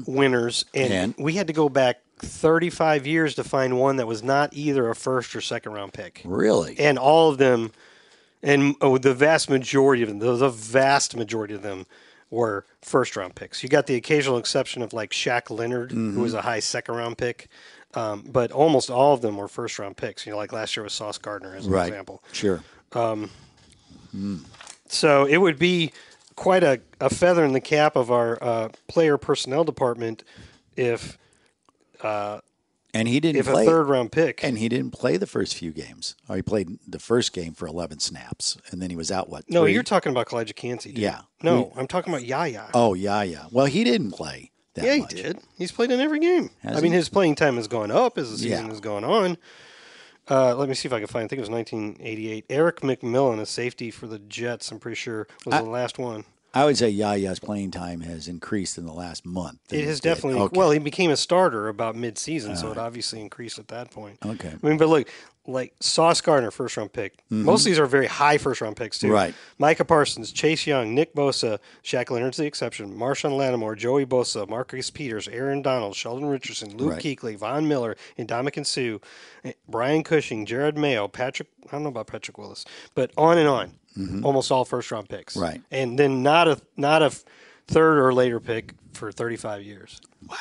Speaker 3: winners, and,
Speaker 4: And-
Speaker 3: we had to go back 35 years to find one that was not either a first or second round pick.
Speaker 4: really?
Speaker 3: And all of them, and oh, the vast majority of them, the, the vast majority of them were first round picks. You got the occasional exception of like Shaq Leonard, who
Speaker 4: Mm-hmm.
Speaker 3: was a high second round pick. Um, but almost all of them were first round picks. You know, like last year was Sauce Gardner as an
Speaker 4: right.
Speaker 3: example.
Speaker 4: Sure.
Speaker 3: So it would be quite a, a feather in the cap of our uh, player personnel department if
Speaker 4: And he didn't
Speaker 3: if
Speaker 4: play.
Speaker 3: a third round pick.
Speaker 4: and he didn't play the first few games. Or he played the first game for 11 snaps, and then he was out. What?
Speaker 3: no,
Speaker 4: three?
Speaker 3: you're talking about Kalijah Cansey. dude.
Speaker 4: Yeah.
Speaker 3: No, I'm talking about Yaya.
Speaker 4: Oh yeah, yeah. Well, he didn't play. That
Speaker 3: Yeah,
Speaker 4: much.
Speaker 3: he did. He's played in every game.
Speaker 4: Has
Speaker 3: I mean,
Speaker 4: he?
Speaker 3: his playing time has gone up as the
Speaker 4: Yeah.
Speaker 3: season has gone on. Uh, let me see if I can find. I think it was 1988. Eric McMillan, a safety for the Jets, I'm pretty sure, was the last one.
Speaker 4: I would say Yaya's playing time has increased in the last month. than
Speaker 3: It has
Speaker 4: did.
Speaker 3: definitely.
Speaker 4: Okay. Uh-huh.
Speaker 3: Well, he became a starter about mid-season, so it obviously increased at that point.
Speaker 4: Okay. Mm-hmm.
Speaker 3: I mean, but look, like Sauce Gardner, first round pick. Most of these are very high first round picks too.
Speaker 4: Right.
Speaker 3: Micah Parsons, Chase Young, Nick Bosa, Shaq Leonard's the exception. Marshawn Lattimore, Joey Bosa, Marcus Peters, Aaron Donald, Sheldon Richardson, Luke
Speaker 4: Right.
Speaker 3: Kuechly, Von Miller, Indomitian Sue, eh, Brian Cushing, Jared Mayo, Patrick. I don't know about Patrick Willis, but on and on. Almost all first round picks.
Speaker 4: Mm-hmm. Right.
Speaker 3: And then not a not a third or later pick for 35 years.
Speaker 4: wow.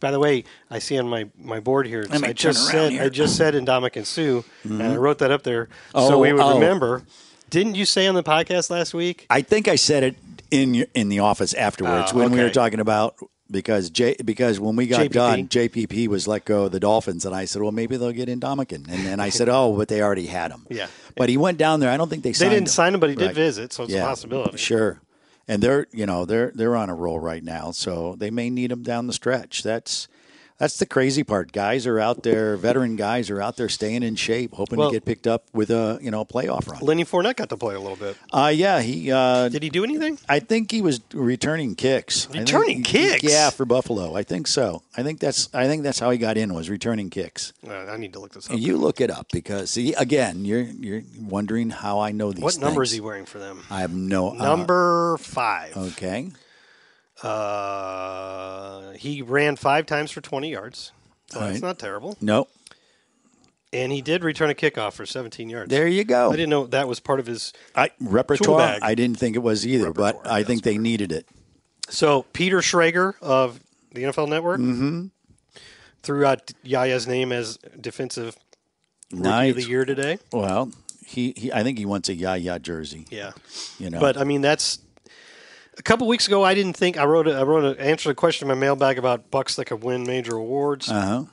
Speaker 3: By the way, I see on my, my board here.
Speaker 4: me
Speaker 3: I
Speaker 4: turn
Speaker 3: just
Speaker 4: around
Speaker 3: said
Speaker 4: here.
Speaker 3: I just said Indomitian Sue, and I wrote that up there so
Speaker 4: Oh,
Speaker 3: we would
Speaker 4: oh.
Speaker 3: remember. Didn't you say on the podcast last week?
Speaker 4: I think I said it in your- in the office afterwards
Speaker 3: Oh,
Speaker 4: when we were
Speaker 3: okay.
Speaker 4: talking about because J because when we got
Speaker 3: JPP.
Speaker 4: done, JPP was let go of the Dolphins, and I said, well, maybe they'll get Indomitian, and then I said, oh, but they already had him.
Speaker 3: Yeah.
Speaker 4: but he went down there. I don't think they
Speaker 3: They
Speaker 4: signed
Speaker 3: didn't
Speaker 4: him.
Speaker 3: sign him, but he did
Speaker 4: Right.
Speaker 3: visit, so it's a possibility.
Speaker 4: Sure. And they're you know they're they're on a roll right now, so they may need them down the stretch. That's that's the crazy part. Guys are out there, veteran guys are out there staying in shape, hoping
Speaker 3: Well-
Speaker 4: to get picked up with a you know a playoff run.
Speaker 3: Lenny Fournette got to play a little bit.
Speaker 4: Uh, yeah, he uh,
Speaker 3: Did he do anything?
Speaker 4: I think he was returning kicks. I think-
Speaker 3: Returning kicks?
Speaker 4: Yeah, for Buffalo. I think so. I think that's I think that's how he got in was returning kicks.
Speaker 3: Uh, I need to look this up.
Speaker 4: And you look it up because see, again, you're you're wondering how I know these.
Speaker 3: what number is he
Speaker 4: things.
Speaker 3: wearing for them?
Speaker 4: I have no uh,
Speaker 3: Number five.
Speaker 4: okay.
Speaker 3: Uh, he ran five times for 20 yards. So
Speaker 4: All
Speaker 3: that's
Speaker 4: right.
Speaker 3: not terrible.
Speaker 4: No,
Speaker 3: And he did return a kickoff for 17 yards.
Speaker 4: there you go.
Speaker 3: I didn't know that was part of his
Speaker 4: I,
Speaker 3: Tool
Speaker 4: repertoire.
Speaker 3: bag.
Speaker 4: I didn't think it was either, but
Speaker 3: Repertoire,
Speaker 4: I think they needed it.
Speaker 3: So Peter Schrager of the NFL Network
Speaker 4: Mm-hmm.
Speaker 3: threw out Yaya's name as defensive rookie
Speaker 4: Nice.
Speaker 3: of the year today.
Speaker 4: Well, he, he I think he wants a Yaya jersey.
Speaker 3: Yeah,
Speaker 4: You know,
Speaker 3: but I mean that's a couple weeks ago. I didn't think I wrote a, I wrote an answer to a question in my mailbag about bucks that could win major awards.
Speaker 4: uh huh.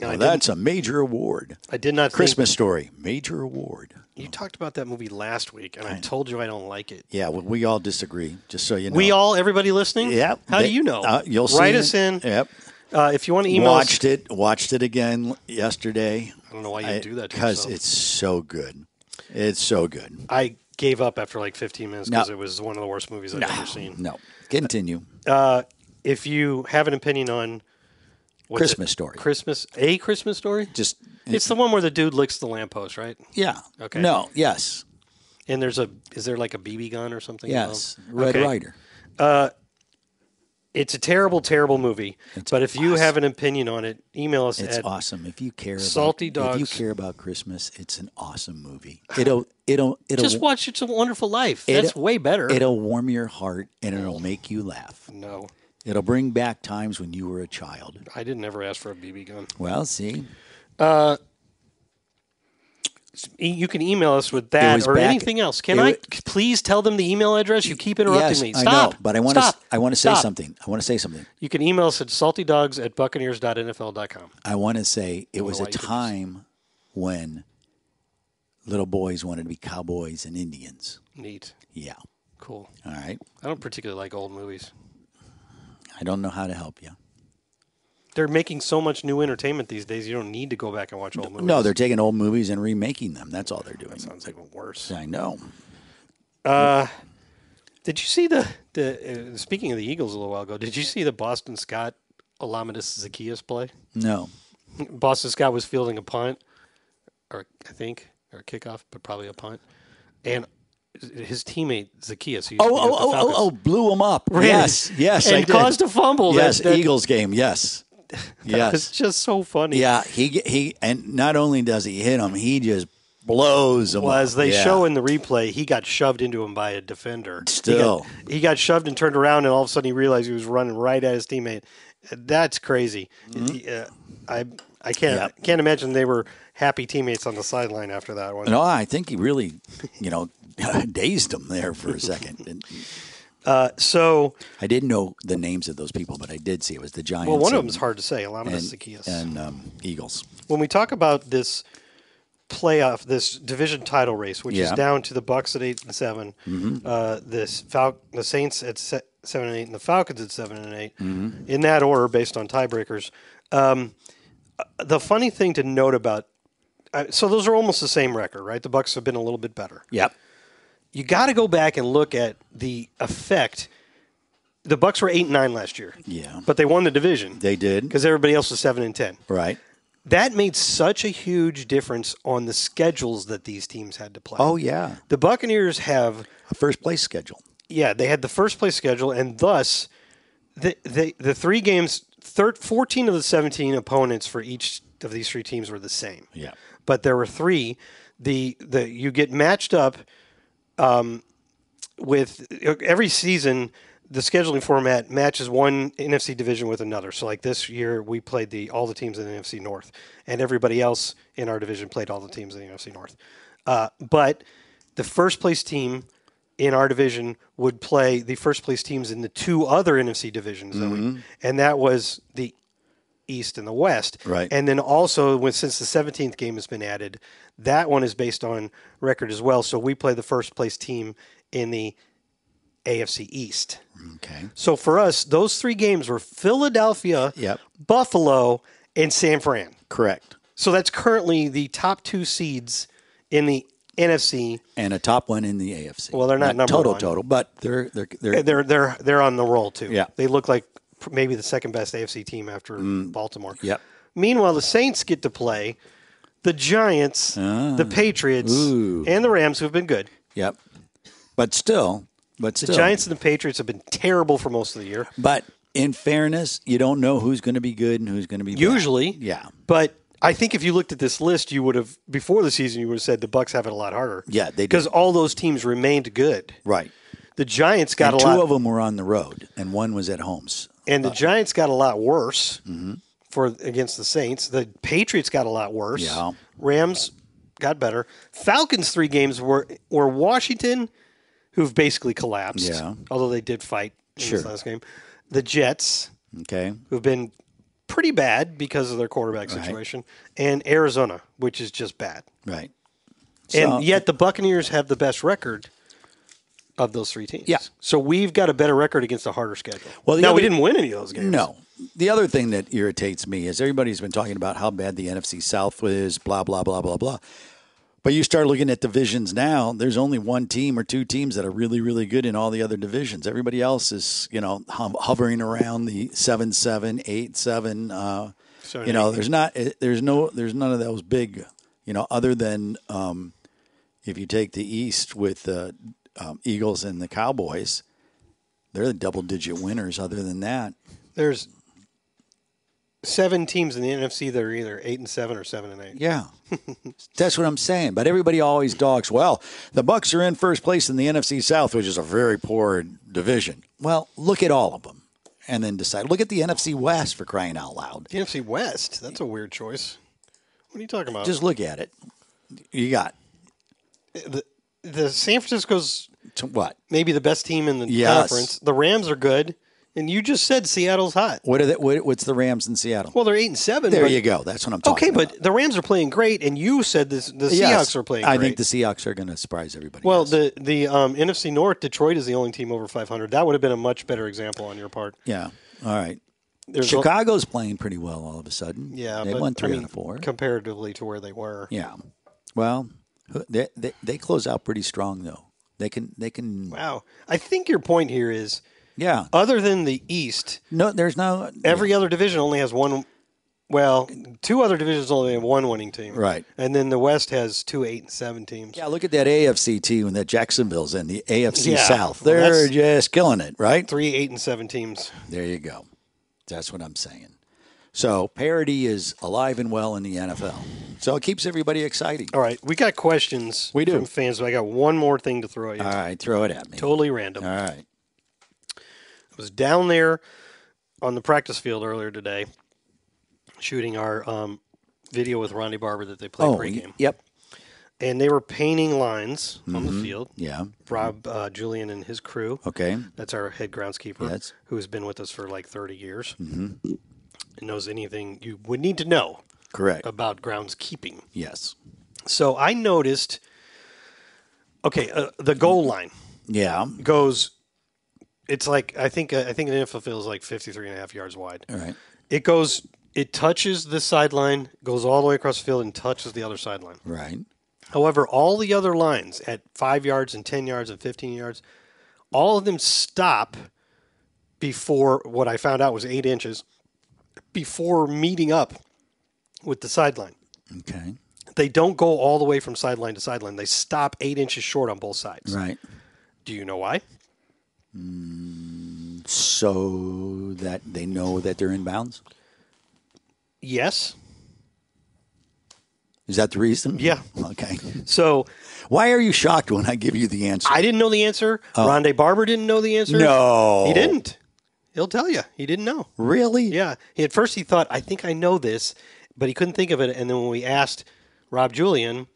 Speaker 3: And I, didn't,
Speaker 4: that's a major award.
Speaker 3: I did not think-
Speaker 4: Christmas story, major award.
Speaker 3: you talked about that movie last week, and I told you I don't like it.
Speaker 4: Yeah, well, we all disagree. Just so you know,
Speaker 3: We all, everybody listening.
Speaker 4: Yeah.
Speaker 3: How
Speaker 4: they-
Speaker 3: do you know?
Speaker 4: Uh, you'll see
Speaker 3: write
Speaker 4: it.
Speaker 3: us in.
Speaker 4: Yep.
Speaker 3: Uh, if you want to email us-
Speaker 4: Watched it. Watched it again yesterday.
Speaker 3: I don't know why you do that to
Speaker 4: because
Speaker 3: yourself.
Speaker 4: it's so good. It's so good.
Speaker 3: I gave up after like 15 minutes because
Speaker 4: No.
Speaker 3: it was one of the worst movies I've ever seen.
Speaker 4: No, continue.
Speaker 3: if you have an opinion on what's
Speaker 4: Christmas
Speaker 3: it?
Speaker 4: story.
Speaker 3: Christmas, a Christmas story,
Speaker 4: Just
Speaker 3: it's the one where the dude licks the lamppost, right?
Speaker 4: yeah.
Speaker 3: Okay.
Speaker 4: No. Yes.
Speaker 3: And there's a, is there like a BB gun or something?
Speaker 4: Yes.
Speaker 3: involved?
Speaker 4: Red
Speaker 3: Okay.
Speaker 4: Rider.
Speaker 3: Um, It's a terrible, terrible movie. but if you have an opinion on it, email us
Speaker 4: It's
Speaker 3: at
Speaker 4: awesome. If you care about,
Speaker 3: Salty
Speaker 4: if you
Speaker 3: Dogs.
Speaker 4: care about Christmas, it's an awesome movie. It'll it'll it'll
Speaker 3: just watch It's a Wonderful Life.
Speaker 4: It-
Speaker 3: That's way better.
Speaker 4: it'll warm your heart and it'll make you laugh.
Speaker 3: no,
Speaker 4: It'll bring back times when you were a child.
Speaker 3: I didn't ever ask for a BB gun.
Speaker 4: Well, see,
Speaker 3: E- You can email us with that
Speaker 4: was
Speaker 3: or
Speaker 4: back-
Speaker 3: anything else. Can
Speaker 4: it
Speaker 3: I
Speaker 4: wa-
Speaker 3: please tell them the email address? You keep interrupting
Speaker 4: yes,
Speaker 3: me.
Speaker 4: I
Speaker 3: Stop.
Speaker 4: know, but I want to
Speaker 3: Stop.
Speaker 4: I want to say
Speaker 3: Stop.
Speaker 4: something. I want to say something.
Speaker 3: You can email us at saltydogs at buccaneers.nfl.com.
Speaker 4: I want to say it was
Speaker 3: why
Speaker 4: a
Speaker 3: you did this.
Speaker 4: time when little boys wanted to be cowboys and Indians.
Speaker 3: Neat.
Speaker 4: Yeah.
Speaker 3: Cool.
Speaker 4: All right.
Speaker 3: I don't particularly like old movies.
Speaker 4: I don't know how to help you.
Speaker 3: They're making so much new entertainment these days. You don't need to go back and watch old movies.
Speaker 4: No, they're taking old movies and remaking them. That's all they're doing.
Speaker 3: sounds even worse.
Speaker 4: I know.
Speaker 3: Did you see the the? Uh, speaking of the Eagles a little while ago, did you see the Boston Scott Alamadis Zacchaeus play?
Speaker 4: No.
Speaker 3: Boston Scott was fielding a punt, or I think, or a kickoff, but probably a punt, and his teammate Zacchaeus. who used
Speaker 4: Oh,
Speaker 3: to be
Speaker 4: oh,
Speaker 3: with the
Speaker 4: oh, oh,
Speaker 3: Falcons,
Speaker 4: oh, blew them up.
Speaker 3: ran
Speaker 4: Yes,
Speaker 3: it
Speaker 4: yes.
Speaker 3: and
Speaker 4: I did.
Speaker 3: caused a fumble. That-
Speaker 4: Yes,
Speaker 3: that,
Speaker 4: Eagles game. Yes.
Speaker 3: It's
Speaker 4: Yes.
Speaker 3: just so funny.
Speaker 4: Yeah, he ge- he and not only does he hit him, he just blows them
Speaker 3: Well,
Speaker 4: up.
Speaker 3: as they
Speaker 4: Yeah.
Speaker 3: show in the replay, he got shoved into him by a defender. He
Speaker 4: Still.
Speaker 3: got- he got, shoved and turned around, and all of a sudden he realized he was running right at his teammate. That's crazy. Uh, I I can't
Speaker 4: Mm-hmm. Yep.
Speaker 3: can't imagine they were happy teammates on the sideline after that one.
Speaker 4: No, I think he really, you know, dazed him there for a second. And
Speaker 3: So
Speaker 4: I didn't know the names of those people, but I did see it was the Giants.
Speaker 3: well, one of
Speaker 4: and-
Speaker 3: them's hard to say. Alamadis
Speaker 4: and,
Speaker 3: Zacchaeus.
Speaker 4: and um, Eagles.
Speaker 3: when we talk about this playoff, this division title race, which is
Speaker 4: Yeah.
Speaker 3: down to the Bucks at eight and 7 uh, this Fal- the Saints at se- seven and eight, and the Falcons at seven and 8 in that order based on tiebreakers. Um, uh, the funny thing to note about uh, so those are almost the same record, right? The Bucks have been a little bit better
Speaker 4: Yep.
Speaker 3: you got to go back and look at the effect. The Bucks were eight and nine last year.
Speaker 4: Yeah.
Speaker 3: but they won the division.
Speaker 4: They did.
Speaker 3: because everybody else was seven and ten.
Speaker 4: Right.
Speaker 3: That made such a huge difference on the schedules that these teams had to play.
Speaker 4: Oh yeah.
Speaker 3: the Buccaneers have
Speaker 4: A first place schedule.
Speaker 3: yeah they had the first place schedule, and thus the the, the three games, thir- fourteen of the seventeen opponents for each of these three teams were the same
Speaker 4: Yeah.
Speaker 3: but there were three. The the you get matched up um, with every season. The scheduling format matches one NFC division with another. So like this year, we played the all the teams in the NFC North, and everybody else in our division played all the teams in the NFC North. Uh, but the first place team in our division would play the first place teams in the two other NFC divisions, that we, and that was the East and the West.
Speaker 4: Right.
Speaker 3: And then also, when, since the 17th game has been added, that one is based on record as well. So we play the first place team in the AFC East.
Speaker 4: Okay.
Speaker 3: So for us, those three games were Philadelphia,
Speaker 4: Yep.
Speaker 3: Buffalo, and San Fran.
Speaker 4: Correct.
Speaker 3: So that's currently the top two seeds in the NFC.
Speaker 4: And a top one in the AFC.
Speaker 3: Well, they're not number
Speaker 4: total
Speaker 3: one.
Speaker 4: total, but they're they're they're
Speaker 3: Uh, They're they're they're on the roll too.
Speaker 4: Yeah.
Speaker 3: They look like pr- maybe the second best AFC team after Baltimore.
Speaker 4: Mm. Yep.
Speaker 3: Meanwhile, the Saints get to play the Giants, the Patriots,
Speaker 4: Ah. Ooh.
Speaker 3: and the Rams, who have been good.
Speaker 4: yep. But still, but
Speaker 3: The
Speaker 4: still,
Speaker 3: Giants and the Patriots have been terrible for most of the year,
Speaker 4: But in fairness, you don't know who's going to be good and who's going to be bad.
Speaker 3: usually.
Speaker 4: Yeah.
Speaker 3: But I think if you looked at this list, you would have before the season, you would have said the Bucks have it a lot harder.
Speaker 4: Yeah, they do.
Speaker 3: because all those teams remained good.
Speaker 4: Right.
Speaker 3: The Giants got
Speaker 4: And
Speaker 3: a
Speaker 4: two
Speaker 3: lot
Speaker 4: of them were on the road, and one was at homes.
Speaker 3: and the Giants got a lot worse
Speaker 4: Mm-hmm.
Speaker 3: for against the Saints. The Patriots got a lot worse.
Speaker 4: Yeah.
Speaker 3: Rams got better. Falcons three games were were Washington, who've basically collapsed.
Speaker 4: Yeah.
Speaker 3: Although they did fight in
Speaker 4: Sure.
Speaker 3: this last game. The Jets,
Speaker 4: Okay.
Speaker 3: who've been pretty bad because of their quarterback situation, and Arizona, which is just bad.
Speaker 4: Right. So-
Speaker 3: and yet the Buccaneers have the best record. Of those three teams,
Speaker 4: Yeah.
Speaker 3: So we've got a better record against a harder schedule.
Speaker 4: Well, the
Speaker 3: now we
Speaker 4: other-
Speaker 3: didn't win any of those games.
Speaker 4: No. The other thing that irritates me is everybody's been talking about how bad the NFC South is, blah, blah, blah, blah, blah. But you start looking at divisions now, there's only one team or two teams that are really, really good in all the other divisions. Everybody else is, you know, hum- hovering around the 7 7, 8 7. Uh,
Speaker 3: Seven,
Speaker 4: you know,
Speaker 3: eight.
Speaker 4: there's not, eh, there's no, there's none of those big, you know, other than um, if you take the East with the um, Eagles and the Cowboys They're the double digit winners. Other than that,
Speaker 3: There's seven teams in the NFC that are either eight and seven or seven and eight.
Speaker 4: yeah, that's what I'm saying. But everybody always dogs. Well, the Bucks are in first place in the NFC South, which is a very poor division. Well, look at all of them, and then decide. Look at the NFC West for crying out loud.
Speaker 3: The NFC West. That's a weird choice. What are you talking about?
Speaker 4: Just look at it. You got
Speaker 3: the, the San Francisco's
Speaker 4: to what?
Speaker 3: maybe the best team in the
Speaker 4: Yes.
Speaker 3: conference. The Rams are good, and you just said Seattle's hot.
Speaker 4: What are the, what, what's the Rams in Seattle?
Speaker 3: Well, they're eight and seven.
Speaker 4: there
Speaker 3: but-
Speaker 4: you go. That's what I'm talking
Speaker 3: Okay,
Speaker 4: about.
Speaker 3: but the Rams are playing great, and you said this, the
Speaker 4: Yes,
Speaker 3: Seahawks are playing.
Speaker 4: I
Speaker 3: great.
Speaker 4: think the Seahawks are going to surprise everybody.
Speaker 3: Well,
Speaker 4: yes.
Speaker 3: the the um, NFC North, Detroit is the only team over 500. That would have been a much better example on your part.
Speaker 4: yeah. All right.
Speaker 3: There's a-
Speaker 4: Chicago's playing pretty well all of a sudden.
Speaker 3: yeah,
Speaker 4: they
Speaker 3: but,
Speaker 4: won
Speaker 3: I
Speaker 4: three
Speaker 3: mean,
Speaker 4: out of four.
Speaker 3: comparatively to where they were.
Speaker 4: yeah. Well, who- they, they they close out pretty strong though. They can they can.
Speaker 3: Wow, I think your point here is,
Speaker 4: Yeah.
Speaker 3: other than the East,
Speaker 4: No, there's no
Speaker 3: every other division only has one. Well, two other divisions only have one winning team,
Speaker 4: Right.
Speaker 3: And then the West has two eight and seven teams.
Speaker 4: Yeah, look at that AFC team and that Jacksonville's in the AFC
Speaker 3: Yeah.
Speaker 4: South.
Speaker 3: Well,
Speaker 4: They're
Speaker 3: that's-
Speaker 4: just killing it, right?
Speaker 3: Three eight and seven teams.
Speaker 4: There you go. That's what I'm saying. So parity is alive and well in the NFL. So it keeps everybody exciting.
Speaker 3: All right, we got questions.
Speaker 4: We do.
Speaker 3: from fans, but I got one more thing to throw at you.
Speaker 4: All right, throw it at me.
Speaker 3: Totally random.
Speaker 4: All right.
Speaker 3: I was down there on the practice field earlier today, shooting our um, video with Ronnie Barber that they play
Speaker 4: Oh,
Speaker 3: pregame,
Speaker 4: yep.
Speaker 3: and they were painting lines on the field.
Speaker 4: Mm-hmm. Yeah.
Speaker 3: Rob uh, Julian and his crew.
Speaker 4: Okay.
Speaker 3: That's our head groundskeeper,
Speaker 4: Yes.
Speaker 3: who has been with us for like 30 years and knows anything you would need to know
Speaker 4: Correct.
Speaker 3: about groundskeeping.
Speaker 4: yes.
Speaker 3: So I noticed, okay, uh, the goal line
Speaker 4: Yeah.
Speaker 3: goes, it's like, I think, uh, I think an NFL field is like 53 and a half yards wide.
Speaker 4: All right.
Speaker 3: It goes, it touches this sideline, goes all the way across the field, and touches the other sideline.
Speaker 4: Right.
Speaker 3: However, all the other lines at five yards and 10 yards and 15 yards, all of them stop before what I found out was eight inches before meeting up with the sideline.
Speaker 4: Okay.
Speaker 3: They don't go all the way from sideline to sideline. They stop eight inches short on both sides.
Speaker 4: Right.
Speaker 3: Do you know why?
Speaker 4: So that they know that they're in bounds?
Speaker 3: Yes.
Speaker 4: Is that the reason?
Speaker 3: Yeah.
Speaker 4: Okay.
Speaker 3: So
Speaker 4: Why are you shocked when I give you the answer?
Speaker 3: I didn't know the answer. Rondé Barber didn't know the answer.
Speaker 4: Oh. No.
Speaker 3: He didn't. He'll tell you. He didn't know.
Speaker 4: Really?
Speaker 3: Yeah. He, at first, he thought, I think I know this, but he couldn't think of it. And then when we asked Rob Julian,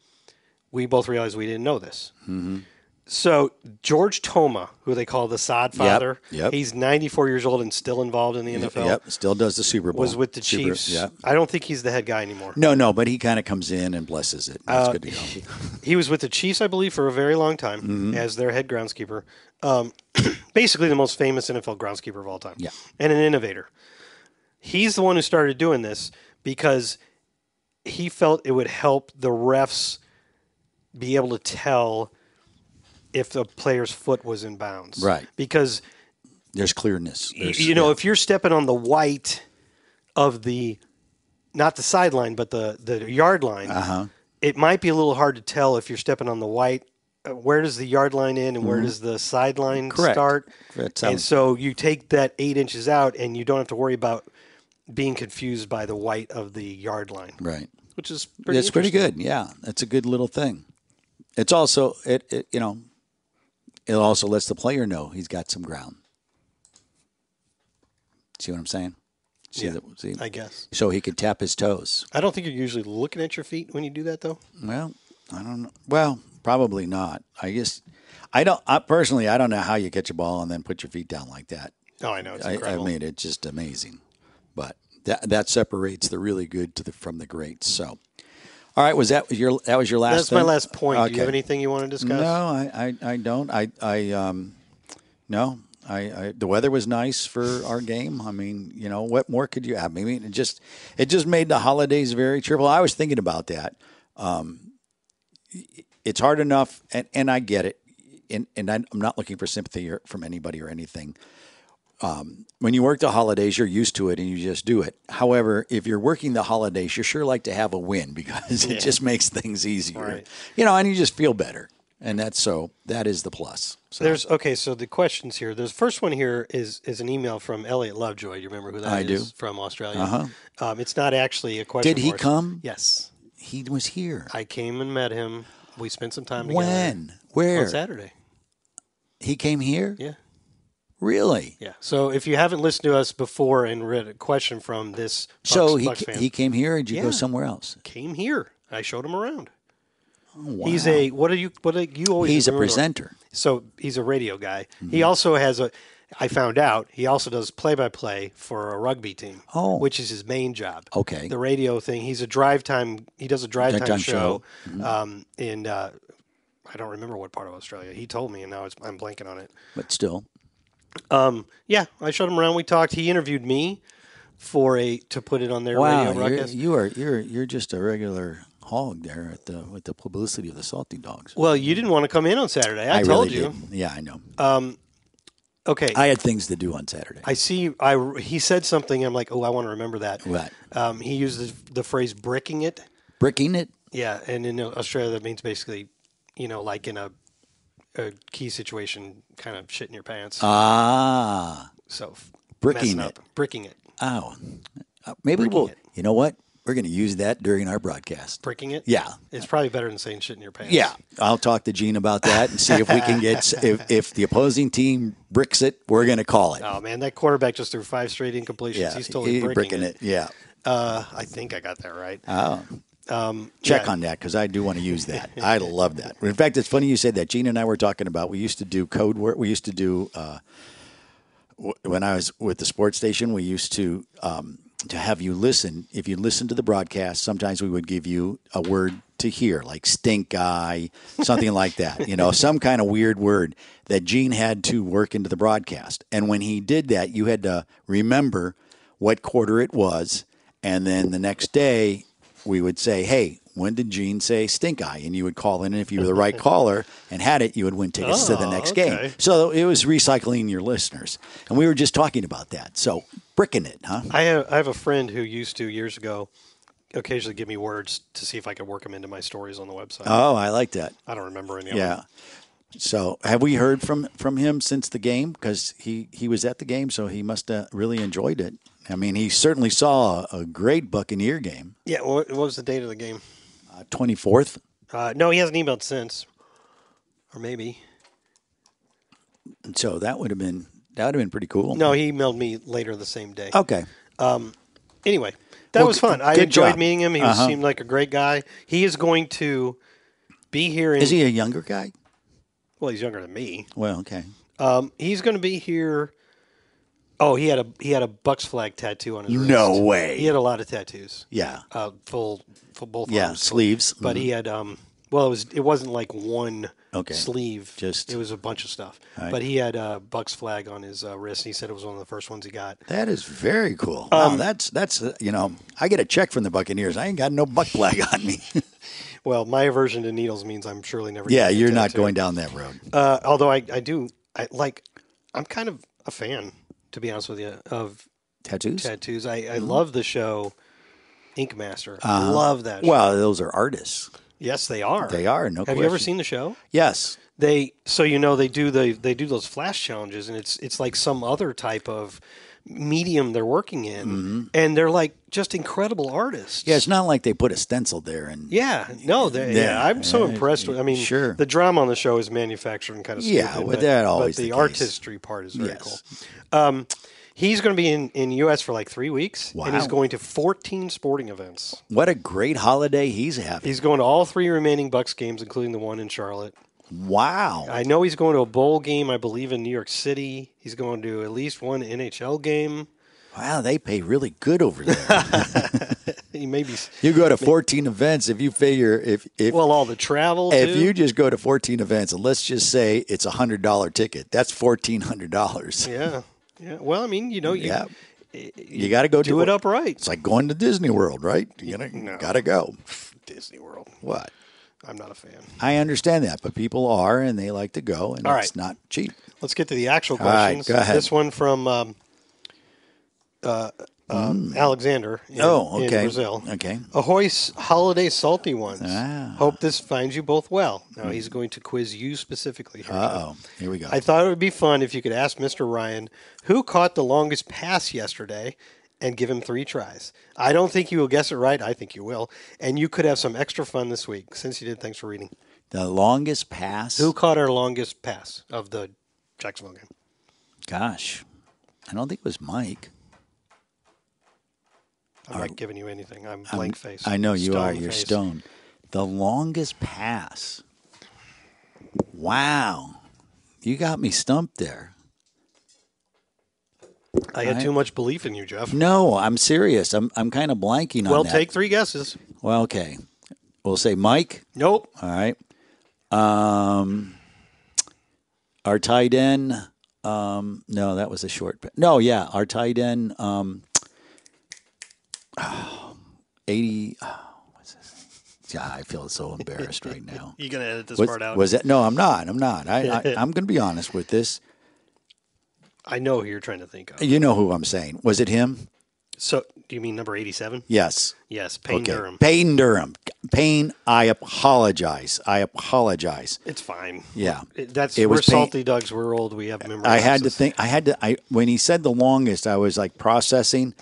Speaker 3: we both realized we didn't know this.
Speaker 4: Mm-hmm.
Speaker 3: So, George Toma, who they call the sod father,
Speaker 4: yep.
Speaker 3: he's 94 years old and still involved in the NFL,
Speaker 4: Yep. Still does the Super Bowl.
Speaker 3: was with the
Speaker 4: Super-
Speaker 3: Chiefs.
Speaker 4: Yeah.
Speaker 3: I don't think he's the head guy anymore.
Speaker 4: No, no, but he kind of comes in and blesses it. That's good to go.
Speaker 3: Uh, He was with the Chiefs, I believe, for a very long time
Speaker 4: Mm-hmm.
Speaker 3: as their head groundskeeper. Um, basically, the most famous NFL groundskeeper of all time.
Speaker 4: Yeah.
Speaker 3: And an innovator. He's the one who started doing this because he felt it would help the refs be able to tell if the player's foot was in bounds.
Speaker 4: Right.
Speaker 3: Because
Speaker 4: There's clearness.
Speaker 3: y-
Speaker 4: There's-
Speaker 3: you know, if you're stepping on the white of the not the sideline, but the the yard line,
Speaker 4: Uh-huh.
Speaker 3: it might be a little hard to tell if you're stepping on the white. uh, Where does the yard line end and where does the sideline
Speaker 4: Mm-hmm. Correct.
Speaker 3: start?
Speaker 4: That
Speaker 3: and
Speaker 4: sounds-
Speaker 3: so you take that eight inches out, and you don't have to worry about being confused by the white of the yard line,
Speaker 4: Right.
Speaker 3: which is pretty
Speaker 4: That's pretty
Speaker 3: interesting.
Speaker 4: good. Yeah. That's a good little thing. It's also, it, it you know, it also lets the player know he's got some ground. See what I'm saying? See
Speaker 3: Yeah.
Speaker 4: the, see?
Speaker 3: I guess.
Speaker 4: so he could tap his toes.
Speaker 3: I don't think you're usually looking at your feet when you do that, though.
Speaker 4: Well, I don't know. Well, probably not. I guess I don't. I personally, I don't know how you catch a ball and then put your feet down like that.
Speaker 3: No, Oh, I know it's
Speaker 4: I, I
Speaker 3: incredible.
Speaker 4: mean, it's just amazing. But that that separates the really good to the from the greats. So, all right, was that your that was your last?
Speaker 3: That's my
Speaker 4: thing?
Speaker 3: last point. Do you have
Speaker 4: Okay.
Speaker 3: anything you want to discuss?
Speaker 4: No, I, I, I don't. I I um, no. I, I the weather was nice for our game. I mean, you know, what more could you have? I mean, it just it just made the holidays very cheerful. I was thinking about that. Um, it's hard enough, and, and I get it, and and I'm not looking for sympathy or, from anybody or anything. Um, when you work the holidays, you're used to it and you just do it. However, if you're working the holidays, you sure like to have a win because it just makes things easier.
Speaker 3: Right.
Speaker 4: You know, and you just feel better. and that's so that is the plus. So
Speaker 3: There's okay. So the questions here. The first one here is is an email from Elliot Lovejoy. You remember who that is
Speaker 4: I do. Uh-huh.
Speaker 3: from Australia. Um, it's not actually a question.
Speaker 4: Did he
Speaker 3: for us.
Speaker 4: come?
Speaker 3: Yes,
Speaker 4: he was here.
Speaker 3: I came and met him. We spent some time together.
Speaker 4: when? Where?
Speaker 3: on Saturday?
Speaker 4: He came here?
Speaker 3: Yeah.
Speaker 4: Really?
Speaker 3: Yeah. So if you haven't listened to us before and read a question from this Bucks,
Speaker 4: So he,
Speaker 3: Bucks
Speaker 4: ca-
Speaker 3: fan,
Speaker 4: he came here or did you
Speaker 3: Yeah.
Speaker 4: go somewhere else?
Speaker 3: came here. I showed him around.
Speaker 4: Wow.
Speaker 3: He's a what are you? What are you always?
Speaker 4: He's a
Speaker 3: remember-
Speaker 4: presenter.
Speaker 3: So he's a radio guy.
Speaker 4: Mm-hmm.
Speaker 3: He also has a. I found out he also does play-by-play for a rugby team,
Speaker 4: Oh.
Speaker 3: which is his main job.
Speaker 4: Okay.
Speaker 3: the radio thing. He's a drive time. He does a drive time
Speaker 4: Drive-time
Speaker 3: show,
Speaker 4: show. Mm-hmm.
Speaker 3: um, in uh, I don't remember what part of Australia. He told me, and now it's, I'm blanking on it.
Speaker 4: But still,
Speaker 3: Yeah, I showed him around. We talked. He interviewed me for a to put it on their
Speaker 4: wow,
Speaker 3: radio
Speaker 4: you're,
Speaker 3: ruckus.
Speaker 4: you are you're you're just a regular hog there at the with the publicity of the salty dogs.
Speaker 3: well, you didn't want to come in on Saturday. I,
Speaker 4: I
Speaker 3: told
Speaker 4: really
Speaker 3: you.
Speaker 4: did. Yeah, I know.
Speaker 3: Okay.
Speaker 4: I had things to do on Saturday.
Speaker 3: I see. I he said something. I'm like, oh, I want to remember that.
Speaker 4: Right.
Speaker 3: Um, he used the, the phrase "bricking it."
Speaker 4: Bricking it.
Speaker 3: Yeah, and in Australia, that means basically, you know, like in a, a key situation, kind of shit in your pants.
Speaker 4: Ah,
Speaker 3: so f-
Speaker 4: Uh, bricking
Speaker 3: messing
Speaker 4: it.
Speaker 3: up, bricking it,
Speaker 4: Oh, Uh, maybe Bricking we'll.
Speaker 3: it.
Speaker 4: You know what? We're going to use that during our broadcast.
Speaker 3: bricking it.
Speaker 4: Yeah.
Speaker 3: it's probably better than saying shit in your pants.
Speaker 4: Yeah, I'll talk to Gene about that and see if we can get s- if if the opposing team bricks it, we're going to call it.
Speaker 3: Oh man, that quarterback just threw five straight incompletions.
Speaker 4: yeah,
Speaker 3: He's totally
Speaker 4: he-
Speaker 3: bricking, it.
Speaker 4: Yeah,
Speaker 3: Uh, I think I got that right.
Speaker 4: Uh-huh. check
Speaker 3: Yeah.
Speaker 4: on that because I do want to use that. I love that. In fact, it's funny you said that. Gene and I were talking about we used to do code word. We used to do uh, w- when I was with the sports station. We used to um, to have you listen. If you listen to the broadcast, sometimes we would give you a word to hear, like stink eye, something like that. You know, some kind of weird word that Gene had to work into the broadcast. And when he did that, you had to remember what quarter it was. And then the next day, we would say, "Hey, when did Gene say stink eye?" And you would call in, and if you were the right caller and had it, you would win tickets to the
Speaker 3: Oh,
Speaker 4: next
Speaker 3: okay.
Speaker 4: game. So it was recycling your listeners, and we were just talking about that. So bricking it, huh?
Speaker 3: I have I have a friend who used to years ago occasionally give me words to see if I could work them into my stories on the website.
Speaker 4: Oh, I like that.
Speaker 3: I don't remember any of them.
Speaker 4: Yeah. So have we heard from from him since the game? Because he he was at the game, so he must have really enjoyed it. I mean, he certainly saw a, a great Buccaneer game.
Speaker 3: Yeah, wha- what was the date of the game?
Speaker 4: Twenty fourth.
Speaker 3: Uh, no, he hasn't emailed since, or maybe.
Speaker 4: So that would have been that would have been pretty cool.
Speaker 3: No, he emailed me later the same day.
Speaker 4: Okay.
Speaker 3: Anyway, that
Speaker 4: Oh. Well,
Speaker 3: was fun. I
Speaker 4: good
Speaker 3: enjoyed
Speaker 4: job. Uh-huh.
Speaker 3: meeting him. He seemed like a great guy. He is going to be here. In,
Speaker 4: Is he a younger guy?
Speaker 3: Well, he's younger than me.
Speaker 4: Well, okay.
Speaker 3: Um, he's going to be here. Oh, he had a he had a Bucks flag tattoo on his wrist.
Speaker 4: No way.
Speaker 3: He had a lot of tattoos.
Speaker 4: Yeah.
Speaker 3: Uh, full, full both.
Speaker 4: Yeah,
Speaker 3: arms.
Speaker 4: sleeves.
Speaker 3: but he had um well it was it wasn't like one
Speaker 4: Mm-hmm. Okay.
Speaker 3: sleeve
Speaker 4: Just-
Speaker 3: it was a bunch of stuff
Speaker 4: right.
Speaker 3: but he had a buck's flag on his uh, wrist and he said it was one of the first ones he got
Speaker 4: Mm-hmm. that is very cool. Wow,
Speaker 3: Um,
Speaker 4: that's that's uh, you know, I get a check from the Buccaneers. I ain't got no buck flag on me.
Speaker 3: well my aversion to needles means i'm surely never
Speaker 4: yeah,
Speaker 3: getting a
Speaker 4: you're not
Speaker 3: tattoo.
Speaker 4: going down that road.
Speaker 3: uh, although I, I do i like i'm kind of a fan to be honest with you of
Speaker 4: Tattoos?
Speaker 3: tattoos i, I
Speaker 4: Mm-hmm.
Speaker 3: love the show ink master i love that show.
Speaker 4: Uh-huh. Well, those are artists.
Speaker 3: yes they are
Speaker 4: They are, no
Speaker 3: have you ever
Speaker 4: question.
Speaker 3: seen the show
Speaker 4: Yes.
Speaker 3: they so you know they do the they do those flash challenges and it's it's like some other type of medium they're working in
Speaker 4: Mm-hmm.
Speaker 3: and they're like just incredible artists
Speaker 4: Yeah, it's not like they put a stencil there and
Speaker 3: yeah no they, yeah.
Speaker 4: Yeah.
Speaker 3: i'm so
Speaker 4: Yeah,
Speaker 3: impressed with i mean
Speaker 4: sure.
Speaker 3: the drama on the show is manufactured and kind of
Speaker 4: Yeah,
Speaker 3: stupid,
Speaker 4: well,
Speaker 3: but,
Speaker 4: that
Speaker 3: but
Speaker 4: always
Speaker 3: the,
Speaker 4: the case.
Speaker 3: artistry part is very
Speaker 4: Yes.
Speaker 3: cool um he's going to be in in us for like three weeks and he's
Speaker 4: Wow.
Speaker 3: going to 14 sporting events
Speaker 4: what a great holiday he's having.
Speaker 3: he's going to all three remaining bucks games including the one in charlotte
Speaker 4: wow.
Speaker 3: I know he's going to a bowl game, I believe, in New York City. He's going to at least one NHL game.
Speaker 4: wow, they pay really good over there.
Speaker 3: He may be
Speaker 4: you go to 14 events if you figure if if
Speaker 3: well, all the travel.
Speaker 4: if
Speaker 3: too.
Speaker 4: you just go to 14 events and let's just say it's a $100 ticket, that's $1400.
Speaker 3: yeah, yeah. Well, I mean, you know, you
Speaker 4: Yeah. You got to go
Speaker 3: do it upright.
Speaker 4: It's like going to Disney World, right? You gotta, gotta go.
Speaker 3: Disney World.
Speaker 4: What?
Speaker 3: I'm not a fan.
Speaker 4: I understand that, but people are and they like to go, and
Speaker 3: All
Speaker 4: it's
Speaker 3: right.
Speaker 4: not cheap.
Speaker 3: Let's get to the actual
Speaker 4: right,
Speaker 3: questions.
Speaker 4: go ahead.
Speaker 3: This one from um, um, Alexander in,
Speaker 4: Hmm. Oh,
Speaker 3: in
Speaker 4: okay.
Speaker 3: Brazil.
Speaker 4: Okay.
Speaker 3: Ahoy's holiday salty ones.
Speaker 4: Ah. Hmm.
Speaker 3: Hope this finds you both well. Now he's going to quiz you specifically. Hershey.
Speaker 4: Uh oh. Here we go.
Speaker 3: I thought it would be fun if you could ask Mr. Ryan who caught the longest pass yesterday and give him three tries. I don't think you will guess it right. I think you will. And you could have some extra fun this week. Since you did, thanks for reading.
Speaker 4: the longest pass.
Speaker 3: Who caught our longest pass of the Jacksonville game?
Speaker 4: Gosh. I don't think it was Mike.
Speaker 3: I'm not giving you anything. I'm blank face.
Speaker 4: I know you are. You're
Speaker 3: face.
Speaker 4: stoned. The longest pass. Wow. You got me stumped there.
Speaker 3: I had
Speaker 4: I-
Speaker 3: too much belief in you, Jeff.
Speaker 4: No, I'm serious. I'm I'm kind of blanking
Speaker 3: Well,
Speaker 4: on that.
Speaker 3: take three guesses.
Speaker 4: Well, okay. We'll say Mike.
Speaker 3: Nope.
Speaker 4: All right. Um, our tight end. Um, no, that was a short. pa- No, yeah, our tight end. Um, eighty. Oh, what's this? Yeah, I feel so embarrassed right now.
Speaker 3: You gonna edit this
Speaker 4: Was,
Speaker 3: part out?
Speaker 4: was that? No, I'm not. I'm not. I, I I'm going to be honest with this.
Speaker 3: I know who you're trying to think of.
Speaker 4: You know who I'm saying? Was it him?
Speaker 3: So, do you mean number 87?
Speaker 4: Yes.
Speaker 3: Yes, Payne
Speaker 4: okay.
Speaker 3: Durham.
Speaker 4: Payne Durham. Payne. I apologize. I apologize.
Speaker 3: It's fine.
Speaker 4: Yeah.
Speaker 3: It- That's
Speaker 4: It
Speaker 3: we're
Speaker 4: was Payne-
Speaker 3: salty dogs. We're old. We have memory.
Speaker 4: I had to
Speaker 3: lapses.
Speaker 4: think. I had to. I when he said the longest, I was like processing.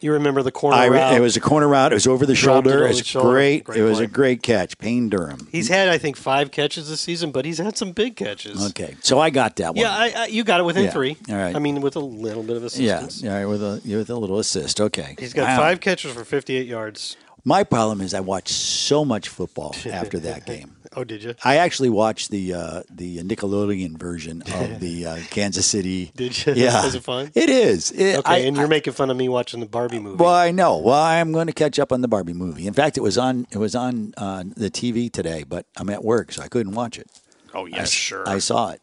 Speaker 3: You remember the corner
Speaker 4: I
Speaker 3: route?
Speaker 4: it was a corner route. It was over the
Speaker 3: Oh, Dropped it
Speaker 4: shoulder.
Speaker 3: over
Speaker 4: It was
Speaker 3: the shoulder.
Speaker 4: great.
Speaker 3: Great
Speaker 4: It was
Speaker 3: play.
Speaker 4: a great catch. Payne Durham.
Speaker 3: he's had I think five catches this season, but he's had some big catches.
Speaker 4: Okay, so I got that one.
Speaker 3: Yeah, I, I, you got it within
Speaker 4: Yeah.
Speaker 3: three.
Speaker 4: All right.
Speaker 3: I mean, with a little bit of
Speaker 4: yeah,
Speaker 3: assistance.
Speaker 4: yeah. With a with a little assist. Okay,
Speaker 3: He's got
Speaker 4: Wow.
Speaker 3: five catches for 58 yards.
Speaker 4: My problem is I watched so much football after that game.
Speaker 3: Oh, did you?
Speaker 4: I actually watched the uh, the Nickelodeon version of the uh, Kansas City.
Speaker 3: Did you?
Speaker 4: Yeah,
Speaker 3: Was it fun?
Speaker 4: It is. It-
Speaker 3: Okay,
Speaker 4: I-
Speaker 3: and you're making fun of me watching the Barbie movie.
Speaker 4: Well, I know. Well, I'm going to catch up on the Barbie movie. In fact, it was on it was on uh, the TV today, but I'm at work, so I couldn't watch it.
Speaker 3: oh, yes, sure.
Speaker 4: I saw it.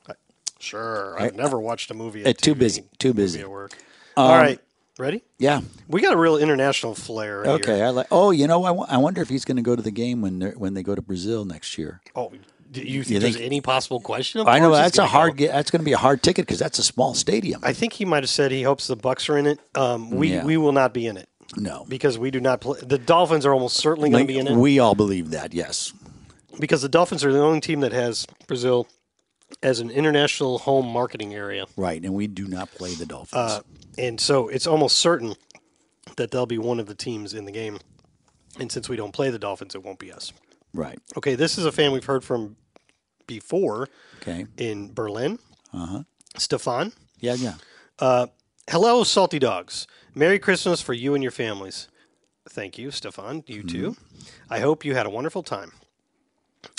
Speaker 3: sure. I've never watched a movie.
Speaker 4: Uh,
Speaker 3: At
Speaker 4: too
Speaker 3: TV.
Speaker 4: busy. Too
Speaker 3: Be
Speaker 4: busy. Um,
Speaker 3: at work. All right. Ready?
Speaker 4: Yeah.
Speaker 3: We got a real international flair. Right
Speaker 4: Okay.
Speaker 3: Here.
Speaker 4: I like. Oh, you know, I wo- I wonder if he's going to go to the game when they when they go to Brazil next year.
Speaker 3: Oh, do you think
Speaker 4: You
Speaker 3: there's
Speaker 4: think-
Speaker 3: any possible question? Of
Speaker 4: I know
Speaker 3: course he's
Speaker 4: that's a
Speaker 3: gonna
Speaker 4: hard.
Speaker 3: go.
Speaker 4: ge- That's going to be a hard ticket because that's a small stadium.
Speaker 3: I think he might have said he hopes the Bucks are in it. Um, we
Speaker 4: Yeah.
Speaker 3: we will not be in it
Speaker 4: no.
Speaker 3: because we do not play. The Dolphins are almost certainly going to
Speaker 4: Like,
Speaker 3: be in it
Speaker 4: we all believe that. Yes.
Speaker 3: because the Dolphins are the only team that has Brazil as an international home marketing area,
Speaker 4: Right. And we do not play the Dolphins.
Speaker 3: uh, and so it's almost certain that they'll be one of the teams in the game. And since we don't play the Dolphins, it won't be us.
Speaker 4: right.
Speaker 3: Okay, this is a fan we've heard from before
Speaker 4: Okay.
Speaker 3: in Berlin. Uh-huh. Stefan.
Speaker 4: Yeah. Yeah.
Speaker 3: Hello, Salty Dogs. Merry Christmas for you and your families. Thank you, Stefan. You too. I hope you had a wonderful time.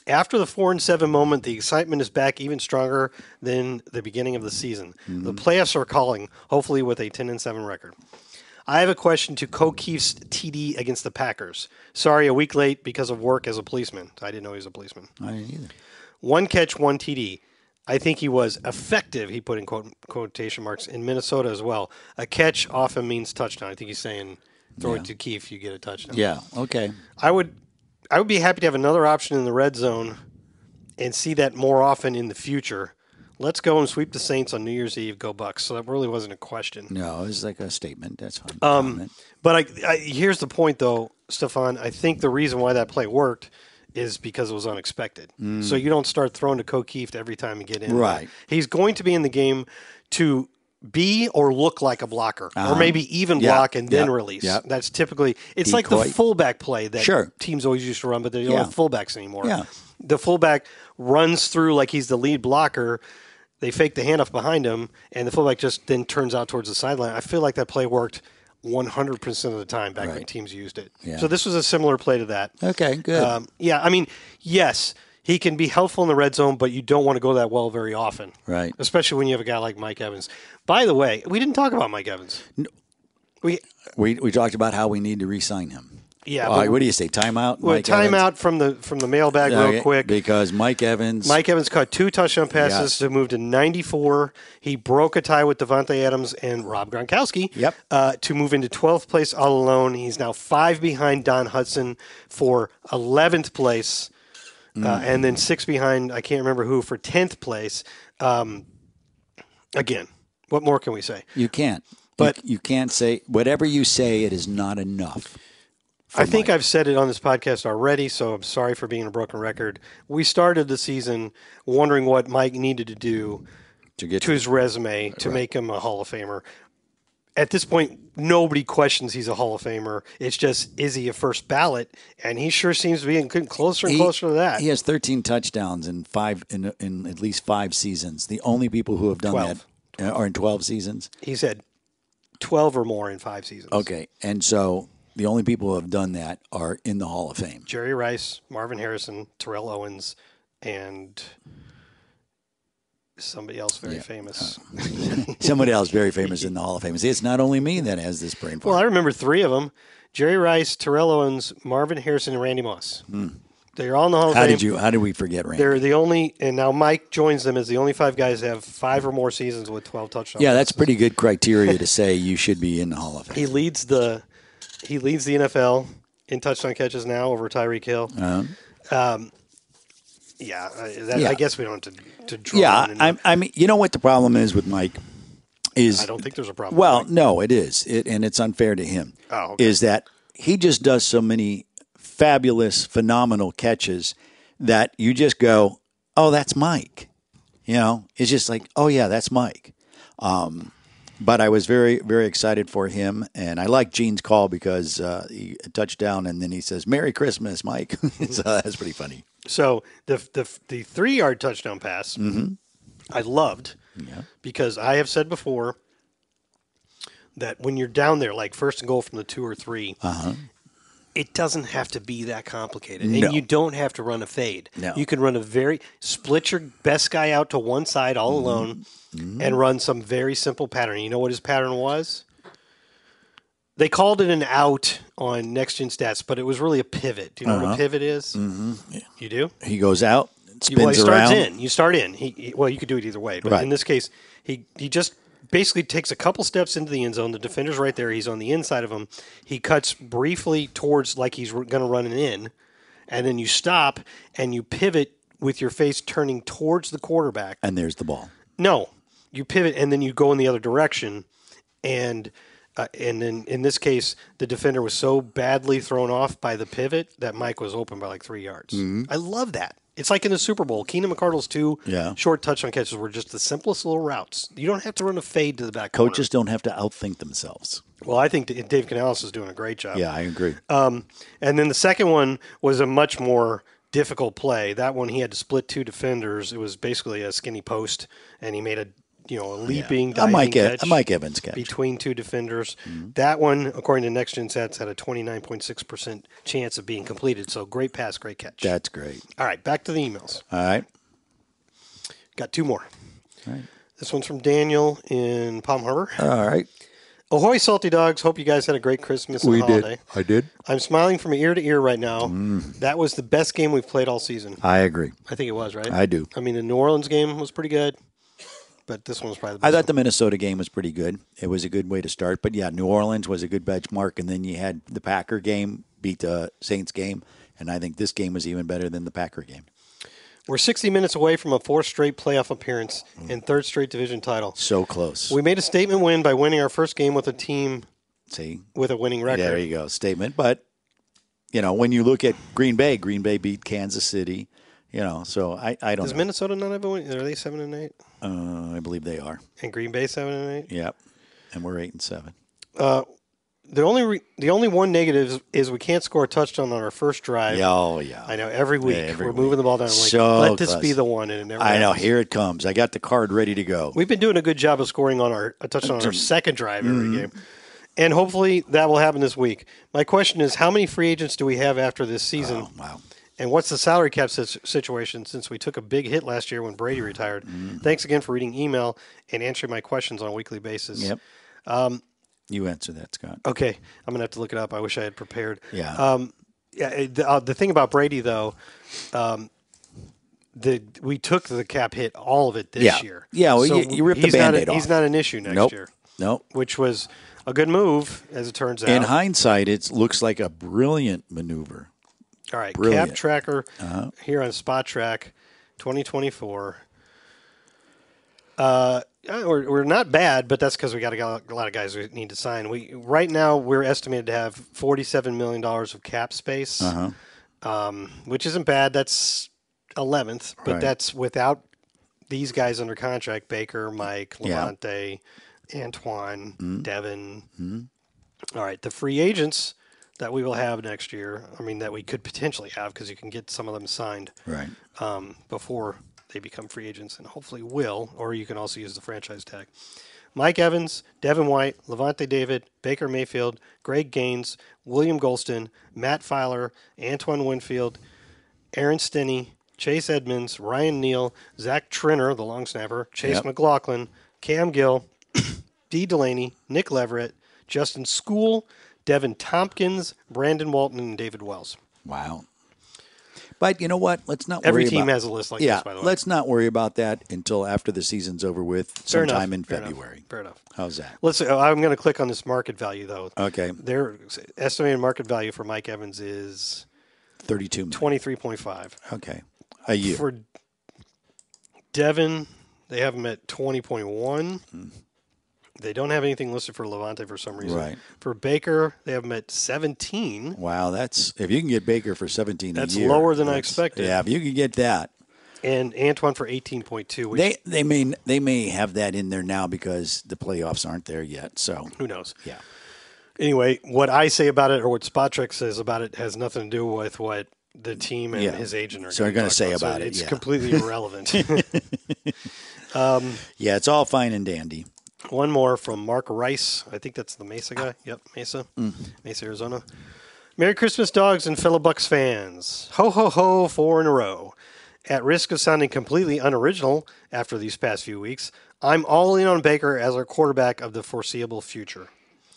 Speaker 3: After the 4 and 7 moment, the excitement is back even stronger than the beginning of the season. The playoffs are calling, hopefully with a 10 and 7 record. I have a question to Co Keefe's TD against the Packers. Sorry, a week late because of work as a policeman. I didn't know he was a policeman
Speaker 4: I didn't either.
Speaker 1: One
Speaker 3: one catch, one TD. I think he was effective. He put in quote, quotation marks in Minnesota as well. A catch often means touchdown. I think he's saying throw it to Keefe, you get a touchdown.
Speaker 4: Yeah. Okay.
Speaker 3: I would, I would be happy to have another option in the red zone, and see that more often in the future. Let's go and sweep the Saints on New Year's Eve. Go Bucks. So that really wasn't a question.
Speaker 4: No, it's like a statement. That's fine.
Speaker 3: Um,
Speaker 4: Comment.
Speaker 3: But I, I, here's the point, though, Stefan. I think the reason why that play worked is because it was unexpected. So you don't start throwing to Kokeeft every time you get in.
Speaker 4: Mm. Right.
Speaker 3: He's going to be in the game to be or look like a blocker, or maybe even
Speaker 4: Uh-huh. Yeah.
Speaker 3: block and then
Speaker 4: Yeah.
Speaker 3: release.
Speaker 4: Yeah.
Speaker 3: That's typically it's like the
Speaker 4: Decoy.
Speaker 3: fullback play that
Speaker 4: Sure.
Speaker 3: teams always used to run, but they don't
Speaker 4: Yeah.
Speaker 3: have fullbacks anymore.
Speaker 4: Yeah.
Speaker 3: The fullback runs through like he's the lead blocker. They fake the handoff behind him, and the fullback just then turns out towards the sideline. I feel like that play worked 100% of the time back when
Speaker 4: Right.
Speaker 3: teams used it.
Speaker 4: Yeah.
Speaker 3: So this was a similar play to that.
Speaker 4: Okay. Good.
Speaker 3: Um, yeah, I mean, yes, he can be helpful in the red zone, but you don't want to go that well very often.
Speaker 4: Right.
Speaker 3: Especially when you have a guy like Mike Evans. By the way, we didn't talk about Mike Evans. We
Speaker 4: We we talked about how we need to re-sign him.
Speaker 3: Yeah,
Speaker 4: Uh,
Speaker 3: but-
Speaker 4: what do you say? Timeout.
Speaker 3: well,
Speaker 4: Mike
Speaker 3: time
Speaker 4: Evans?
Speaker 3: out from the from the mailbag real
Speaker 4: Okay,
Speaker 3: quick.
Speaker 4: because Mike Evans.
Speaker 3: Mike Evans caught two touchdown passes
Speaker 4: Yeah.
Speaker 3: to move to 94. He broke a tie with Devontae Adams and Rob Gronkowski
Speaker 4: Yep.
Speaker 3: uh, to move into 12th place all alone. He's now five behind Don Hudson for 11th place,
Speaker 4: Mm.
Speaker 3: uh, and then six behind, I can't remember who, for 10th place. Um, again, what more can we say?
Speaker 4: You can't. But you, you can't say whatever you say. It is not enough.
Speaker 3: I think I've said it on this podcast already, so I'm sorry for being a broken record. We started the season wondering what Mike needed to do
Speaker 4: To get
Speaker 3: to his resume to make him a Hall of Famer. At this point, nobody questions he's a Hall of Famer. It's just, is he a first ballot? And he sure seems to be getting closer and
Speaker 4: He-
Speaker 3: closer to that.
Speaker 4: He has 13 touchdowns in five in, in at least five seasons. The only people who have done
Speaker 3: Twelve.
Speaker 4: that are in 12 seasons.
Speaker 3: He's had 12 or more in five seasons.
Speaker 4: Okay, and so the only people who have done that are in the Hall of Fame.
Speaker 3: Jerry Rice, Marvin Harrison, Terrell Owens, and somebody else very famous.
Speaker 4: Uh, Somebody else very famous in the Hall of Fame. See, it's not only me that has this brain fart.
Speaker 3: Well, I remember three of them: Jerry Rice, Terrell Owens, Marvin Harrison, and Randy Moss. They're all in the Hall of
Speaker 4: Hmm. how
Speaker 3: Fame.
Speaker 4: did you? How did we forget Randy?
Speaker 3: They're the only, and now Mike joins them as the only five guys that have five or more seasons with twelve touchdowns.
Speaker 4: yeah, that's pretty good criteria to say you should be in the Hall of Fame.
Speaker 3: He leads the he leads the NFL in touchdown catches now over Tyreek Hill. Um, yeah, I- that,
Speaker 4: Uh-huh. Yeah.
Speaker 3: I guess we don't have to, to draw.
Speaker 4: Yeah,
Speaker 3: in-
Speaker 4: I, I mean, you know what the problem is with Mike is
Speaker 3: I don't think there's a problem.
Speaker 4: Well,
Speaker 3: Mike.
Speaker 4: no, it is, it, and it's unfair to him.
Speaker 3: Oh, okay.
Speaker 4: Is that he just does so many fabulous, phenomenal catches that you just go, "Oh, that's Mike." You know, it's just like, "Oh yeah, that's Mike." Um, but I was very, very excited for him, and I like Gene's call because uh, he a touchdown, and then he says, "Merry Christmas, Mike." so that's pretty funny.
Speaker 3: So the the the three yard touchdown pass,
Speaker 4: Mm-hmm.
Speaker 3: I loved because I have said before that when you're down there, like first and goal from the two or 3 it doesn't have to be that complicated,
Speaker 4: Uh-huh. No.
Speaker 3: and you don't have to run a fade.
Speaker 4: No.
Speaker 3: You can run a very split your best guy out to one side all
Speaker 4: Mm-hmm.
Speaker 3: alone, and run some very simple pattern. You know what his pattern was? They called it an out on next gen stats, but it was really a pivot. Do you know
Speaker 4: Uh-huh.
Speaker 3: what a pivot is? Mm-hmm. You do?
Speaker 4: He goes out,
Speaker 3: You- well,
Speaker 4: spins
Speaker 3: he starts
Speaker 4: around.
Speaker 3: in. You start in. He, he- well, you could do it either way, but
Speaker 4: Right.
Speaker 3: in this case, he he just basically takes a couple steps into the end zone. The defender's right there. He's on the inside of him. He cuts briefly towards like he's going to run it in, and then you stop and you pivot with your face turning towards the quarterback.
Speaker 4: and there's the ball.
Speaker 3: No, you pivot and then you go in the other direction, and uh, and then in this case, the defender was so badly thrown off by the pivot that Mike was open by like three yards.
Speaker 4: Mm-hmm.
Speaker 3: I love that. It's like in the Super Bowl, Keenan McCardle's two
Speaker 4: Yeah.
Speaker 3: short touchdown catches were just the simplest little routes. You don't have to run a fade to the back corner.
Speaker 4: Coaches don't have to outthink themselves.
Speaker 3: Well, I think D- Dave Canales is doing a great job.
Speaker 4: Yeah, I agree.
Speaker 3: Uh, And then the second one was a much more difficult play. That one he had to split two defenders. It was basically a skinny post, and he made a you know a leaping
Speaker 4: a
Speaker 3: diving
Speaker 4: Mike, E-,
Speaker 3: catch
Speaker 4: a Mike Evans catch. Mm-hmm.
Speaker 3: between two defenders. That one, according to Next Gen Stats, had a 29.6% chance of being completed. So great pass, great catch.
Speaker 4: That's great.
Speaker 3: All right, back to the emails.
Speaker 4: All right.
Speaker 3: Got two more. This one's from Daniel in Palm Harbor.
Speaker 4: All right.
Speaker 3: Ahoy, salty dogs. Hope you guys had a great Christmas and holiday.
Speaker 4: I did.
Speaker 3: I'm smiling from ear to ear right now.
Speaker 4: Mm.
Speaker 3: That was the best game we've played all season.
Speaker 4: I agree.
Speaker 3: I think it was, right?
Speaker 4: I do.
Speaker 3: I mean, the New Orleans game was pretty good, but this one was probably the
Speaker 4: I
Speaker 3: best.
Speaker 4: thought the Minnesota game was pretty good. It was a good way to start. But yeah, New Orleans was a good benchmark. And then you had the Packer game beat the Saints game. And I think this game was even better than the Packer game.
Speaker 3: We're 60 minutes away from a fourth straight playoff appearance
Speaker 4: Mm.
Speaker 3: and third straight division title.
Speaker 4: So close.
Speaker 3: We made a statement win by winning our first game with a team
Speaker 4: See?
Speaker 3: with a winning record.
Speaker 4: There you go. Statement. But, you know, when you look at Green Bay, Green Bay beat Kansas City. You know, so I, I don't
Speaker 3: Does
Speaker 4: know.
Speaker 3: Minnesota not have a win? Are they seven and eight?
Speaker 4: Uh, I believe they are.
Speaker 3: And Green Bay seven and eight?
Speaker 4: Yep. And we're eight and seven.
Speaker 3: The only re- the only one negative is, is we can't score a touchdown on our first drive.
Speaker 4: Yeah, oh, yeah.
Speaker 3: I know every week
Speaker 4: Every
Speaker 3: we're
Speaker 4: week.
Speaker 3: moving the ball down. I'm like,
Speaker 4: So
Speaker 3: let this
Speaker 4: close.
Speaker 3: be the one, and it never.
Speaker 4: I know.
Speaker 3: happens.
Speaker 4: Here it comes. I got the card ready to go.
Speaker 3: We've been doing a good job of scoring on our a touchdown on our second drive every
Speaker 4: Mm-hmm.
Speaker 3: game. And hopefully that will happen this week. My question is, how many free agents do we have after this season?
Speaker 4: wow.
Speaker 3: And what's the salary cap sis- situation since we took a big hit last year when
Speaker 4: Mm-hmm.
Speaker 3: Brady retired? Thanks again for reading email and answering my questions on a weekly basis.
Speaker 4: Yep. Um, you answer that, Scott.
Speaker 3: Okay, I'm gonna have to look it up. I wish I had prepared.
Speaker 4: Yeah.
Speaker 3: Um, yeah. it- The, uh, the thing about Brady though, um, the we took the cap hit all of it this
Speaker 4: Yeah.
Speaker 3: year.
Speaker 4: Yeah, well, you- you ripped the
Speaker 3: he's not a-
Speaker 4: Band-Aid
Speaker 3: He's
Speaker 4: off.
Speaker 3: not an issue next
Speaker 4: nope.
Speaker 3: year,
Speaker 4: Nope.
Speaker 3: which was a good move as it turns out.
Speaker 4: In hindsight, it looks like a brilliant maneuver.
Speaker 3: all right,
Speaker 4: brilliant. Uh-huh.
Speaker 3: cap tracker here on Spot Track, 2024. Uh, uh, we're, we're not bad, but that's because we got a go- a lot of guys we need to sign. We right now we're estimated to have forty-seven million dollars of cap space,
Speaker 4: Uh-huh.
Speaker 3: um, which isn't bad. That's eleventh, but
Speaker 4: Right.
Speaker 3: that's without these guys under contract: Baker, Mike,
Speaker 4: Yeah.
Speaker 3: Lamonte, Antoine, Devin. All right, the free agents that we will have next year. I mean, that we could potentially have because you can get some of them signed
Speaker 4: Right.
Speaker 3: um, before they become free agents and hopefully will, or you can also use the franchise tag. Mike Evans, Devin White, Levante David, Baker Mayfield, Greg Gaines, William Golston, Matt Filer, Antoine Winfield, Aaron Stinney, Chase Edmonds, Ryan Neal, Zach Trinner, the long snapper, Chase
Speaker 4: Yep.
Speaker 3: McLaughlin, Cam Gill, D. Delaney, Nick Leverett, Justin School, Devin Tompkins, Brandon Walton, and David Wells.
Speaker 4: Wow. But you know what? Let's not
Speaker 3: Every
Speaker 4: worry
Speaker 3: team
Speaker 4: about-
Speaker 3: has a list like
Speaker 4: yeah,
Speaker 3: this, by the way.
Speaker 4: Let's not worry about that until after the season's over with,
Speaker 3: Fair enough,
Speaker 4: sometime in
Speaker 3: fair enough,
Speaker 4: February.
Speaker 3: Fair enough.
Speaker 4: How's that?
Speaker 3: Let's. oh, I'm going to click on this market value though.
Speaker 4: Okay.
Speaker 3: Their estimated market value for Mike Evans is
Speaker 4: 32 million.
Speaker 3: twenty three point five.
Speaker 4: Okay. A year.
Speaker 3: For Devin, they have him at twenty point one.
Speaker 4: Hmm.
Speaker 3: They don't have anything listed for Levante for some reason.
Speaker 4: Right.
Speaker 3: For Baker, they have him at seventeen,
Speaker 4: wow, that's if you can get Baker for 17
Speaker 3: That's
Speaker 4: a year.
Speaker 3: lower than I
Speaker 4: that's-
Speaker 3: expected.
Speaker 4: Yeah, if you can get that.
Speaker 3: and Antoine for eighteen point two. Which
Speaker 4: They they may they may have that in there now because the playoffs aren't there yet. So,
Speaker 3: who knows?
Speaker 4: yeah.
Speaker 3: Anyway, what I say about it or what Spotrick says about it has nothing to do with what the team and
Speaker 4: Yeah.
Speaker 3: his agent are
Speaker 4: So
Speaker 3: going
Speaker 4: they're
Speaker 3: to
Speaker 4: gonna say about it,
Speaker 3: It's
Speaker 4: yeah.
Speaker 3: completely irrelevant.
Speaker 4: Yeah, it's all fine and dandy.
Speaker 3: One more from Mark Rice. I think that's the Mesa guy.
Speaker 4: Ah.
Speaker 3: Yep, Mesa,
Speaker 4: Mm.
Speaker 3: Mesa, Arizona. Merry Christmas, dogs and fellow Bucks fans. Ho ho ho, four in a row. At risk of sounding completely unoriginal after these past few weeks, I'm all in on Baker as our quarterback of the foreseeable future.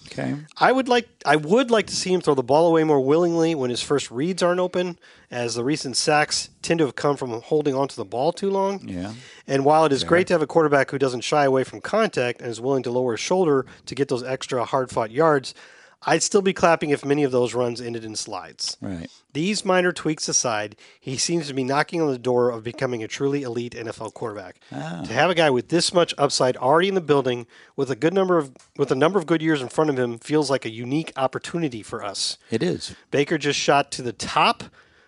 Speaker 4: Okay.
Speaker 3: I would like I would like to see him throw the ball away more willingly when his first reads aren't open, as the recent sacks tend to have come from holding onto the ball too long.
Speaker 4: Yeah.
Speaker 3: And while it is great to have a quarterback who doesn't shy away from contact and is willing to lower his shoulder to get those extra hard-fought yards, I'd still be clapping if many of those runs ended in slides.
Speaker 4: Right.
Speaker 3: These minor tweaks aside, he seems to be knocking on the door of becoming a truly elite NFL quarterback. To have a guy with this much upside already in the building with a good number of with a number of good years in front of him feels like a unique opportunity for us.
Speaker 4: It is.
Speaker 3: Baker just shot to the top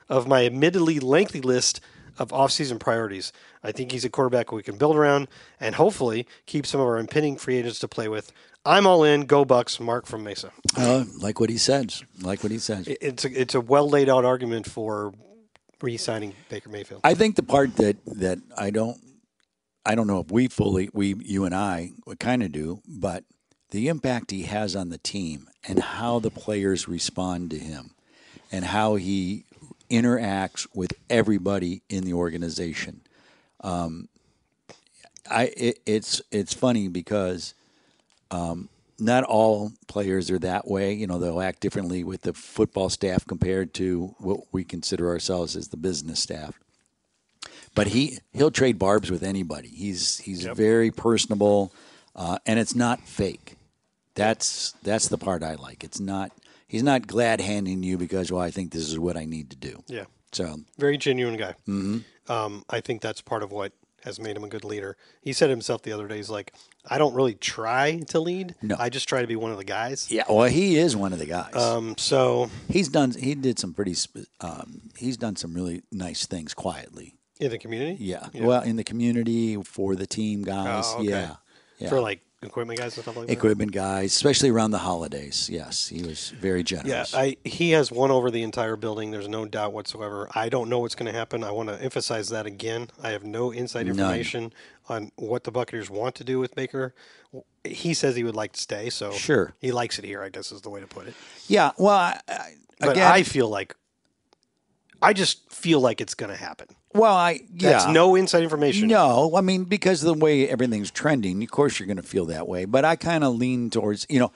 Speaker 3: of my admittedly lengthy list of offseason priorities. I think he's a quarterback we can build around and hopefully keep some of our impending free agents to play with. I'm all in. Go Bucks. Mark from Mesa.
Speaker 4: Uh, like what he says. Like what he says.
Speaker 3: It's a, it's a well laid out argument for re-signing Baker Mayfield.
Speaker 4: I think the part that that I don't I don't know if we fully we you and I we kind of do, but the impact he has on the team and how the players respond to him and how he interacts with everybody in the organization. Um, I it, it's it's funny because um, not all players are that way. You know, they'll act differently with the football staff compared to what we consider ourselves as the business staff. But he he'll trade barbs with anybody. He's he's very personable, uh, and it's not fake. That's that's the part I like. It's not he's not glad handing you because well I think this is what I need to do.
Speaker 3: yeah,
Speaker 4: So
Speaker 3: very genuine guy. Mm-hmm. Um, I think that's part of what has made him a good leader. He said himself the other day, he's like, I don't really try to lead.
Speaker 4: No.
Speaker 3: I just try to be one of the guys.
Speaker 4: yeah, well he is one of the guys.
Speaker 3: Um, so
Speaker 4: he's done he did some pretty sp- um, he's done some really nice things quietly.
Speaker 3: in the community,
Speaker 4: Yeah. Well, in the community for the team guys.
Speaker 3: Oh, okay.
Speaker 4: Yeah. Yeah.
Speaker 3: for like equipment guys and stuff like that.
Speaker 4: Equipment guys, especially around the holidays. Yes, he was very
Speaker 3: Yeah,
Speaker 4: generous.
Speaker 3: I, he has won over the entire building. There's no doubt whatsoever. I don't know what's going to happen. I want to emphasize that again. I have no inside information on what the Buccaneers want to do with Baker. He says he would like to stay, so
Speaker 4: Sure.
Speaker 3: he likes it here. I guess is the way to put it.
Speaker 4: yeah. Well, I, I,
Speaker 3: But
Speaker 4: again,
Speaker 3: I feel like I just feel like it's going to happen.
Speaker 4: well, I yeah.
Speaker 3: That's no inside information.
Speaker 4: No, I mean because of the way everything's trending, of course you're going to feel that way. But I kind of lean towards you know,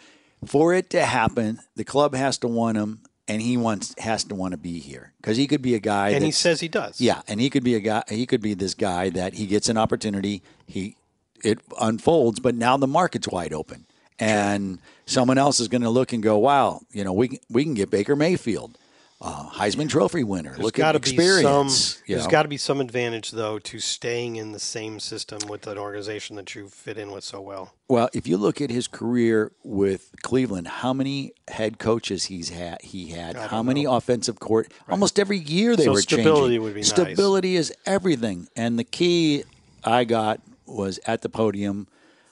Speaker 4: for it to happen, the club has to want him, and he wants has to want to be here because he could be a guy.
Speaker 3: and he
Speaker 4: that's-
Speaker 3: says he does.
Speaker 4: Yeah, and he could be a guy. He could be this guy that he gets an opportunity. He it unfolds, but now the market's wide open, and someone else is going to look and go, "Wow, you know, we can- we can get Baker Mayfield." uh, Heisman Trophy winner.
Speaker 3: There's
Speaker 4: Look
Speaker 3: got
Speaker 4: at
Speaker 3: to be some.
Speaker 4: experience.
Speaker 3: There's
Speaker 4: you know.
Speaker 3: got to be some advantage though to staying in the same system with an organization that you fit in with so well.
Speaker 4: Well, if you look at his career with Cleveland, how many head coaches he's had, he had, how many offensive court, almost every year they
Speaker 3: So
Speaker 4: were
Speaker 3: stability
Speaker 4: changing.
Speaker 3: would be nice.
Speaker 4: stability is everything, and the key I got was at the podium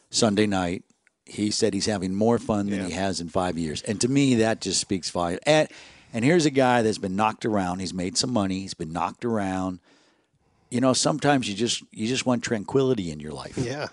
Speaker 4: Sunday night. He said he's having more fun than he has in five years, and to me that just speaks volume. And, and here's a guy that's been knocked around. He's made some money. He's been knocked around. You know, sometimes you just you just want tranquility in your life.
Speaker 3: Yeah,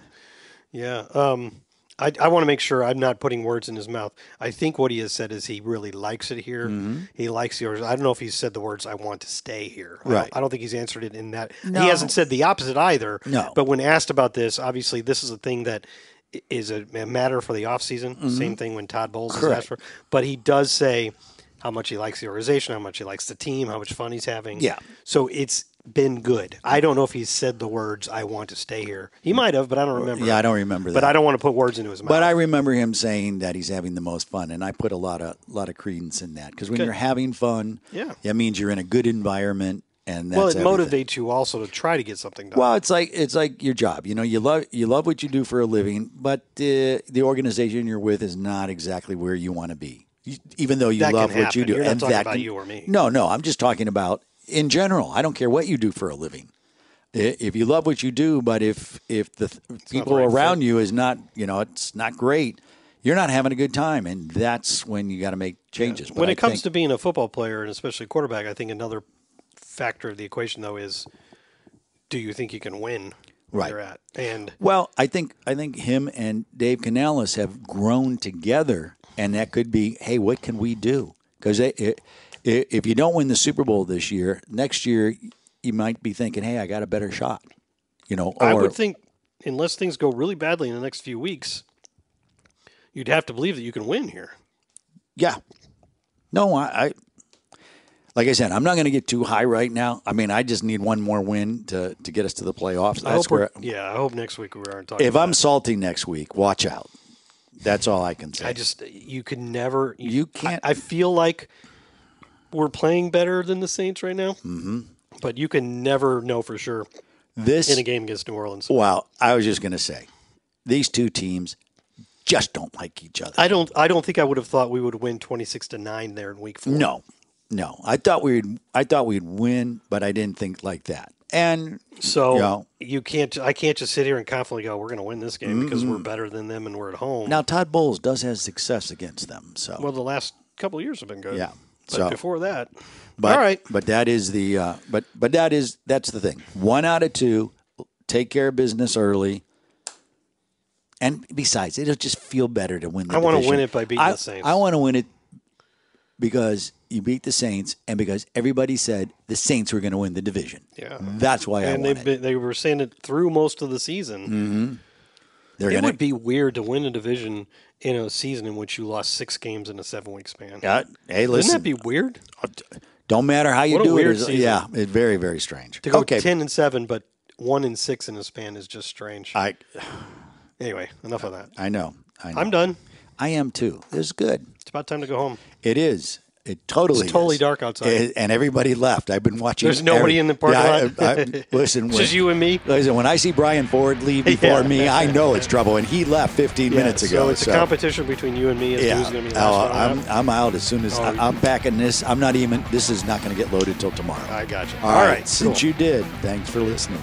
Speaker 3: yeah. Um, I, I want to make sure I'm not putting words in his mouth. I think what he has said is he really likes it here.
Speaker 4: Mm-hmm.
Speaker 3: He likes the. I don't know if he's said the words "I want to stay here." I don't-
Speaker 4: Right.
Speaker 3: I don't think he's answered it in that.
Speaker 4: No.
Speaker 3: He hasn't said the opposite either.
Speaker 4: No.
Speaker 3: But when asked about this, obviously this is a thing that i- is a a matter for the offseason.
Speaker 4: Mm-hmm.
Speaker 3: Same thing when Todd Bowles is asked for. But he does say how much he likes the organization, how much he likes the team, how much fun he's having.
Speaker 4: Yeah.
Speaker 3: So it's been good. I don't know if he's said the words "I want to stay here." He might have, but I don't remember.
Speaker 4: Yeah, I don't remember that.
Speaker 3: But I don't want to put words into his mouth.
Speaker 4: But I remember him saying that he's having the most fun, and I put a lot of lot of credence in that because when you're having fun,
Speaker 3: Yeah.
Speaker 4: that means you're in a good environment, and that's
Speaker 3: well, it
Speaker 4: everything.
Speaker 3: motivates you also to try to get something done.
Speaker 4: Well, it's like it's like your job. You know, you love you love what you do for a living, but uh, the organization you're with is not exactly where you want to be. You, even though you
Speaker 3: That can
Speaker 4: love what you
Speaker 3: happen.
Speaker 4: do,
Speaker 3: You're not
Speaker 4: and
Speaker 3: talking
Speaker 4: that
Speaker 3: about
Speaker 4: can-
Speaker 3: you or me.
Speaker 4: No, no, I'm just talking about in general. I don't care what you do for a living. I- If you love what you do, but if if the th- people
Speaker 3: right
Speaker 4: around you is not, you know, it's not great, you're not having a good time, and that's when you got to make changes. But
Speaker 3: when
Speaker 4: I
Speaker 3: it comes
Speaker 4: think-
Speaker 3: to being a football player and especially quarterback, I think another factor of the equation though is do you think you can win where
Speaker 4: Right.
Speaker 3: you're at? And
Speaker 4: Well, I think I think him and Dave Canales have grown together, and that could be, hey, what can we do? Because if you don't win the Super Bowl this year, next year you might be thinking, hey, I got a better shot. You know, or
Speaker 3: I would think unless things go really badly in the next few weeks, you'd have to believe that you can win here.
Speaker 4: yeah, no, I, I like I said, I'm not going to get too high right now. I mean, I just need one more win to to get us to the playoffs.
Speaker 3: I
Speaker 4: That's
Speaker 3: hope we're-
Speaker 4: where
Speaker 3: yeah, I hope next week we aren't talking.
Speaker 4: if
Speaker 3: about
Speaker 4: I'm
Speaker 3: that.
Speaker 4: salty next week, watch out. That's all I can say.
Speaker 3: I just you can never
Speaker 4: You can't-
Speaker 3: I, I feel like we're playing better than the Saints right now. Mm-hmm. But you can never know for sure
Speaker 4: this
Speaker 3: in a game against New Orleans.
Speaker 4: Well, I was just going to say, these two teams just don't like each other.
Speaker 3: I don't I don't think I would have thought we would win 26 to 9 there in week 4.
Speaker 4: no, no. I thought we'd, I thought we'd win, but I didn't think like that. And
Speaker 3: So
Speaker 4: you know,
Speaker 3: you can't I can't just sit here and confidently go we're going to win this game because we're better than them and we're at home.
Speaker 4: now Todd Bowles does have success against them. So,
Speaker 3: well the last couple of years have been good.
Speaker 4: Yeah.
Speaker 3: But
Speaker 4: So-
Speaker 3: before that.
Speaker 4: but,
Speaker 3: all right.
Speaker 4: But that is the, uh, but but that is that's the thing. One out of two, take care of business early. And besides, it'll just feel better to win. The
Speaker 3: I wanna
Speaker 4: division.
Speaker 3: win it by beating
Speaker 4: I-
Speaker 3: the Saints.
Speaker 4: I want to win it because you beat the Saints and because everybody said the Saints were going to win the division.
Speaker 3: Yeah.
Speaker 4: That's why I Mm-hmm.
Speaker 3: And
Speaker 4: want
Speaker 3: they've
Speaker 4: it.
Speaker 3: been, they were saying it through most of the season.
Speaker 4: They're
Speaker 3: It
Speaker 4: going
Speaker 3: would be weird to win a division in a season in which you lost six games in a seven week span.
Speaker 4: hey,
Speaker 3: Wouldn't
Speaker 4: listen.
Speaker 3: that be weird?
Speaker 4: don't matter how you
Speaker 3: What a
Speaker 4: do it.
Speaker 3: weird
Speaker 4: is-
Speaker 3: season.
Speaker 4: yeah, it's very very strange.
Speaker 3: To go
Speaker 4: okay,
Speaker 3: ten and seven, but one and six in a span is just strange.
Speaker 4: I
Speaker 3: anyway, enough of that.
Speaker 4: I know. I know.
Speaker 3: I'm done.
Speaker 4: I am too. It's good.
Speaker 3: It's about time to go home.
Speaker 4: It is. It totally
Speaker 3: It's totally
Speaker 4: is.
Speaker 3: dark outside.
Speaker 4: It- and everybody left. I've been watching.
Speaker 3: There's nobody in the parking
Speaker 4: Yeah, I-
Speaker 3: lot.
Speaker 4: I, listen,
Speaker 3: It's just you and me.
Speaker 4: Listen, when I see Brian Ford leave before me, I know it's trouble. And he left 15 minutes
Speaker 3: Yeah,
Speaker 4: ago.
Speaker 3: So it's a competition between you and me as to
Speaker 4: Yeah,
Speaker 3: who's going to be
Speaker 4: Oh,
Speaker 3: last one
Speaker 4: I'm,
Speaker 3: up. Oh,
Speaker 4: I'm out as soon as I, am packing this. I'm not even. This is not going to get loaded till tomorrow.
Speaker 3: I got you.
Speaker 4: All right, since you did, thanks for listening.